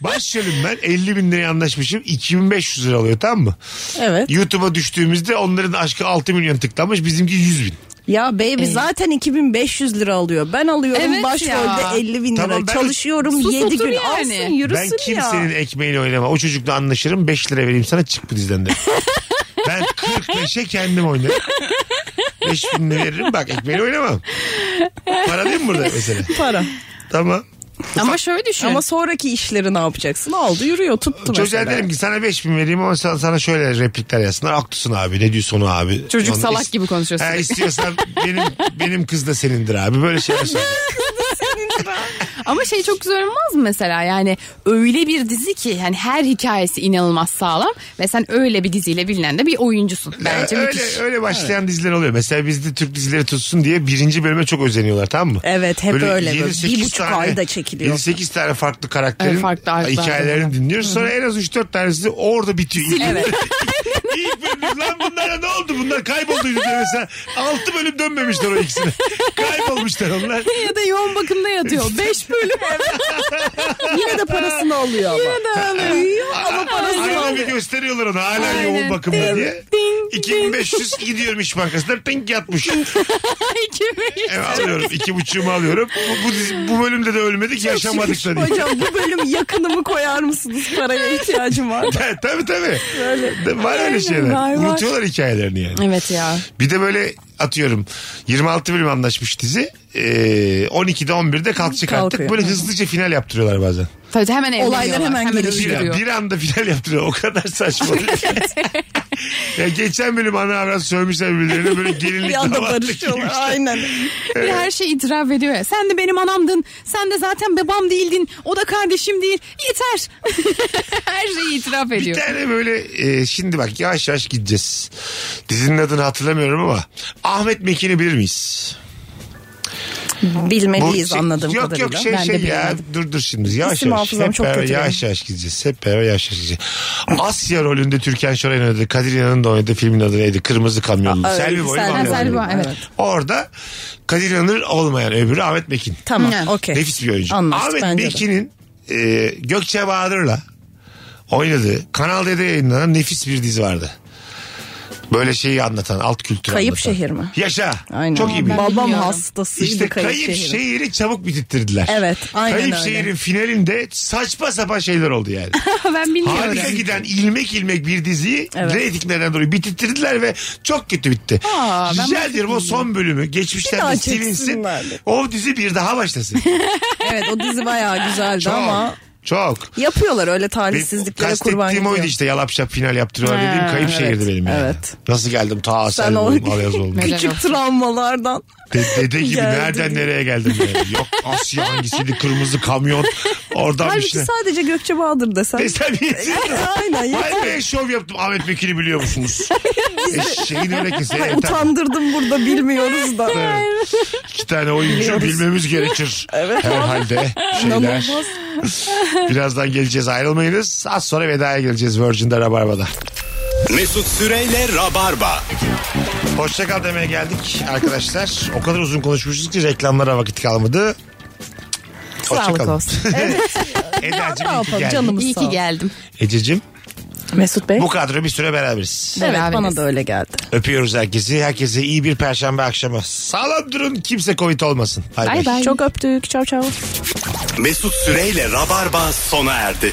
Speaker 3: başrolüm ben 50 bin liraya anlaşmışım 2500 lira alıyor tamam mı?
Speaker 4: Evet.
Speaker 3: YouTube'a düştüğümüzde onların aşkı 6 milyon tıklanmış bizimki 100 bin.
Speaker 4: Ya baby zaten 2500 lira alıyor. Ben alıyorum
Speaker 5: Ee, Evet
Speaker 4: başrolde
Speaker 5: ya.
Speaker 4: 50 bin lira.
Speaker 3: Tamam ben-
Speaker 4: Çalışıyorum
Speaker 5: Sus
Speaker 4: 7
Speaker 5: otur
Speaker 4: gün.
Speaker 5: yani.
Speaker 4: Alsın yürüsün
Speaker 3: Ben kimsenin
Speaker 4: ya.
Speaker 3: ekmeğiyle oynamam. O çocukla anlaşırım 5 lira vereyim sana çık bu dizden de. ben 45'e kendim oynarım. 5 bin lira veririm bak ekmeğiyle oynamam. Para değil mi burada mesela?
Speaker 4: Para.
Speaker 3: Tamam.
Speaker 5: Ama şöyle düşün.
Speaker 4: Ama sonraki işleri ne yapacaksın? Aldı yürüyor tuttu
Speaker 3: Çocuğa
Speaker 4: mesela.
Speaker 3: derim ki sana 5 bin vereyim ama sana, sana şöyle replikler yazsınlar. Haklısın abi ne diyorsun onu abi.
Speaker 5: Çocuk
Speaker 3: Onu
Speaker 5: salak
Speaker 3: is-
Speaker 5: gibi konuşuyor
Speaker 3: Ha,
Speaker 5: sürekli.
Speaker 3: istiyorsan benim, benim kız da senindir abi böyle şeyler söyle.
Speaker 5: Ama şey çok güzel olmaz mı mesela yani öyle bir dizi ki yani her hikayesi inanılmaz sağlam ve sen öyle bir diziyle bilinen de bir oyuncusun. Bence
Speaker 3: öyle,
Speaker 5: müthiş.
Speaker 3: öyle başlayan diziler oluyor. Mesela bizde Türk dizileri tutsun diye birinci bölüme çok özeniyorlar tamam mı?
Speaker 4: Evet, hep öyle
Speaker 3: yedi,
Speaker 4: böyle. Bir
Speaker 3: sekiz
Speaker 4: buçuk ayda çekiliyor.
Speaker 3: 7-8 tane farklı karakterin
Speaker 5: Evet, farklı arkadan.
Speaker 3: hikayelerini dinliyoruz. Sonra en az 3-4 tanesi orada bitiyor. İlk
Speaker 4: Evet.
Speaker 3: bölüm. İlk bölüm lan bunlara ne oldu? Bunlar kaybolduydu diye mesela. 6 bölüm dönmemişler o ikisine. Kaybolmuşlar onlar.
Speaker 5: Ya da yoğun bakımda yatıyor. 5 bölüm.
Speaker 4: Yine de parasını alıyor ama. Yine de alıyor. ama parasını
Speaker 3: Arada bir
Speaker 4: alıyor.
Speaker 3: gösteriyorlar ona hala
Speaker 5: Aynen.
Speaker 3: yoğun bakımda
Speaker 5: Ding,
Speaker 3: diye.
Speaker 5: ding,
Speaker 3: 2500 gidiyorum iş bankasına tink yatmış. E, alıyorum. iki buçuğumu alıyorum. Bu, bu, dizi- bu bölümde de ölmedik yaşamadık da diye.
Speaker 4: Hocam bu bölüm yakınımı koyar mısınız? Paraya ihtiyacım var.
Speaker 3: Ta- tabii tabii. De- Var öyle şeyler.
Speaker 4: var, var.
Speaker 3: Unutuyorlar hikayelerini yani.
Speaker 5: evet ya.
Speaker 3: Bir de böyle atıyorum 26 bölüm anlaşmış dizi. Ee, 12'de 11'de kalkacak artık.
Speaker 4: Kalkıyor.
Speaker 3: Böyle hızlıca final yaptırıyorlar bazen.
Speaker 5: Tabii hemen evleniyorlar.
Speaker 4: Olaylar hemen
Speaker 3: Bir,
Speaker 4: gelişiyor.
Speaker 5: öldürüyor.
Speaker 3: bir anda final yaptırıyor. O kadar saçma. ya geçen bölüm ana avrat sövmüşler birbirlerine böyle gelinlik
Speaker 4: Bir anda
Speaker 3: damatlık
Speaker 4: barışıyorlar. Şey
Speaker 3: giymişler.
Speaker 4: Aynen.
Speaker 5: Bir her şeyi itiraf ediyor ya. Sen de benim anamdın. Sen de zaten babam değildin. O da kardeşim değil. Yeter. her şeyi itiraf
Speaker 3: Bir
Speaker 5: ediyor.
Speaker 3: tane böyle e, şimdi bak yavaş yavaş gideceğiz. Dizinin adını hatırlamıyorum ama Ahmet Mekin'i bilir miyiz?
Speaker 4: Bilmeliyiz
Speaker 3: şey-
Speaker 4: anladığım
Speaker 3: yok,
Speaker 4: kadarıyla.
Speaker 3: Yok şey
Speaker 5: Ben de
Speaker 3: şey ya
Speaker 5: bilemedim.
Speaker 3: dur dur şimdi yavaş
Speaker 4: İsim
Speaker 3: yavaş.
Speaker 4: hafızam
Speaker 3: Hep
Speaker 4: çok
Speaker 3: beraber
Speaker 4: kötü
Speaker 3: yavaş yavaş gideceğiz. Hep beraber yavaş yavaş gideceğiz. Asya rolünde Türkan Şoray'ın oynadığı Kadir İnan'ın da oynadığı filmin adı neydi? Kırmızı Kamyonlu. Selvi Boyu
Speaker 4: Selvi-
Speaker 5: Ha,
Speaker 3: Kamyonlu.
Speaker 5: Selvi Boyu, evet.
Speaker 3: Orada Kadir İnanır olmayan öbürü Ahmet Mekin.
Speaker 4: Tamam
Speaker 5: Hı.
Speaker 4: okey.
Speaker 3: Nefis bir oyuncu.
Speaker 4: Anlaştık
Speaker 3: Ahmet
Speaker 4: bence de.
Speaker 3: Mekin'in e, Gökçe Bahadır'la oynadığı Kanal D'de yayınlanan nefis bir dizi vardı. Böyle şeyi anlatan, alt kültürü
Speaker 4: Kayıp
Speaker 3: anlatan.
Speaker 4: şehir mi?
Speaker 3: Yaşa.
Speaker 4: Aynen.
Speaker 3: Çok iyi bir
Speaker 4: Babam
Speaker 5: Bilmiyorum.
Speaker 4: hastasıydı
Speaker 3: işte
Speaker 4: kayıp,
Speaker 3: kayıp,
Speaker 4: şehri.
Speaker 3: şehri. çabuk bitirttirdiler.
Speaker 4: Evet, aynen
Speaker 3: Kayıp
Speaker 4: öyle.
Speaker 3: şehrin finalinde saçma sapan şeyler oldu yani.
Speaker 5: ben bilmiyorum.
Speaker 3: Harika giden ilmek ilmek bir diziyi
Speaker 4: Evet.
Speaker 3: reytinglerinden dolayı bitirttirdiler ve çok kötü bitti.
Speaker 5: Aa, ben
Speaker 3: Rica ederim o son bölümü
Speaker 4: Bir daha
Speaker 3: geçmişlerde silinsin.
Speaker 4: çeksinler.
Speaker 3: O dizi bir daha başlasın.
Speaker 4: Evet o dizi bayağı güzeldi
Speaker 3: çok.
Speaker 4: ama
Speaker 3: Çok.
Speaker 4: yapıyorlar öyle
Speaker 3: Benim
Speaker 4: talihsizliklere kurban
Speaker 3: kastettiğim oydu
Speaker 4: gidiyor.
Speaker 3: işte yalap şap final yaptırıyorlar dediğim kayıp şehirdi benim yani.
Speaker 4: evet.
Speaker 3: Nasıl geldim ta
Speaker 4: Sen
Speaker 3: sen
Speaker 4: o-
Speaker 3: Alayazoğlu'na.
Speaker 5: Helal
Speaker 4: Küçük
Speaker 5: olsun.
Speaker 4: travmalardan.
Speaker 3: De- dede gibi
Speaker 4: Geldi
Speaker 3: nereden
Speaker 4: diye.
Speaker 3: nereye geldim yani. Yok Asya hangisiydi kırmızı kamyon oradan bir
Speaker 4: Halbuki
Speaker 3: şey.
Speaker 4: sadece Gökçe Bahadır desen.
Speaker 3: Desem yesin.
Speaker 4: Aynen
Speaker 3: Vay
Speaker 4: yeter.
Speaker 3: be şov yaptım Ahmet Bekir'i biliyor musunuz? Eşeğin öyle kesin. Evet, e, tamam.
Speaker 4: Utandırdım burada bilmiyoruz da.
Speaker 3: Evet. İki tane oyuncu bilmemiz gerekir. Herhalde şeyler.
Speaker 4: İnanılmaz.
Speaker 3: Birazdan geleceğiz ayrılmayınız. Az sonra vedaya geleceğiz Virgin'de Rabarba'da.
Speaker 2: Mesut Süreyle Rabarba.
Speaker 3: Hoşçakal demeye geldik arkadaşlar. O kadar uzun konuşmuşuz ki reklamlara vakit kalmadı.
Speaker 5: Sağlık
Speaker 3: Hoşçakalın.
Speaker 5: olsun.
Speaker 3: Eda'cığım
Speaker 4: Ne
Speaker 3: iyi ki
Speaker 4: yapalım
Speaker 3: geldin.
Speaker 4: canımız
Speaker 5: İyi
Speaker 4: sağ
Speaker 5: ki
Speaker 4: ol.
Speaker 5: geldim.
Speaker 3: Ececiğim
Speaker 4: Mesut Bey.
Speaker 3: bu kadro bir süre beraberiz.
Speaker 4: Evet bana
Speaker 5: Beraberiz.
Speaker 4: da öyle geldi.
Speaker 3: Öpüyoruz herkesi. Herkese iyi bir perşembe akşamı. Sağlam durun kimse covid olmasın. Bay bay.
Speaker 5: Bay bay.
Speaker 4: Çok öptük. Çav çav.
Speaker 2: Mesut Süreyle Rabarba sona erdi.